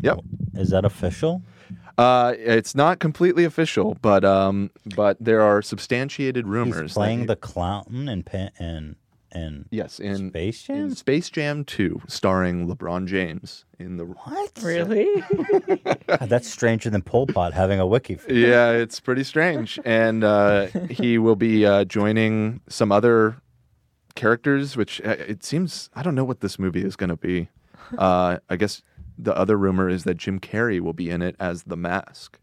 A: Yep.
C: Is that official?
A: Uh, it's not completely official, but um, but there are substantiated rumors.
C: He's playing the clown in, Pen- in, in
A: yes in
C: Space Jam.
A: Space Jam Two, starring LeBron James in the
C: what
E: Really?
C: God, that's stranger than Pol Pot having a wiki. For
A: yeah, it's pretty strange. And uh, he will be uh, joining some other characters, which uh, it seems I don't know what this movie is going to be. Uh, I guess the other rumor is that Jim Carrey will be in it as the Mask.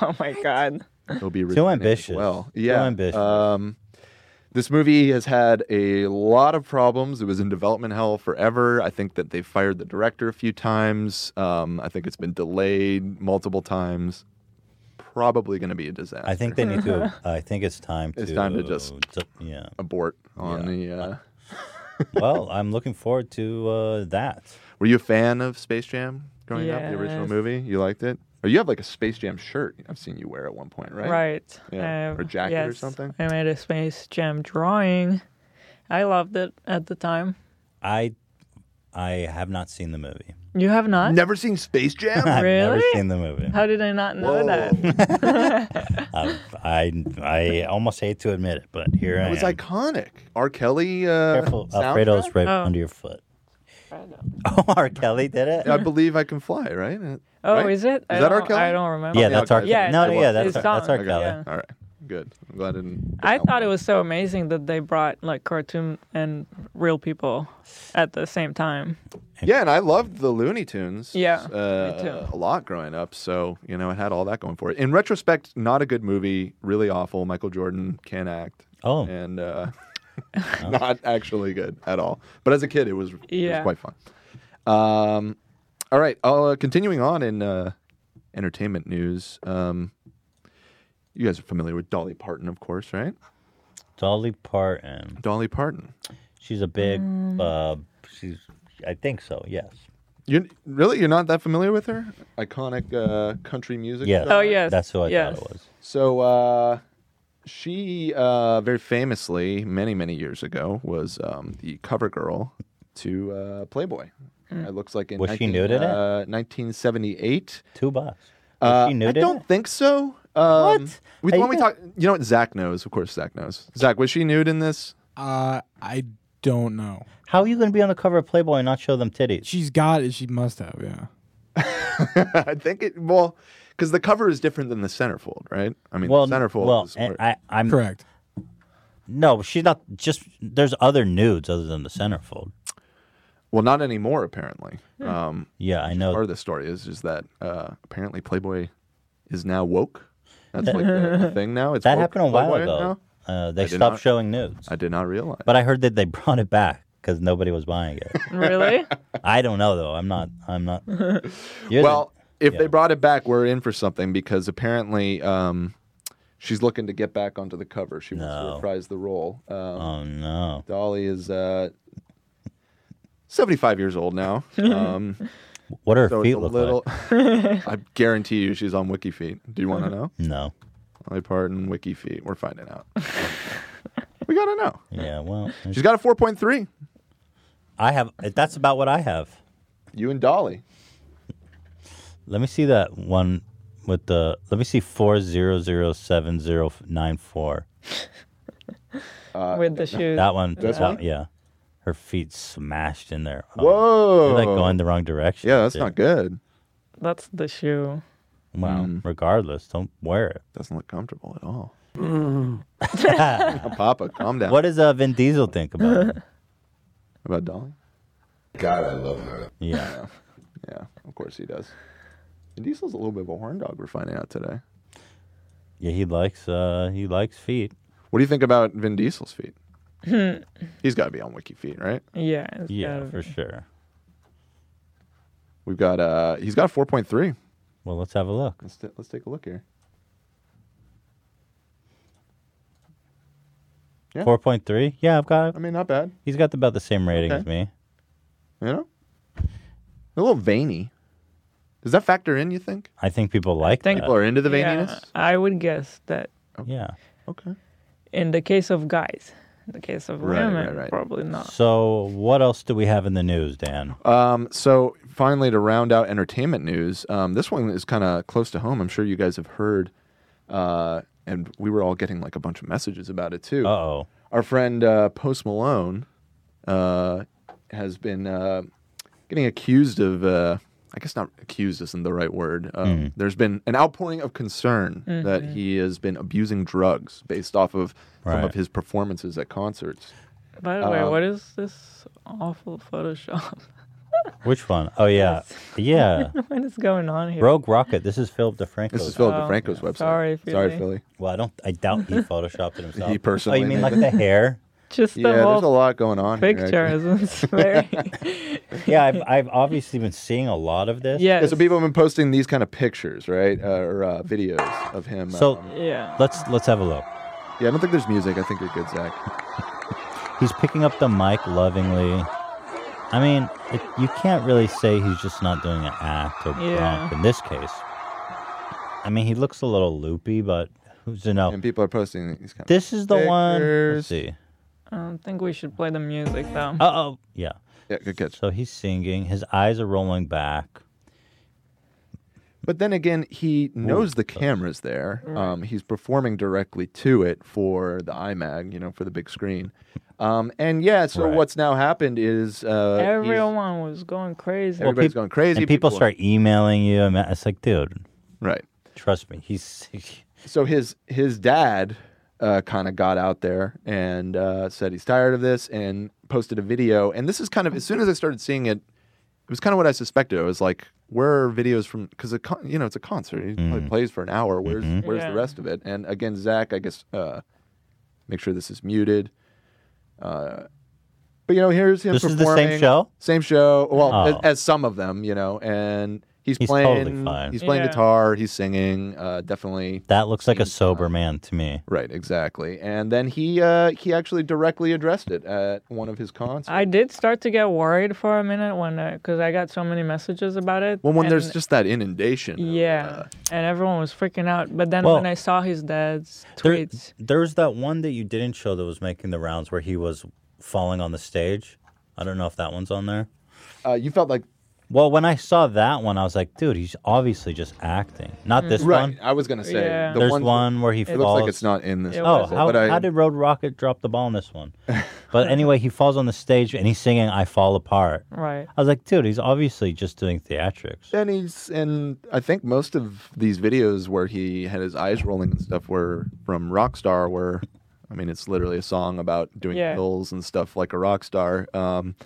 E: Oh my god.
A: He'll be
C: Too
A: returning as
C: ambitious.
A: Well,
C: Too
A: yeah,
C: ambitious.
A: Um, this movie has had a lot of problems. It was in development hell forever. I think that they fired the director a few times. Um, I think it's been delayed multiple times. Probably going to be a disaster.
C: I think they need to. I think it's time to.
A: It's time to just
C: yeah.
A: abort on the. Uh,
C: well, I'm looking forward to uh, that.
A: Were you a fan of Space Jam growing up? The original
E: Yes.
A: movie, you liked it, or you have like a Space Jam shirt I've seen you wear at one point, right?
E: Right.
A: Yeah.
E: Um,
A: or jacket or
E: yes,
A: something.
E: I made a Space Jam drawing. I loved it at the time.
C: I I have not seen the movie.
E: You have not?
A: Never seen Space Jam?
C: I've never
E: really?
C: seen the movie.
E: How did I not know that?
C: I, I I almost hate to admit it, but here
A: That
C: I
A: was
C: am.
A: iconic. R. Kelly. Uh,
C: Careful, Alfredo's
A: soundtrack?
C: right under your foot. Oh, R. Kelly did it.
A: I believe I can fly, right? Uh,
E: Oh,
A: right?
E: is it? I
A: that R.
E: don't-
A: Kelly?
E: I don't remember.
C: Yeah, that's R.
A: okay.
E: Yeah,
C: No, no,
E: it's-
C: yeah, that's
E: it's
C: R. That's R.
E: song,
C: Kelly.
E: yeah.
A: All right. Good. I'm glad I didn't.
E: I thought it was so amazing that they brought like cartoon and real people at the same time.
A: Yeah, and I loved the Looney Tunes.
E: Yeah, me
A: uh,
E: too.
A: a lot growing up. So you know, it had all that going for it. In retrospect, not a good movie. Really awful. Michael Jordan can't act.
C: Oh.
A: and uh, not actually good at all. But as a kid, it was,
E: Yeah.
A: it was quite fun. Um, all right. Uh, continuing on in uh, entertainment news. Um, you guys are familiar with Dolly Parton, of course, right?
C: Dolly Parton.
A: Dolly Parton.
C: She's a big.
E: Mm.
C: Uh, she's. I think so. Yes.
A: You really you're not that familiar with her? Iconic uh, country music.
C: Yes.
A: genre?
E: Oh, yes.
C: That's who I
E: Yes.
C: thought it was.
A: So uh, she uh, very famously, many many years ago, was um, the cover girl to uh, Playboy.
C: Hmm.
A: It looks like in
C: Was she
A: 19
C: nude in it?
A: Uh, 1978.
C: Two bucks.
A: Uh,
C: she nude
A: I
C: in
A: don't
C: it?
A: think so. Um,
C: What?
A: We,
C: Are
A: when
C: you
A: we
C: gonna-
A: talk, you know what? Zach knows, of course. Zach knows. Zach, was she nude in this?
F: Uh, I don't know.
C: How are you going to be on the cover of Playboy and not show them titties?
F: She's got it. She must have. Yeah.
A: I think it. Well, because the cover is different than the centerfold, right? I mean,
C: well,
A: the centerfold.
C: Well,
A: is
C: and
A: where-
C: I, I'm
F: Correct.
C: No, she's not. Just there's other nudes other than the centerfold.
A: Well, not anymore, apparently.
C: Hmm.
A: Um,
C: Yeah, I know.
A: part of the story is is that uh, apparently Playboy is now woke. That's like the, the thing now. It's
C: that
A: woke
C: happened a while
A: Playboy
C: ago.
A: now?
C: Uh,
A: I
C: they
A: did
C: stopped
A: not-
C: showing nudes,
A: I did not realize.
C: but I heard that they brought it back because nobody was buying it.
E: Really?
C: I don't know though. I'm not. I'm not. you're the-
A: well, if they brought it back, we're in for something because apparently um, she's looking to get back onto the cover. She wants to
C: No.
A: reprise the role. Um,
C: oh no.
A: Dolly is uh, 75 years old now. Um,
C: What are her
A: so it's
C: feet
A: a
C: look
A: little.
C: like?
A: I guarantee you, she's on Wiki Feet. Do you want to know?
C: No.
A: Dolly Parton, Wiki Feet. We're finding out. we gotta know.
C: Yeah. Well,
A: She's got a 4.3.
C: I have. That's about what I have.
A: You and Dolly.
C: Let me see that one with the. Let me see four zero zero seven zero nine four.
A: Uh,
E: With the shoes.
C: That one.
A: This
C: that-
A: one?
C: Yeah. Her feet smashed in there. Oh,
A: Whoa.
C: They're like going the wrong direction.
A: yeah, that's
C: dude.
A: not good.
E: That's the shoe.
C: Wow.
A: Mm.
C: Regardless, don't wear it.
A: Doesn't look comfortable at all. Papa, calm down.
C: What does uh, Vin Diesel think about it?
A: About Dolly?
P: God, I love her.
C: Yeah.
A: Yeah, of course he does. And Diesel's a little bit of a horn dog. We're finding out today.
C: Yeah, he likes uh he likes feet.
A: What do you think about Vin Diesel's feet? He's got to be on Wiki Feet, right?
E: Yeah. it's
C: Yeah,
A: Oh.
E: gotta
C: for
E: be.
C: sure.
A: We've got uh, he's got a 4.3.
C: Well, let's have a look.
A: Let's t- let's take a look here. Yeah.
C: 4.3? Yeah, I've got
A: I mean, not bad.
C: He's got about the same rating as me.
A: You know, a little veiny. Does that factor in? You think?
C: I think people like
E: think-
C: that.
A: People are into the
E: Yeah,
A: veininess.
E: I would guess that
C: Yeah.
A: Okay.
E: in the case of guys, in the case of
A: Right, right,
E: women,
A: right.
E: probably not.
C: So, what else do we have in the news, Dan?
A: Um, so finally, to round out entertainment news, um, this one is kind of close to home. I'm sure you guys have heard, uh,
C: Oh.
A: and we were all getting like a bunch of messages about it too.
C: Uh-oh.
A: Our friend uh, Post Malone uh, has been uh, getting accused of. Uh, I guess not accused isn't the right word. Um, There's been an outpouring of concern that
E: Mm-hmm.
R: Mhm.
A: he has been abusing drugs based off of some
C: Right.
A: of his performances at concerts.
E: By the way,
A: Um,
E: what is this awful Photoshop?
C: Which one? Oh yeah, yeah.
E: what is going on here?
C: Rogue Rocket. This is Philip DeFranco.
A: This is Philip Oh, DeFranco's website.
E: sorry, Sorry, Philly. Philly.
C: Well, I don't. I doubt he photoshopped it himself.
A: He personally
C: Oh, you mean
A: made
C: like
A: it.
C: the hair?
E: Just the
A: yeah,
E: whole
A: there's a lot going on. here,
E: picture
A: actually.
E: is very.
C: yeah, I've, I've obviously been seeing a lot of this.
E: Yes.
A: so people have been posting these kind of pictures, right, uh, or uh, videos of him.
C: So
A: um,
E: Yeah.
C: let's let's have a look.
A: yeah, I don't think there's music. I think you're good, Zach.
C: He's picking up the mic lovingly. I mean, it, you can't really say he's just not doing an act or
E: Yeah.
C: drunk in this case. I mean, he looks a little loopy, but who's to know?
A: And people are posting these kind of.
C: This is the one.
A: pictures.
C: Let's see.
E: I don't think we should play the music though.
C: Uh oh. Yeah.
A: Yeah, good catch.
C: So he's singing. His eyes are rolling back.
A: But then again, he knows the camera's there. Um, he's performing directly to it for the iMag, you know, for the big screen. Um, and yeah, so what's now happened is uh, he's-
E: Everyone was going crazy.
A: Everybody's going crazy.
C: And people,
A: People-
C: start emailing you. And it's like, dude.
A: Right.
C: Trust me. He's.
A: so his his dad uh, kind of got out there and uh, said he's tired of this and posted a video. And this is kind of as soon as I started seeing it, it was kind of what I suspected. I was like, where are videos from? Because con- you know it's a concert. He
C: Mm.
A: probably plays for an hour.
C: Mm-hmm.
A: Where's
R: Mhm.
A: where's
R: Yeah.
A: the rest of it? And again, Zach, I guess uh, make sure this is muted. Uh, but you know, here's him.
C: This is the same
A: performing.
C: show?
A: Same show. Well, as,
C: Oh.
A: as some of them, you know, and. He's,
C: He's
A: playing.
C: totally fine.
A: He's playing
C: Yeah.
A: guitar. He's singing. Uh, definitely
C: That looks like a sober man to me.
A: Right, exactly. And then he uh, he actually directly addressed it at one of his concerts.
E: I did start to get worried for a minute when, because I got so many messages about it.
A: Well, when
E: and-
A: there's just Uh. that inundation.
E: Yeah, and everyone was freaking out. But then
C: Well,
E: when I saw his dad's
C: There,
E: tweets,
C: there's that one that you didn't show that was making the rounds where he was falling on the stage. I don't know if that one's on there.
A: Uh, you felt like.
C: Well, when I saw that one, I was like, dude, he's obviously just acting. Not this
A: right,
C: one.
A: I was gonna say
E: Yeah.
A: the
C: There's
A: ones-
C: one where he
A: it
C: falls.
A: looks like it's not in this.
C: Oh,
A: episode,
C: how,
A: but I-
C: how did Road Rocket drop the ball on this one? But anyway, he falls on the stage and he's singing "I Fall Apart."
E: Right.
C: I was like, dude, he's obviously just doing theatrics.
A: And he's and I think most of these videos where he had his eyes rolling and stuff were from Rockstar. Where, I mean, it's literally a song about doing
R: Yeah.
A: pills and stuff like a rock star. Um,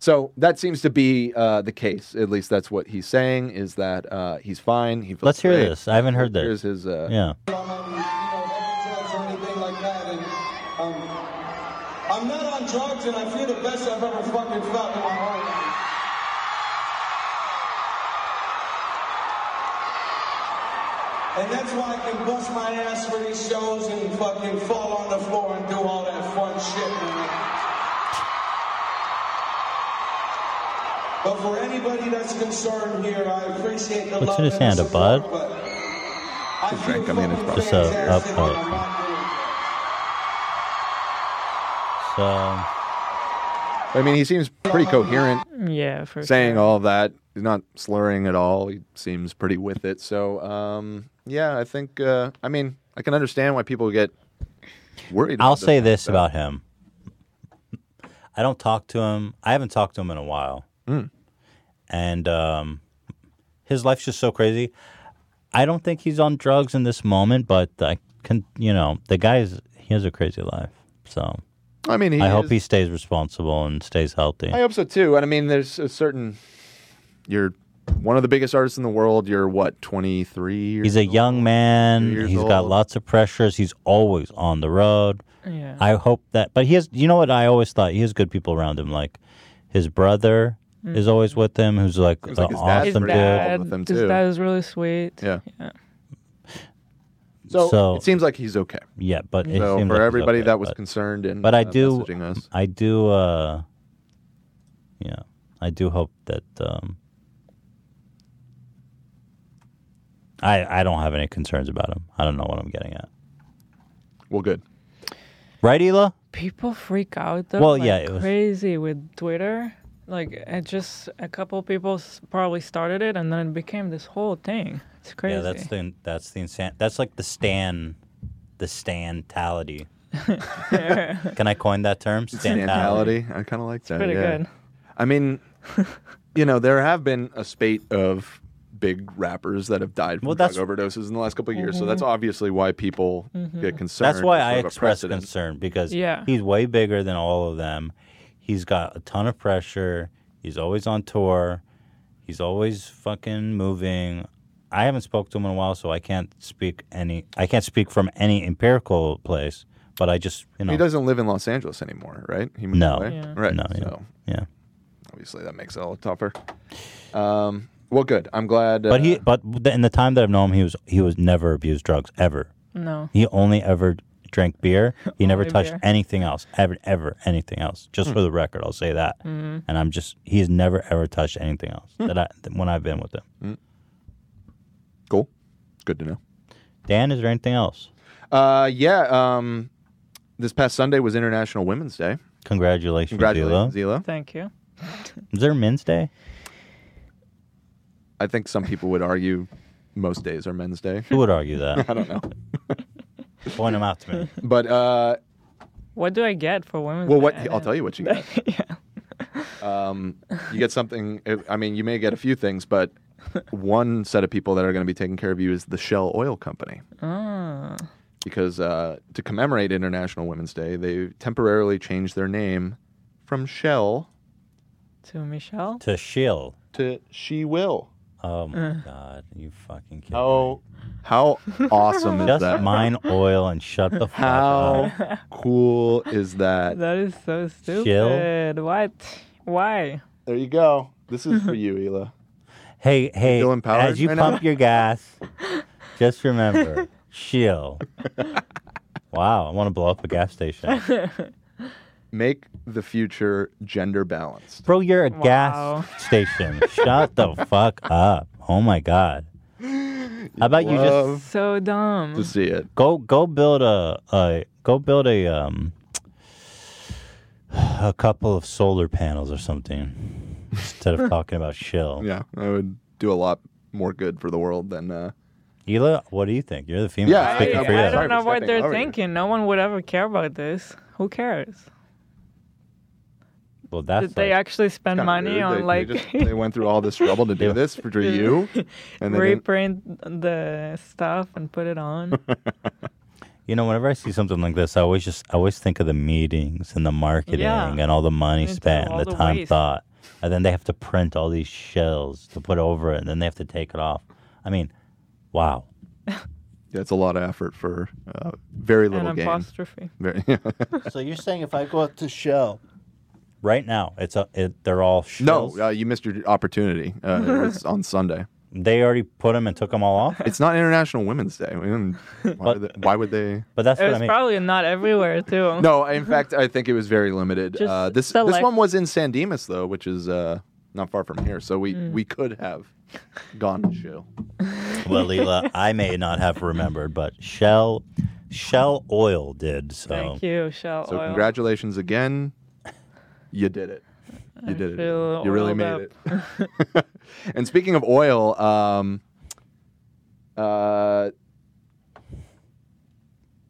A: so that seems to be uh, the case. At least that's what he's saying is that uh, he's fine. He feels
C: Let's hear
A: great.
C: this. I haven't heard this.
A: Here's his. Uh,
C: Yeah.
S: drugs or anything like that. And, um, I'm not on drugs, and I feel the best I've ever fucking felt in my whole life. And that's why I can bust my ass for these shows and fucking fall on the floor and do all that fun shit. Man. But for anybody that's concerned here, I appreciate the
C: What's
S: love
C: in his
S: and the
C: hand? A
S: support,
C: bud?
S: but I feel
C: drink. I mean, it's
S: fucking
C: Just a- a
S: fantastic and
C: bud.
S: I'm not doing it.
C: So.
A: I mean, he seems pretty coherent.
E: Yeah, for
A: saying
E: sure.
A: all of that, he's not slurring at all. He seems pretty with it. So, um, yeah, I think. Uh, I mean, I can understand why people get worried.
C: I'll
A: about
C: say
A: kind
C: this
A: of
C: about
A: stuff.
C: him. I don't talk to him. I haven't talked to him in a while.
A: Mm.
C: And um, his life's just so crazy. I don't think he's on drugs in this moment, but I can, you know, the guy's he has a crazy life. So
A: I mean, he
C: I hope
A: is-
C: he stays responsible and stays healthy.
A: I hope so too. And I mean, there's a certain. You're one of the biggest artists in the world. You're what, 23 years
C: He's a
A: old?
C: young man.
A: years
C: He's got
A: old.
C: lots of pressures. He's always on the road.
E: Yeah.
C: I hope that, but he has. You know what? I always thought he has good people around him. Like his brother
E: Mm.
C: is always with him, who's like an
A: Seems like his dad's
C: awesome
A: pretty involved
C: dude.
A: with him
E: his
A: too.
E: dad is really sweet.
A: Yeah.
E: yeah.
A: So,
C: So-
A: it seems like he's okay.
C: Yeah, but it
A: so
C: seems
A: for
C: like he's
A: everybody
C: okay,
A: that was
C: but-
A: concerned and
C: but I
A: uh,
C: do,
A: messaging us,
C: I do, uh, yeah, I do hope that. Um, I I don't have any concerns about him. I don't know what I'm getting at.
A: well, good.
C: Right, Hila?
E: People freak out though.
C: Well,
E: like
C: yeah, it was-
E: crazy with Twitter. Like it just a couple people s- probably started it, and then it became this whole thing. It's crazy.
C: Yeah, that's the that's the insane. That's like the Stan, the Stantality. Can I coin that term?
A: Standality. I kind of like that.
E: pretty
A: yeah.
E: good.
A: I mean, you know, there have been a spate of big rappers that have died from drug overdoses in the last couple of years.
C: Mhm.
A: So
E: Mm-hmm.
A: that's obviously why people
E: Mhm.
A: get concerned.
C: That's why
A: It's
C: I
A: sort of a
C: express
A: precedent.
C: concern because
E: Yeah.
C: he's way bigger than all of them. He's got a ton of pressure. He's always on tour. He's always fucking moving. I haven't spoke to him in a while, so I can't speak any. I can't speak from any empirical place. But I just, you know,
A: He doesn't live in Los Angeles anymore, right? He moved
C: No.
A: away?
C: Yeah.
A: Right.
C: No, yeah.
A: So
C: yeah.
A: obviously that makes it all tougher. Um, well, good. I'm glad. uh,
C: But he, but th- in the time that I've known him, he was he was never abused drugs ever.
E: No.
C: He only ever drank beer. He never
E: Only
C: touched
E: beer.
C: anything else ever, ever anything else. Just
E: Hmm.
C: for the record, I'll say that.
E: Mhm.
C: And I'm just he's never ever touched anything else
E: Hmm.
C: that I that when I've been with him.
A: Cool. Good to know.
C: Dan, is there anything else?
A: Uh, yeah. Um, this past Sunday was International Women's Day.
C: Congratulations,
A: Congratulations,
C: Zilo.
A: Zila.
E: Thank you.
C: Is there Men's Day?
A: I think some people would argue most days are Men's Day.
C: Who would argue that?
A: I don't know.
C: Point him out to me.
A: But uh,
E: What do I get for women's?
A: Well, what-
E: Day? I
A: I'll tell you what you
E: don't-
A: um, you get something. I mean, you may get a few things, but one set of people that are going to be taking care of you is the Shell Oil Company.
E: Ah.
A: because uh, to commemorate International Women's Day, they temporarily changed their name from Shell
E: to Michelle.
C: To shill.
A: to She Will.
C: Oh
E: Uh.
C: my god, you fucking kidding
A: How how awesome is
C: Just
A: Oh, that?
C: mine oil and shut the fuck
A: How
C: up.
A: cool is that?
E: That is so stupid. What? Why?
A: There you go. This is for you, Hila.
C: Hey, hey,
A: feeling powered
C: as you
A: right now?
C: pump your gas, just remember, shill. Wow, I want to blow up a gas station.
A: Make the future gender balanced.
C: Bro, you're a
A: Wow.
C: gas station. Shut the fuck up. Oh my god. How about you just
E: so dumb.
A: to see it.
C: Go go build a, a go build a um a couple of solar panels or something instead of talking about shill.
A: Yeah, I would do a lot more good for the world than. Uh,
C: Hila, what do you think? You're the female.
A: Yeah,
C: speaking
A: I-
C: for
A: I
C: you.
A: don't
E: I don't know what
A: stepping
E: they're
A: over you.
E: thinking. No one would ever care about this. Who cares?
C: Well, that's
E: Did they
C: like-
E: actually spend
A: kinda
E: money
A: rude.
E: on
A: They- they
E: like
A: just- they went through all this trouble to do this for you, and they didn't-
E: reprint the stuff and put it on?
C: You know, whenever I see something like this, I always just I always think of the meetings and the marketing
E: Yeah.
C: and all the money
E: And
C: spent
E: all
C: and the,
E: the
C: time
E: waste.
C: thought, and then they have to print all these shells to put over it, and then they have to take it off. I mean, wow.
A: That's a lot of effort for uh, very
C: An
A: little gain.
C: apostrophe.
A: Very-
C: so you're saying if I go up to shell right now, it's a it, they're all
A: no,
C: shells.
A: uh, you missed your opportunity. Uh, it was on Sunday.
C: They already put them and took them all off.
A: It's not International Women's Day. We didn't- Why, would they, why would they?
C: But that's
E: it was probably not everywhere too.
A: No, in fact, I think it was very limited.
E: Just
A: Uh, this this
E: select-
A: one was in San Dimas though, which is uh, not far from here. So we,
E: Mm.
A: we could have gone to show.
C: well, Leela, I may not have remembered, but Shell Shell Oil did. So
E: Thank you, Shell
A: So
E: Oil.
A: congratulations again. You did it. You did it.
E: feel
A: You really
E: oiled
A: made
E: up.
A: it. and speaking of oil, um, uh,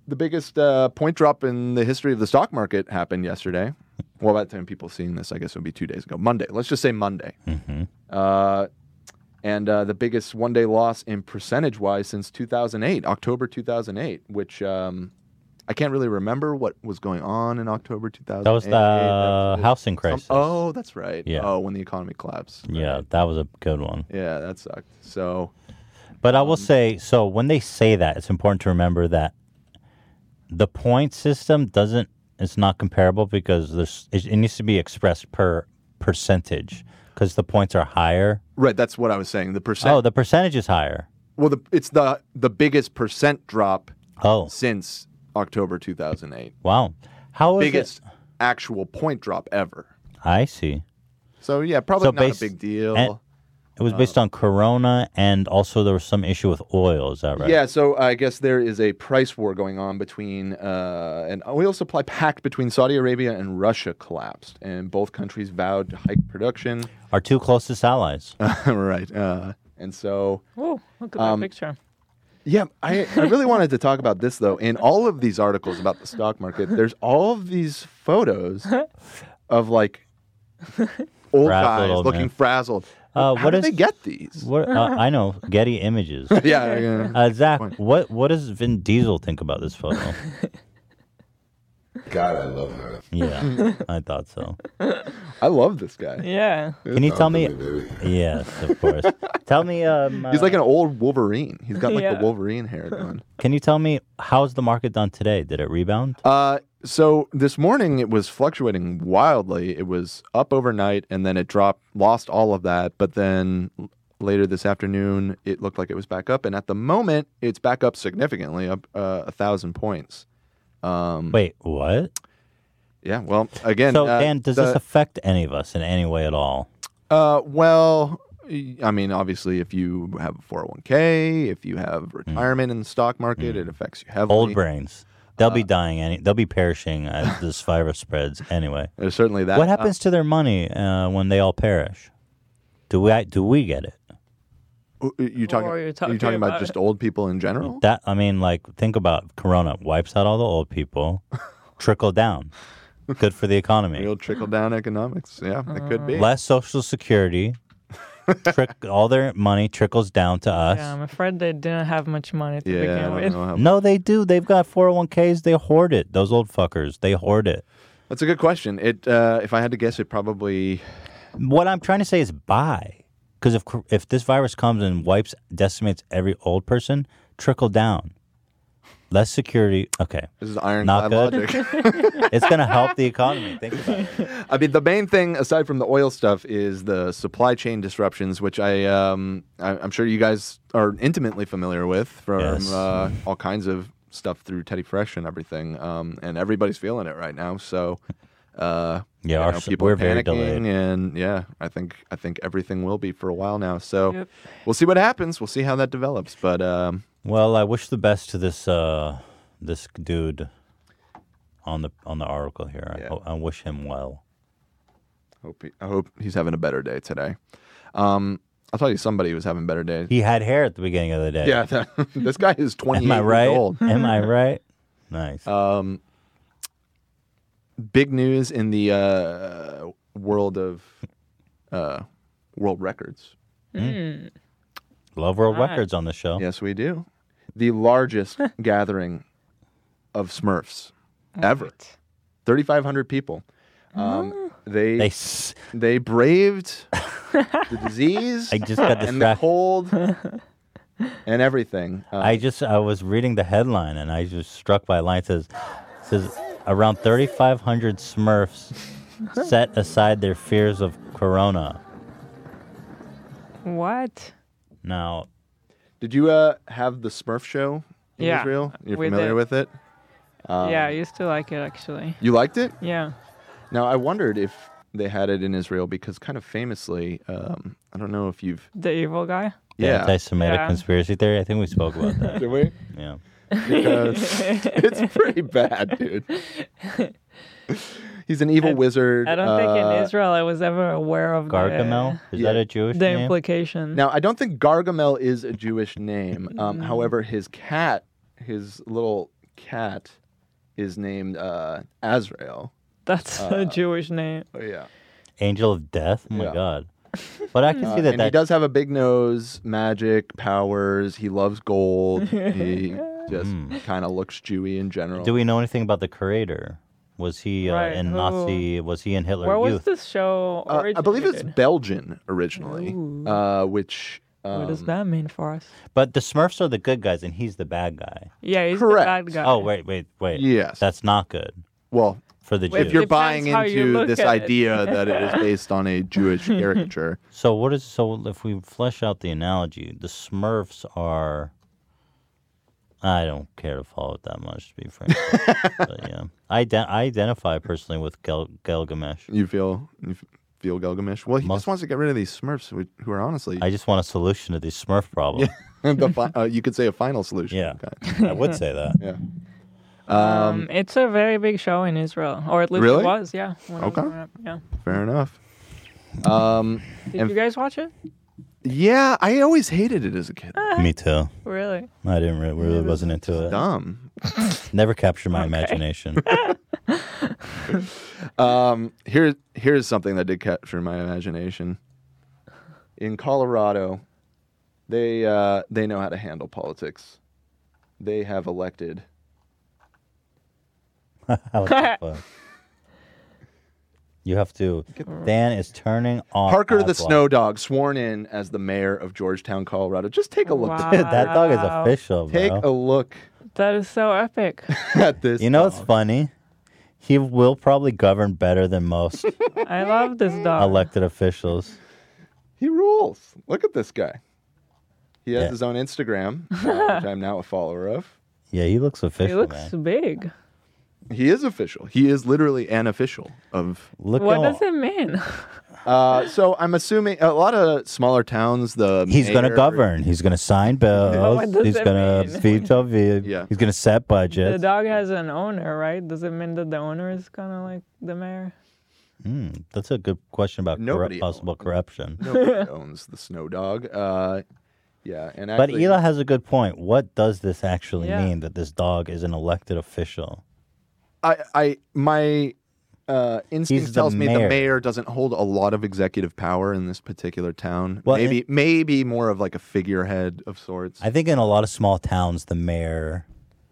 A: the biggest uh, point drop in the history of the stock market happened yesterday. Well, by the time people seeing this, I guess it would be two days ago. Monday. Let's just say Monday.
C: Mm-hmm.
A: Uh, and uh, the biggest one day loss in percentage wise since 2008, October 2008, which um, I can't really remember what was going on in October 2008.
C: that was the housing crisis.
A: oh, that's right.
C: Yeah.
A: Oh, when the economy collapsed.
C: Yeah, that was a good one.
A: Yeah, that sucked. So,
C: But I will
A: Um,
C: say, so when they say that, it's important to remember that the point system doesn't. It's not comparable because there's. It, it needs to be expressed per percentage because the points are higher.
A: right, that's what I was saying. The percent.
C: Oh, the percentage is higher.
A: well, the, it's the the biggest percent drop
C: oh.
A: since October 2008.
C: Wow. How is it-
A: biggest actual point drop ever.
C: I see.
A: So yeah, probably
C: So
A: not
C: based-
A: a big deal.
C: and it was
A: Uh,
C: based on Corona, and also there was some issue with oil. Is that right?
A: Yeah, so I guess there is a price war going on between uh, an oil supply pact between Saudi Arabia and Russia collapsed, and both countries vowed to hike production.
C: Our two closest allies.
A: right. Uh, and so,
E: Oh, look at
A: Um,
E: that picture.
A: Yeah, I, I really wanted to talk about this though. In all of these articles about the stock market, there's all of these photos of like old
C: Frazzled
A: guys
C: old
A: looking
C: man.
A: frazzled.
C: Uh,
A: How
C: what
A: do
C: is-
A: they get these?
C: What, uh, I know Getty Images.
A: Yeah, yeah.
C: Uh, Zach, what what does Vin Diesel think about this photo?
P: God, I love her.
C: yeah, I thought so.
A: I love this guy.
E: Yeah.
C: Can you tell me? Yes, of course. tell me. Um,
A: He's like
C: uh,
A: an old Wolverine. He's got like
C: Yeah.
A: the Wolverine hair going.
C: Can you tell me how's the market done today? Did it rebound?
A: Uh, so this morning it was fluctuating wildly. It was up overnight and then it dropped, lost all of that. But then l- later this afternoon it looked like it was back up, and at the moment it's back up significantly, up uh, a thousand points.
C: Mm.
A: Um,
C: Wait, what?
A: Yeah. Well, again,
C: so
A: uh,
C: Dan, does
A: the-
C: this affect any of us in any way at all?
A: Uh, well, y- I mean, obviously, if you have a 401k, if you have retirement in the stock market, it affects you heavily.
C: Mm. Old brains. They'll
A: uh,
C: be dying. Any, they'll be perishing as this virus spreads. Anyway,
A: there's certainly that.
C: What happens to their money uh, when they all perish? Do we do we get it?
A: Uh, You talking?
E: are you
A: Are you
E: talking
A: talking, about,
E: about
A: just old people in general?
C: That I mean, like think about Corona wipes out all the old people, trickle down, good for the economy.
A: Real trickle down economics. Yeah, it could be.
C: Less Social Security, trick all their money trickles down to us.
E: Yeah, I'm afraid they didn't have much money to
C: Yeah,
E: begin
C: I don't
E: with.
C: know
A: um,
C: No, they do. They've got 401ks. They hoard it. Those old fuckers. They hoard it.
A: That's a good question. It, uh, if I had to guess, it probably.
C: What I'm trying to say is buy. Because if, cr- if this virus comes and wipes, decimates every old person, trickle down. Less security. Okay.
A: This is iron
C: Not
A: clad
C: good.
A: logic.
C: it's going to help the economy. Think about it.
A: I mean, the main thing aside from the oil stuff is the supply chain disruptions, which I, um, I I'm sure you guys are intimately familiar with from
C: Yes.
A: uh, all kinds of stuff through Teddy Fresh and everything. Um, and everybody's feeling it right now. So, uh,
C: Yeah,
A: you
C: our
A: know,
C: s-
A: people
C: we're
A: are
C: very
A: panicking,
C: delayed.
A: and yeah, I think I think everything will be for a while now. So, we'll see what happens. We'll see how that develops. But um,
C: Well, I wish the best to this uh, this dude on the on the article here. I, ho- I wish him well.
A: hope he, I hope he's having a better day today. Um, I'll tell you, somebody was having better days.
C: He had hair at the beginning of the day.
A: Yeah, that, this guy is 28
C: Am I right?
A: years old.
C: Am I right? Nice.
A: Um, big news in the uh, world of uh, world records.
E: Mm.
C: Love World
E: Right.
C: Records on the show.
A: Yes, we do. The largest gathering of Smurfs ever. 3,500 people. Um, they
C: Oh. They
A: they,
C: s-
A: braved the disease.
C: I just got
A: and the
C: distracted.
A: cold and everything. Uh,
C: I just I was reading the headline and I was struck by a line It says it says around 3,500 Smurfs set aside their fears of Corona.
E: What?
C: Now,
A: Did you uh, have the Smurf show in
E: Yeah,
A: Israel? You're
E: we
A: familiar
E: did.
A: with it? Um,
E: yeah, I used to like it actually.
A: You liked it?
E: Yeah.
A: Now, I wondered if they had it in Israel because, kind of famously, um, I don't know if you've.
E: The evil guy?
C: the
A: Yeah.
C: anti-Semitic
E: Yeah.
C: conspiracy theory. I think we spoke about that.
A: Did we?
C: Yeah.
A: Because it's pretty bad, dude. He's an evil wizard.
E: I don't think in
A: uh,
E: Israel I was ever aware of
C: Gargamel? Is that a
E: the,
C: Jewish
E: the
C: name?
E: implication.
A: Now, I don't think Gargamel is a Jewish name.
E: Mm.
A: Um, however, his cat, his little cat, is named uh, Azrael.
E: That's
A: Uh,
E: a Jewish name.
A: Oh, yeah.
C: Angel of Death. Oh my
A: Yeah.
C: god. But I can
A: Uh,
C: see that
A: and he
C: that
A: does have a big nose, magic powers. He loves gold. he just kind of looks Jewy in general.
C: Do we know anything about the creator? Was he uh,
E: Right,
C: in
E: who-
C: Nazi? Was he in Hitler
E: Where was
C: Youth?
E: this show
A: Uh, I believe it's
E: originated?
A: Belgian originally,
E: Ooh.
A: uh, which um,
E: what does that mean for us?
C: But the Smurfs are the good guys, and he's the bad guy.
E: Yeah, he's
A: correct.
E: the bad guy.
C: Oh wait, wait, wait.
A: Yes.
C: that's not good
A: well,
C: for the
A: if
C: Jews.
A: you're
E: Depends
A: buying
E: how you
A: into
E: look
A: this
E: at it.
A: idea that it is based on a Jewish caricature,
C: so what is so? If we flesh out the analogy, the Smurfs are. I don't care to follow it that much, to be frank. but yeah, I, de- I identify personally with Gil- Gilgamesh.
A: you feel you f- feel Gilgamesh. Well, he just wants to get rid of these Smurfs, who, who are honestly
C: I just want a solution to the Smurf problem.
A: the fi- uh, you could say a final solution.
C: Yeah,
A: kind.
C: I would say that.
A: Yeah.
E: Um, it's a very big show in Israel, or at least
A: Really?
E: it was. Yeah. when I was
A: Okay.
E: growing up, Yeah.
A: Fair enough. Um,
E: Did
A: and
E: you guys watch it?
A: Yeah, I always hated it as a kid.
E: Ah.
C: Me too.
E: Really?
C: I didn't re- really wasn't into it.
A: Dumb.
C: Never captured my imagination.
A: Um, here, here's something that did capture my imagination. In Colorado, they uh, they know how to handle politics. They have elected
C: What the fuck? You have to. Dan is turning on
A: Parker the
C: Outlaw.
A: Snow Dog, sworn in as the mayor of Georgetown, Colorado. Just take a look. at
C: Dude, that dog is
E: Wow.
C: official,
A: Take
C: bro.
A: a look
E: That is so epic.
A: at this.
C: you know what's funny? He will probably govern better than most
E: I love this dog.
C: elected officials.
A: He rules. Look at this guy. He has
C: Yeah.
A: his own Instagram, uh, which I'm now a follower of.
C: Yeah, he looks
E: He
C: official,
E: looks
C: man.
E: big.
A: He is official. He is literally an official of.
C: Look
E: what
C: at
E: does it mean?
A: Uh, so I'm assuming a lot of smaller towns. The
C: He's going to
A: mayor-
C: govern. He's going to sign bills.
E: What does
C: He's
E: it
C: going to
E: mean?
C: veto. ve- He's going to set
E: the
C: budgets.
E: dog has an owner, right? Does it mean that the owner is kind of like the mayor?
C: Hmm, that's a good question about corru-
A: Nobody
C: possible corruption.
A: Nobody owns the Snow Dog. Uh, yeah, and
C: But
A: actually,
C: Ela has a good point. What does this actually
A: Yeah.
C: mean that this dog is an elected official?
A: I, I, my uh, instinct
C: the
A: tells me
C: mayor.
A: the mayor doesn't hold a lot of executive power in this particular town.
C: Well,
A: maybe, maybe more of like a figurehead of sorts.
C: I think in a lot of small towns, the mayor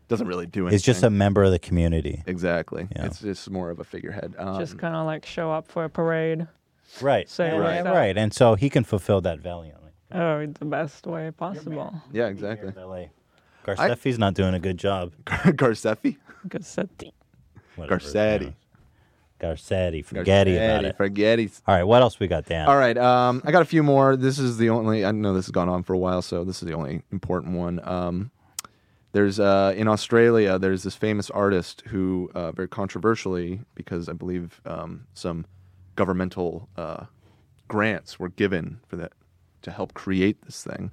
A: Doesn't really do anything.
C: is just a member of the community.
A: exactly. It's just more of a figurehead. Um,
E: Just kind of like show up for a parade.
C: Right.
E: Say
C: right.
E: what's up.
C: Right. And so he can fulfill that valiantly.
E: Oh, the best way possible.
A: yeah, exactly.
C: Garceffi's not doing a good job.
A: Garcetti.
E: Garcetti.
C: Whatever his name
A: Garcetti.
C: is. Garcetti. Forget about
A: Garcetti,
C: it.
A: Forget it.
C: All right. What else we got, Dan?
A: All right, um, I got a few more. This is the only. I know this has gone on for a while, so this is the only important one. Um, there's uh, in Australia. There's this famous artist who, uh, very controversially, because I believe um, some governmental uh, grants were given for that to help create this thing,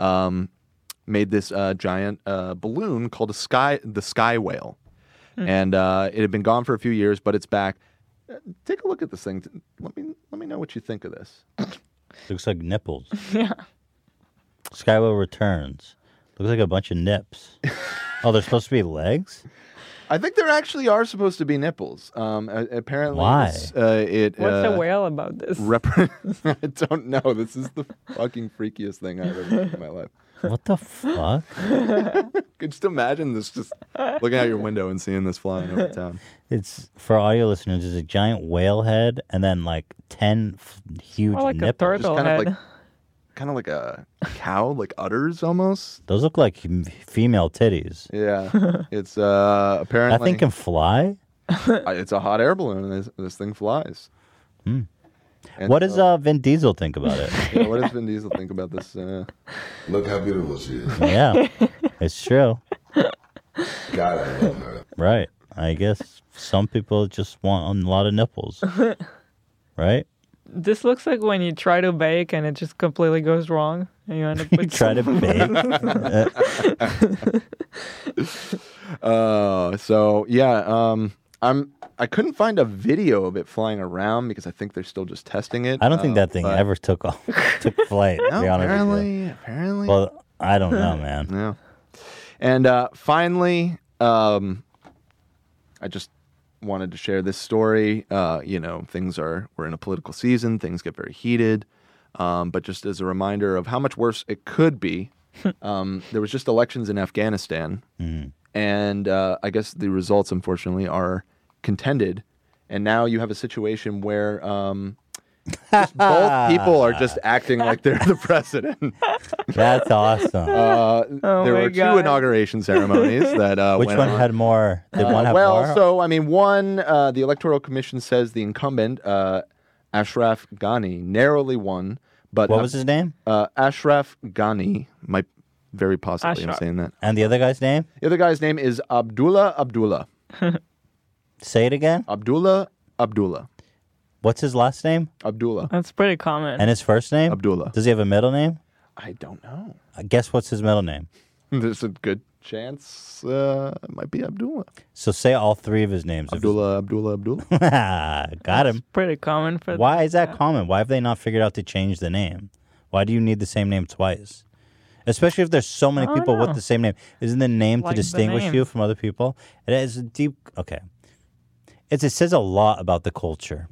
A: um, made this uh, giant uh, balloon called a sky the sky whale,
R: Hmm.
A: and uh, it had been gone for a few years, but it's back. Uh, Take a look at this thing. Let me let me know what you think of this.
C: Looks like nipples.
E: yeah.
C: Skywell returns. Looks like a bunch of nips. oh, they're supposed to be legs?
A: I think there actually are supposed to be nipples. Um, a- apparently,
C: Why?
A: this, uh, it
E: What's
A: uh,
E: a whale about this?
A: repre- I don't know. This is the fucking freakiest thing I've ever seen in my life.
C: What the fuck?
A: Could just imagine this, just looking out your window and seeing this flying over town.
C: It's for audio listeners. It's a giant whale head and then like ten f- huge
A: More like a
C: nipples.
A: Just turtle kind of like- head. Kind of like a cow, like udders almost.
C: Those look like m- female titties.
A: Yeah, it's uh,
C: That
A: apparently
C: thing can fly.
A: I- it's a hot air balloon, and this, this thing flies.
C: Hmm.
A: And
C: What does
A: so-
C: uh, Vin Diesel think about it?
A: Yeah, what does Vin Diesel think about this? Uh...
P: Look how beautiful she is.
C: yeah, it's true.
P: God, I love her.
C: Right. I guess some people just want a lot of nipples. Right.
E: This looks like when you try to bake and it just completely goes wrong, and you end up.
C: You
E: with
C: try to
E: some-
C: bake.
A: Uh, so yeah, um, I'm I couldn't find a video of it flying around because I think they're still just testing it.
C: I don't think
A: uh,
C: that thing
A: but-
C: ever took off, took flight. to
A: No,
C: be honest with you.
A: apparently, apparently.
C: Well, I don't know, man.
A: Yeah. And uh, finally, um, I just wanted to share this story. Uh, you know, things are we're in a political season; things get very heated. Um, but just as a reminder of how much worse it could be, um, there was just elections in Afghanistan,
C: Mm-hmm.
A: and uh, I guess the results, unfortunately, are contended. And now you have a situation where um, just both people are just acting like they're the president.
C: That's awesome.
A: Uh,
C: Oh
A: there
C: my
A: were
C: God.
A: two inauguration ceremonies that uh,
C: Which
A: went
C: one
A: on.
C: had more? Did
A: Uh,
C: one have
A: well,
C: more?
A: so I mean, one uh, the Electoral Commission says the incumbent uh, Ashraf Ghani narrowly won, but
C: What was his name?
A: Uh, Ashraf Ghani. Might very possibly I'm
C: Ashraf.
A: saying that.
C: and the other guy's name?
A: The other guy's name is Abdullah Abdullah.
C: Say it again.
A: Abdullah Abdullah.
C: What's his last name?
A: Abdullah.
E: That's pretty common.
C: And his first name?
A: Abdullah.
C: Does he have a middle name?
A: I don't know.
C: I guess what's his middle name?
A: There's a good chance uh, it might be Abdullah.
C: So say all three of his names.
A: Abdullah, Abdullah, Abdullah.
C: Got him.
E: pretty common for.
C: Why is that common? Why have they not figured out to change the name? Why do you need the same name twice? Especially if there's so many
E: I don't
C: people
E: know.
C: with the same name. Isn't the name
E: Like
C: to
E: the
C: distinguish
E: name.
C: you from other people? It is a deep. Okay. It's, it says a lot about the culture.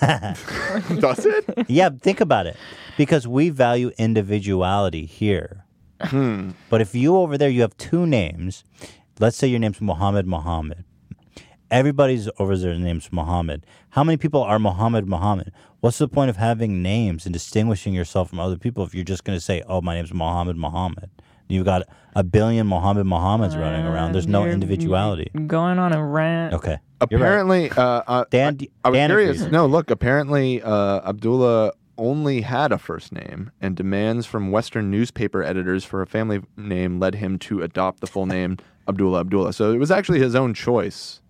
C: What?
A: Does it?
C: Yeah, think about it. Because we value individuality here.
A: Hmm.
C: But if you over there, you have two names. Let's say your name's Mohammed Mohammed. Everybody's over there, name's Mohammed. How many people are Mohammed Mohammed? What's the point of having names and distinguishing yourself from other people if you're just going to say, oh, my name's Mohammed Mohammed? You've got a billion Mohammed Mohammeds running around. There's no
A: Uh,
E: You're-
C: individuality.
E: Going on a rant.
C: Okay. You're right.
A: Apparently, uh, uh,
C: Dan,
A: I, I was
C: Dan
A: curious.
C: agrees.
A: No, look. Apparently, uh, Abdullah only had a first name, and demands from Western newspaper editors for a family name led him to adopt the full name Abdullah Abdullah. So it was actually his own choice.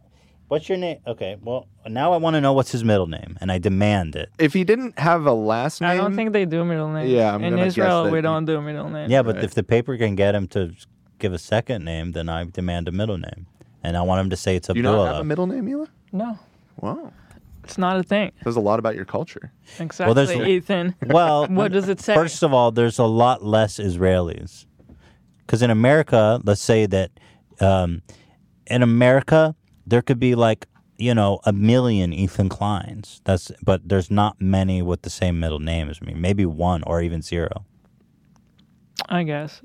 C: What's your name? Okay. Well, now I want to know what's his middle name, and I demand it.
A: If he didn't have a last name,
E: I don't think they do middle names.
C: Yeah, I'm
E: in
C: gonna guess
E: Israel
C: that
E: we
C: you-
E: don't do middle names.
C: Yeah, but if the paper can get him to give a second name, then I demand a middle name, and I want him to say it's
A: you
C: Abdullah.
A: not have a middle name, Mila.
E: no,
A: Wow,
E: it's not a thing.
A: says a lot about your culture.
E: Exactly,
C: there's-
E: Ethan.
C: Well,
E: what does it say?
C: First of all, there's a lot less Israelis, because in America, let's say that um, in America there could be like you know a million Ethan Kleins. That's but there's not many with the same middle name as me. Maybe one or even zero.
E: I guess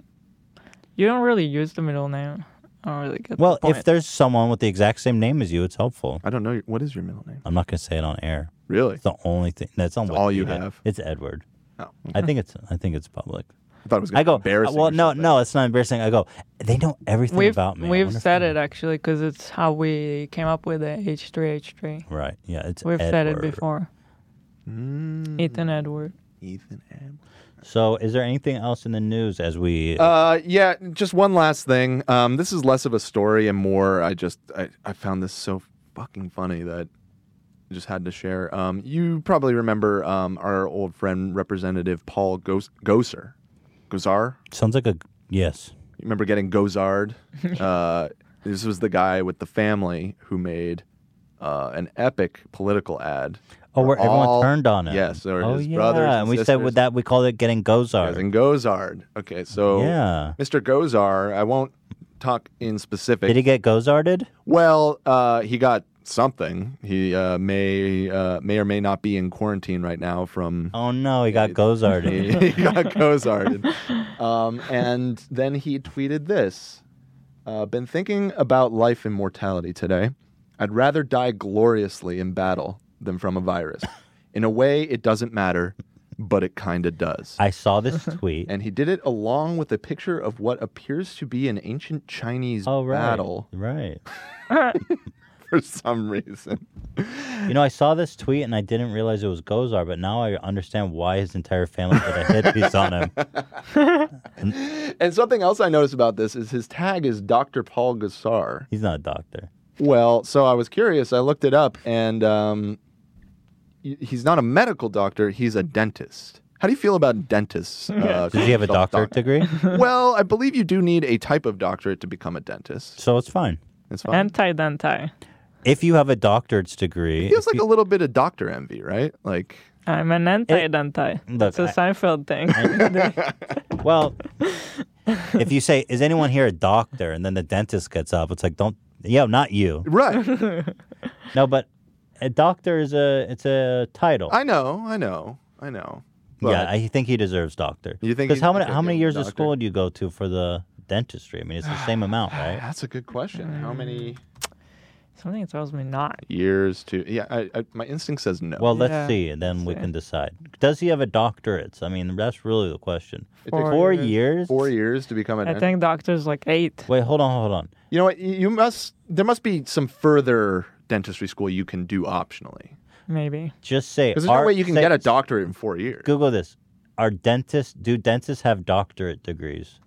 E: you don't really use the middle name. I don't really get. the
C: Well, if
E: point.
C: there's someone with the exact same name as you, it's helpful.
A: I don't know what is your middle name.
C: I'm not gonna say it on air.
A: Really?
C: It's the only thing that's on.
A: It's all you
C: Wikipedia.
A: have.
C: It's Edward.
A: Oh.
C: I think it's. I think it's public.
A: I thought it was gonna
C: I
A: be
C: go uh,
A: embarrassing
C: Well,
A: or
C: no, no, it's not embarrassing. I go. They know everything
E: we've
C: about me. I
E: we've
C: wonder if
E: said it actually because it's how we came up with the H three H three.
C: Right. Yeah. It's
E: We've said it
C: Edward.
E: before.
A: Hmm.
C: Hmm.
E: Ethan Edward.
A: Ethan Edward.
C: So, is there anything else in the news as we?
A: Uh, yeah, just one last thing. Um, this is less of a story and more. I just I, I found this so fucking funny that I just had to share. Um, you probably remember um, our old friend Representative Paul Gos- Gosar. Gosar.
C: sounds like a yes.
A: You remember getting Gozard? uh, this was the guy with the family who made uh, an epic political ad.
C: Oh, where everyone turned on him.
A: Yes, or
C: oh
A: his
C: yeah.
A: brothers.
C: and we said
A: sisters.
C: with that we called it getting Gozard.
A: Yes, and Gozard. Okay, so
C: Uh, Yeah.
A: Mr. Gozar, I won't talk in specific.
C: Did he get Gozarded?
A: Well, uh, he got something. He uh, may uh, may or may not be in quarantine right now from.
C: Oh no, he got Gozarded.
A: he got Gozarded. Um, and then he tweeted this. Uh, been thinking about life and mortality today. I'd rather die gloriously in battle than from a virus. In a way, it doesn't matter, but it kind of does.
C: I saw this tweet.
A: And he did it along with a picture of what appears to be an ancient Chinese
C: Oh right.
A: battle
C: Right.
A: for some reason.
C: You know, I saw this tweet and I didn't realize it was Gozar, but now I understand why his entire family did a hit piece on him.
A: And something else I noticed about this is his tag is Dr. Paul Gassar.
C: He's not a doctor.
A: Well, so I was curious. I looked it up, and um, y- he's not a medical doctor. He's a dentist. How do you feel about dentists? Uh,
C: Does he have a
A: calling
C: doctorate degree?
A: themselves doc- well, I believe you do need a type of doctorate to become a dentist.
C: So it's fine.
A: It's fine.
E: Anti dentai.
C: If you have a doctorate's degree,
A: it feels
C: if
A: like a little bit of doctor envy, right? Like,
E: I'm an anti dentai.
C: look,
E: It's a
C: I-
E: Seinfeld thing.
C: you- well, if you say, "Is anyone here a doctor?" and then the dentist gets up, it's like, "Don't, yeah, not you."
A: right?
C: No, but a doctor is a it's a title.
A: I know, I know, I know.
C: yeah,
A: But-
C: I think he deserves doctor.
A: You think
C: Because
A: he-
C: how many
A: okay,
C: how many
A: okay,
C: years of
A: doctor.
C: school do you go to for the dentistry? I mean, it's the same amount, right?
A: That's a good question. How many
E: Something tells me not.
A: years to? Yeah, I, I, my instinct says no.
C: Well, let's
E: Yeah.
C: see, and then we
E: See.
C: can decide. Does he have a doctorate? I mean, that's really the question.
A: It takes
C: Four, years.
A: Four years to become a
E: I
A: dentist.
E: think doctors like eight.
C: Wait, hold on, hold on.
A: You know what? You- You must. There must be some further dentistry school you can do optionally.
E: Maybe.
C: Just say.
A: Because there's no
C: are-
A: way you can
C: say-
A: get a doctorate in four years.
C: Google this. Are dentists do dentists have doctorate degrees?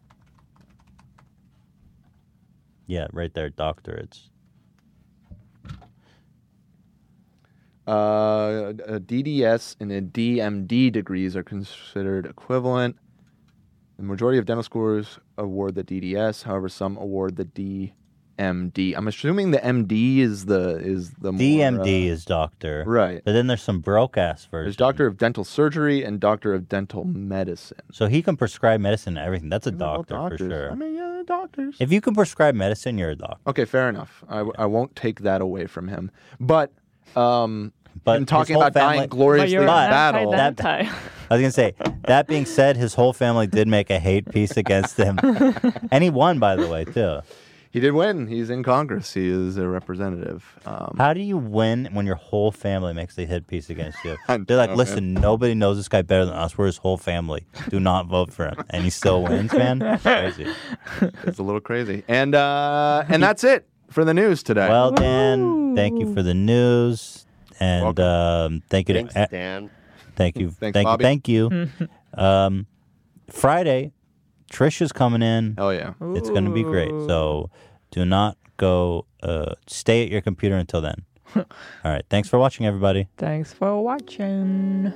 C: Yeah, right there, doctorates.
A: Uh, a DDS and a DMD degrees are considered equivalent. The majority of dental schools award the DDS. However, some award the MD. I'm assuming the MD is the is the more,
C: DMD
A: uh,
C: is doctor.
A: Right.
C: But then there's some broke ass
A: There's
C: version.
A: doctor of dental surgery and doctor of dental medicine.
C: So he can prescribe medicine and everything. That's a doctor for
A: doctors.
C: sure.
A: I mean, yeah, they're doctors.
C: if you can prescribe medicine, you're a doctor.
A: Okay, fair enough. I, I won't take that away from him. But um,
C: But
A: him
C: his
A: talking
C: whole
A: about
C: family-
A: dying gloriously in battle.
C: That- I was gonna say. That being said, his whole family did make a hate piece against him, and he won, by the way, too.
A: He did win. He's in Congress. He is a representative. Um,
C: How do you win when your whole family makes a hit piece against you?
A: I
C: They're like,
A: know, man.
C: listen, nobody knows this guy better than us. We're his whole family. Do not vote for him. And he still wins, man. It's Crazy.
A: It's a little crazy. And uh, and that's it for the news today.
C: Well, Dan, thank you for the news. And um, thank you
R: Thanks,
C: to
R: Dan.
C: Thank you.
R: Thanks,
C: thank
R: Bobby.
C: you. Thank you. um, Friday, Trish is coming in.
A: Oh, yeah.
C: It's going to be great. So do not go, uh, stay at your computer until then. All right. Thanks for watching, everybody.
E: Thanks for watching.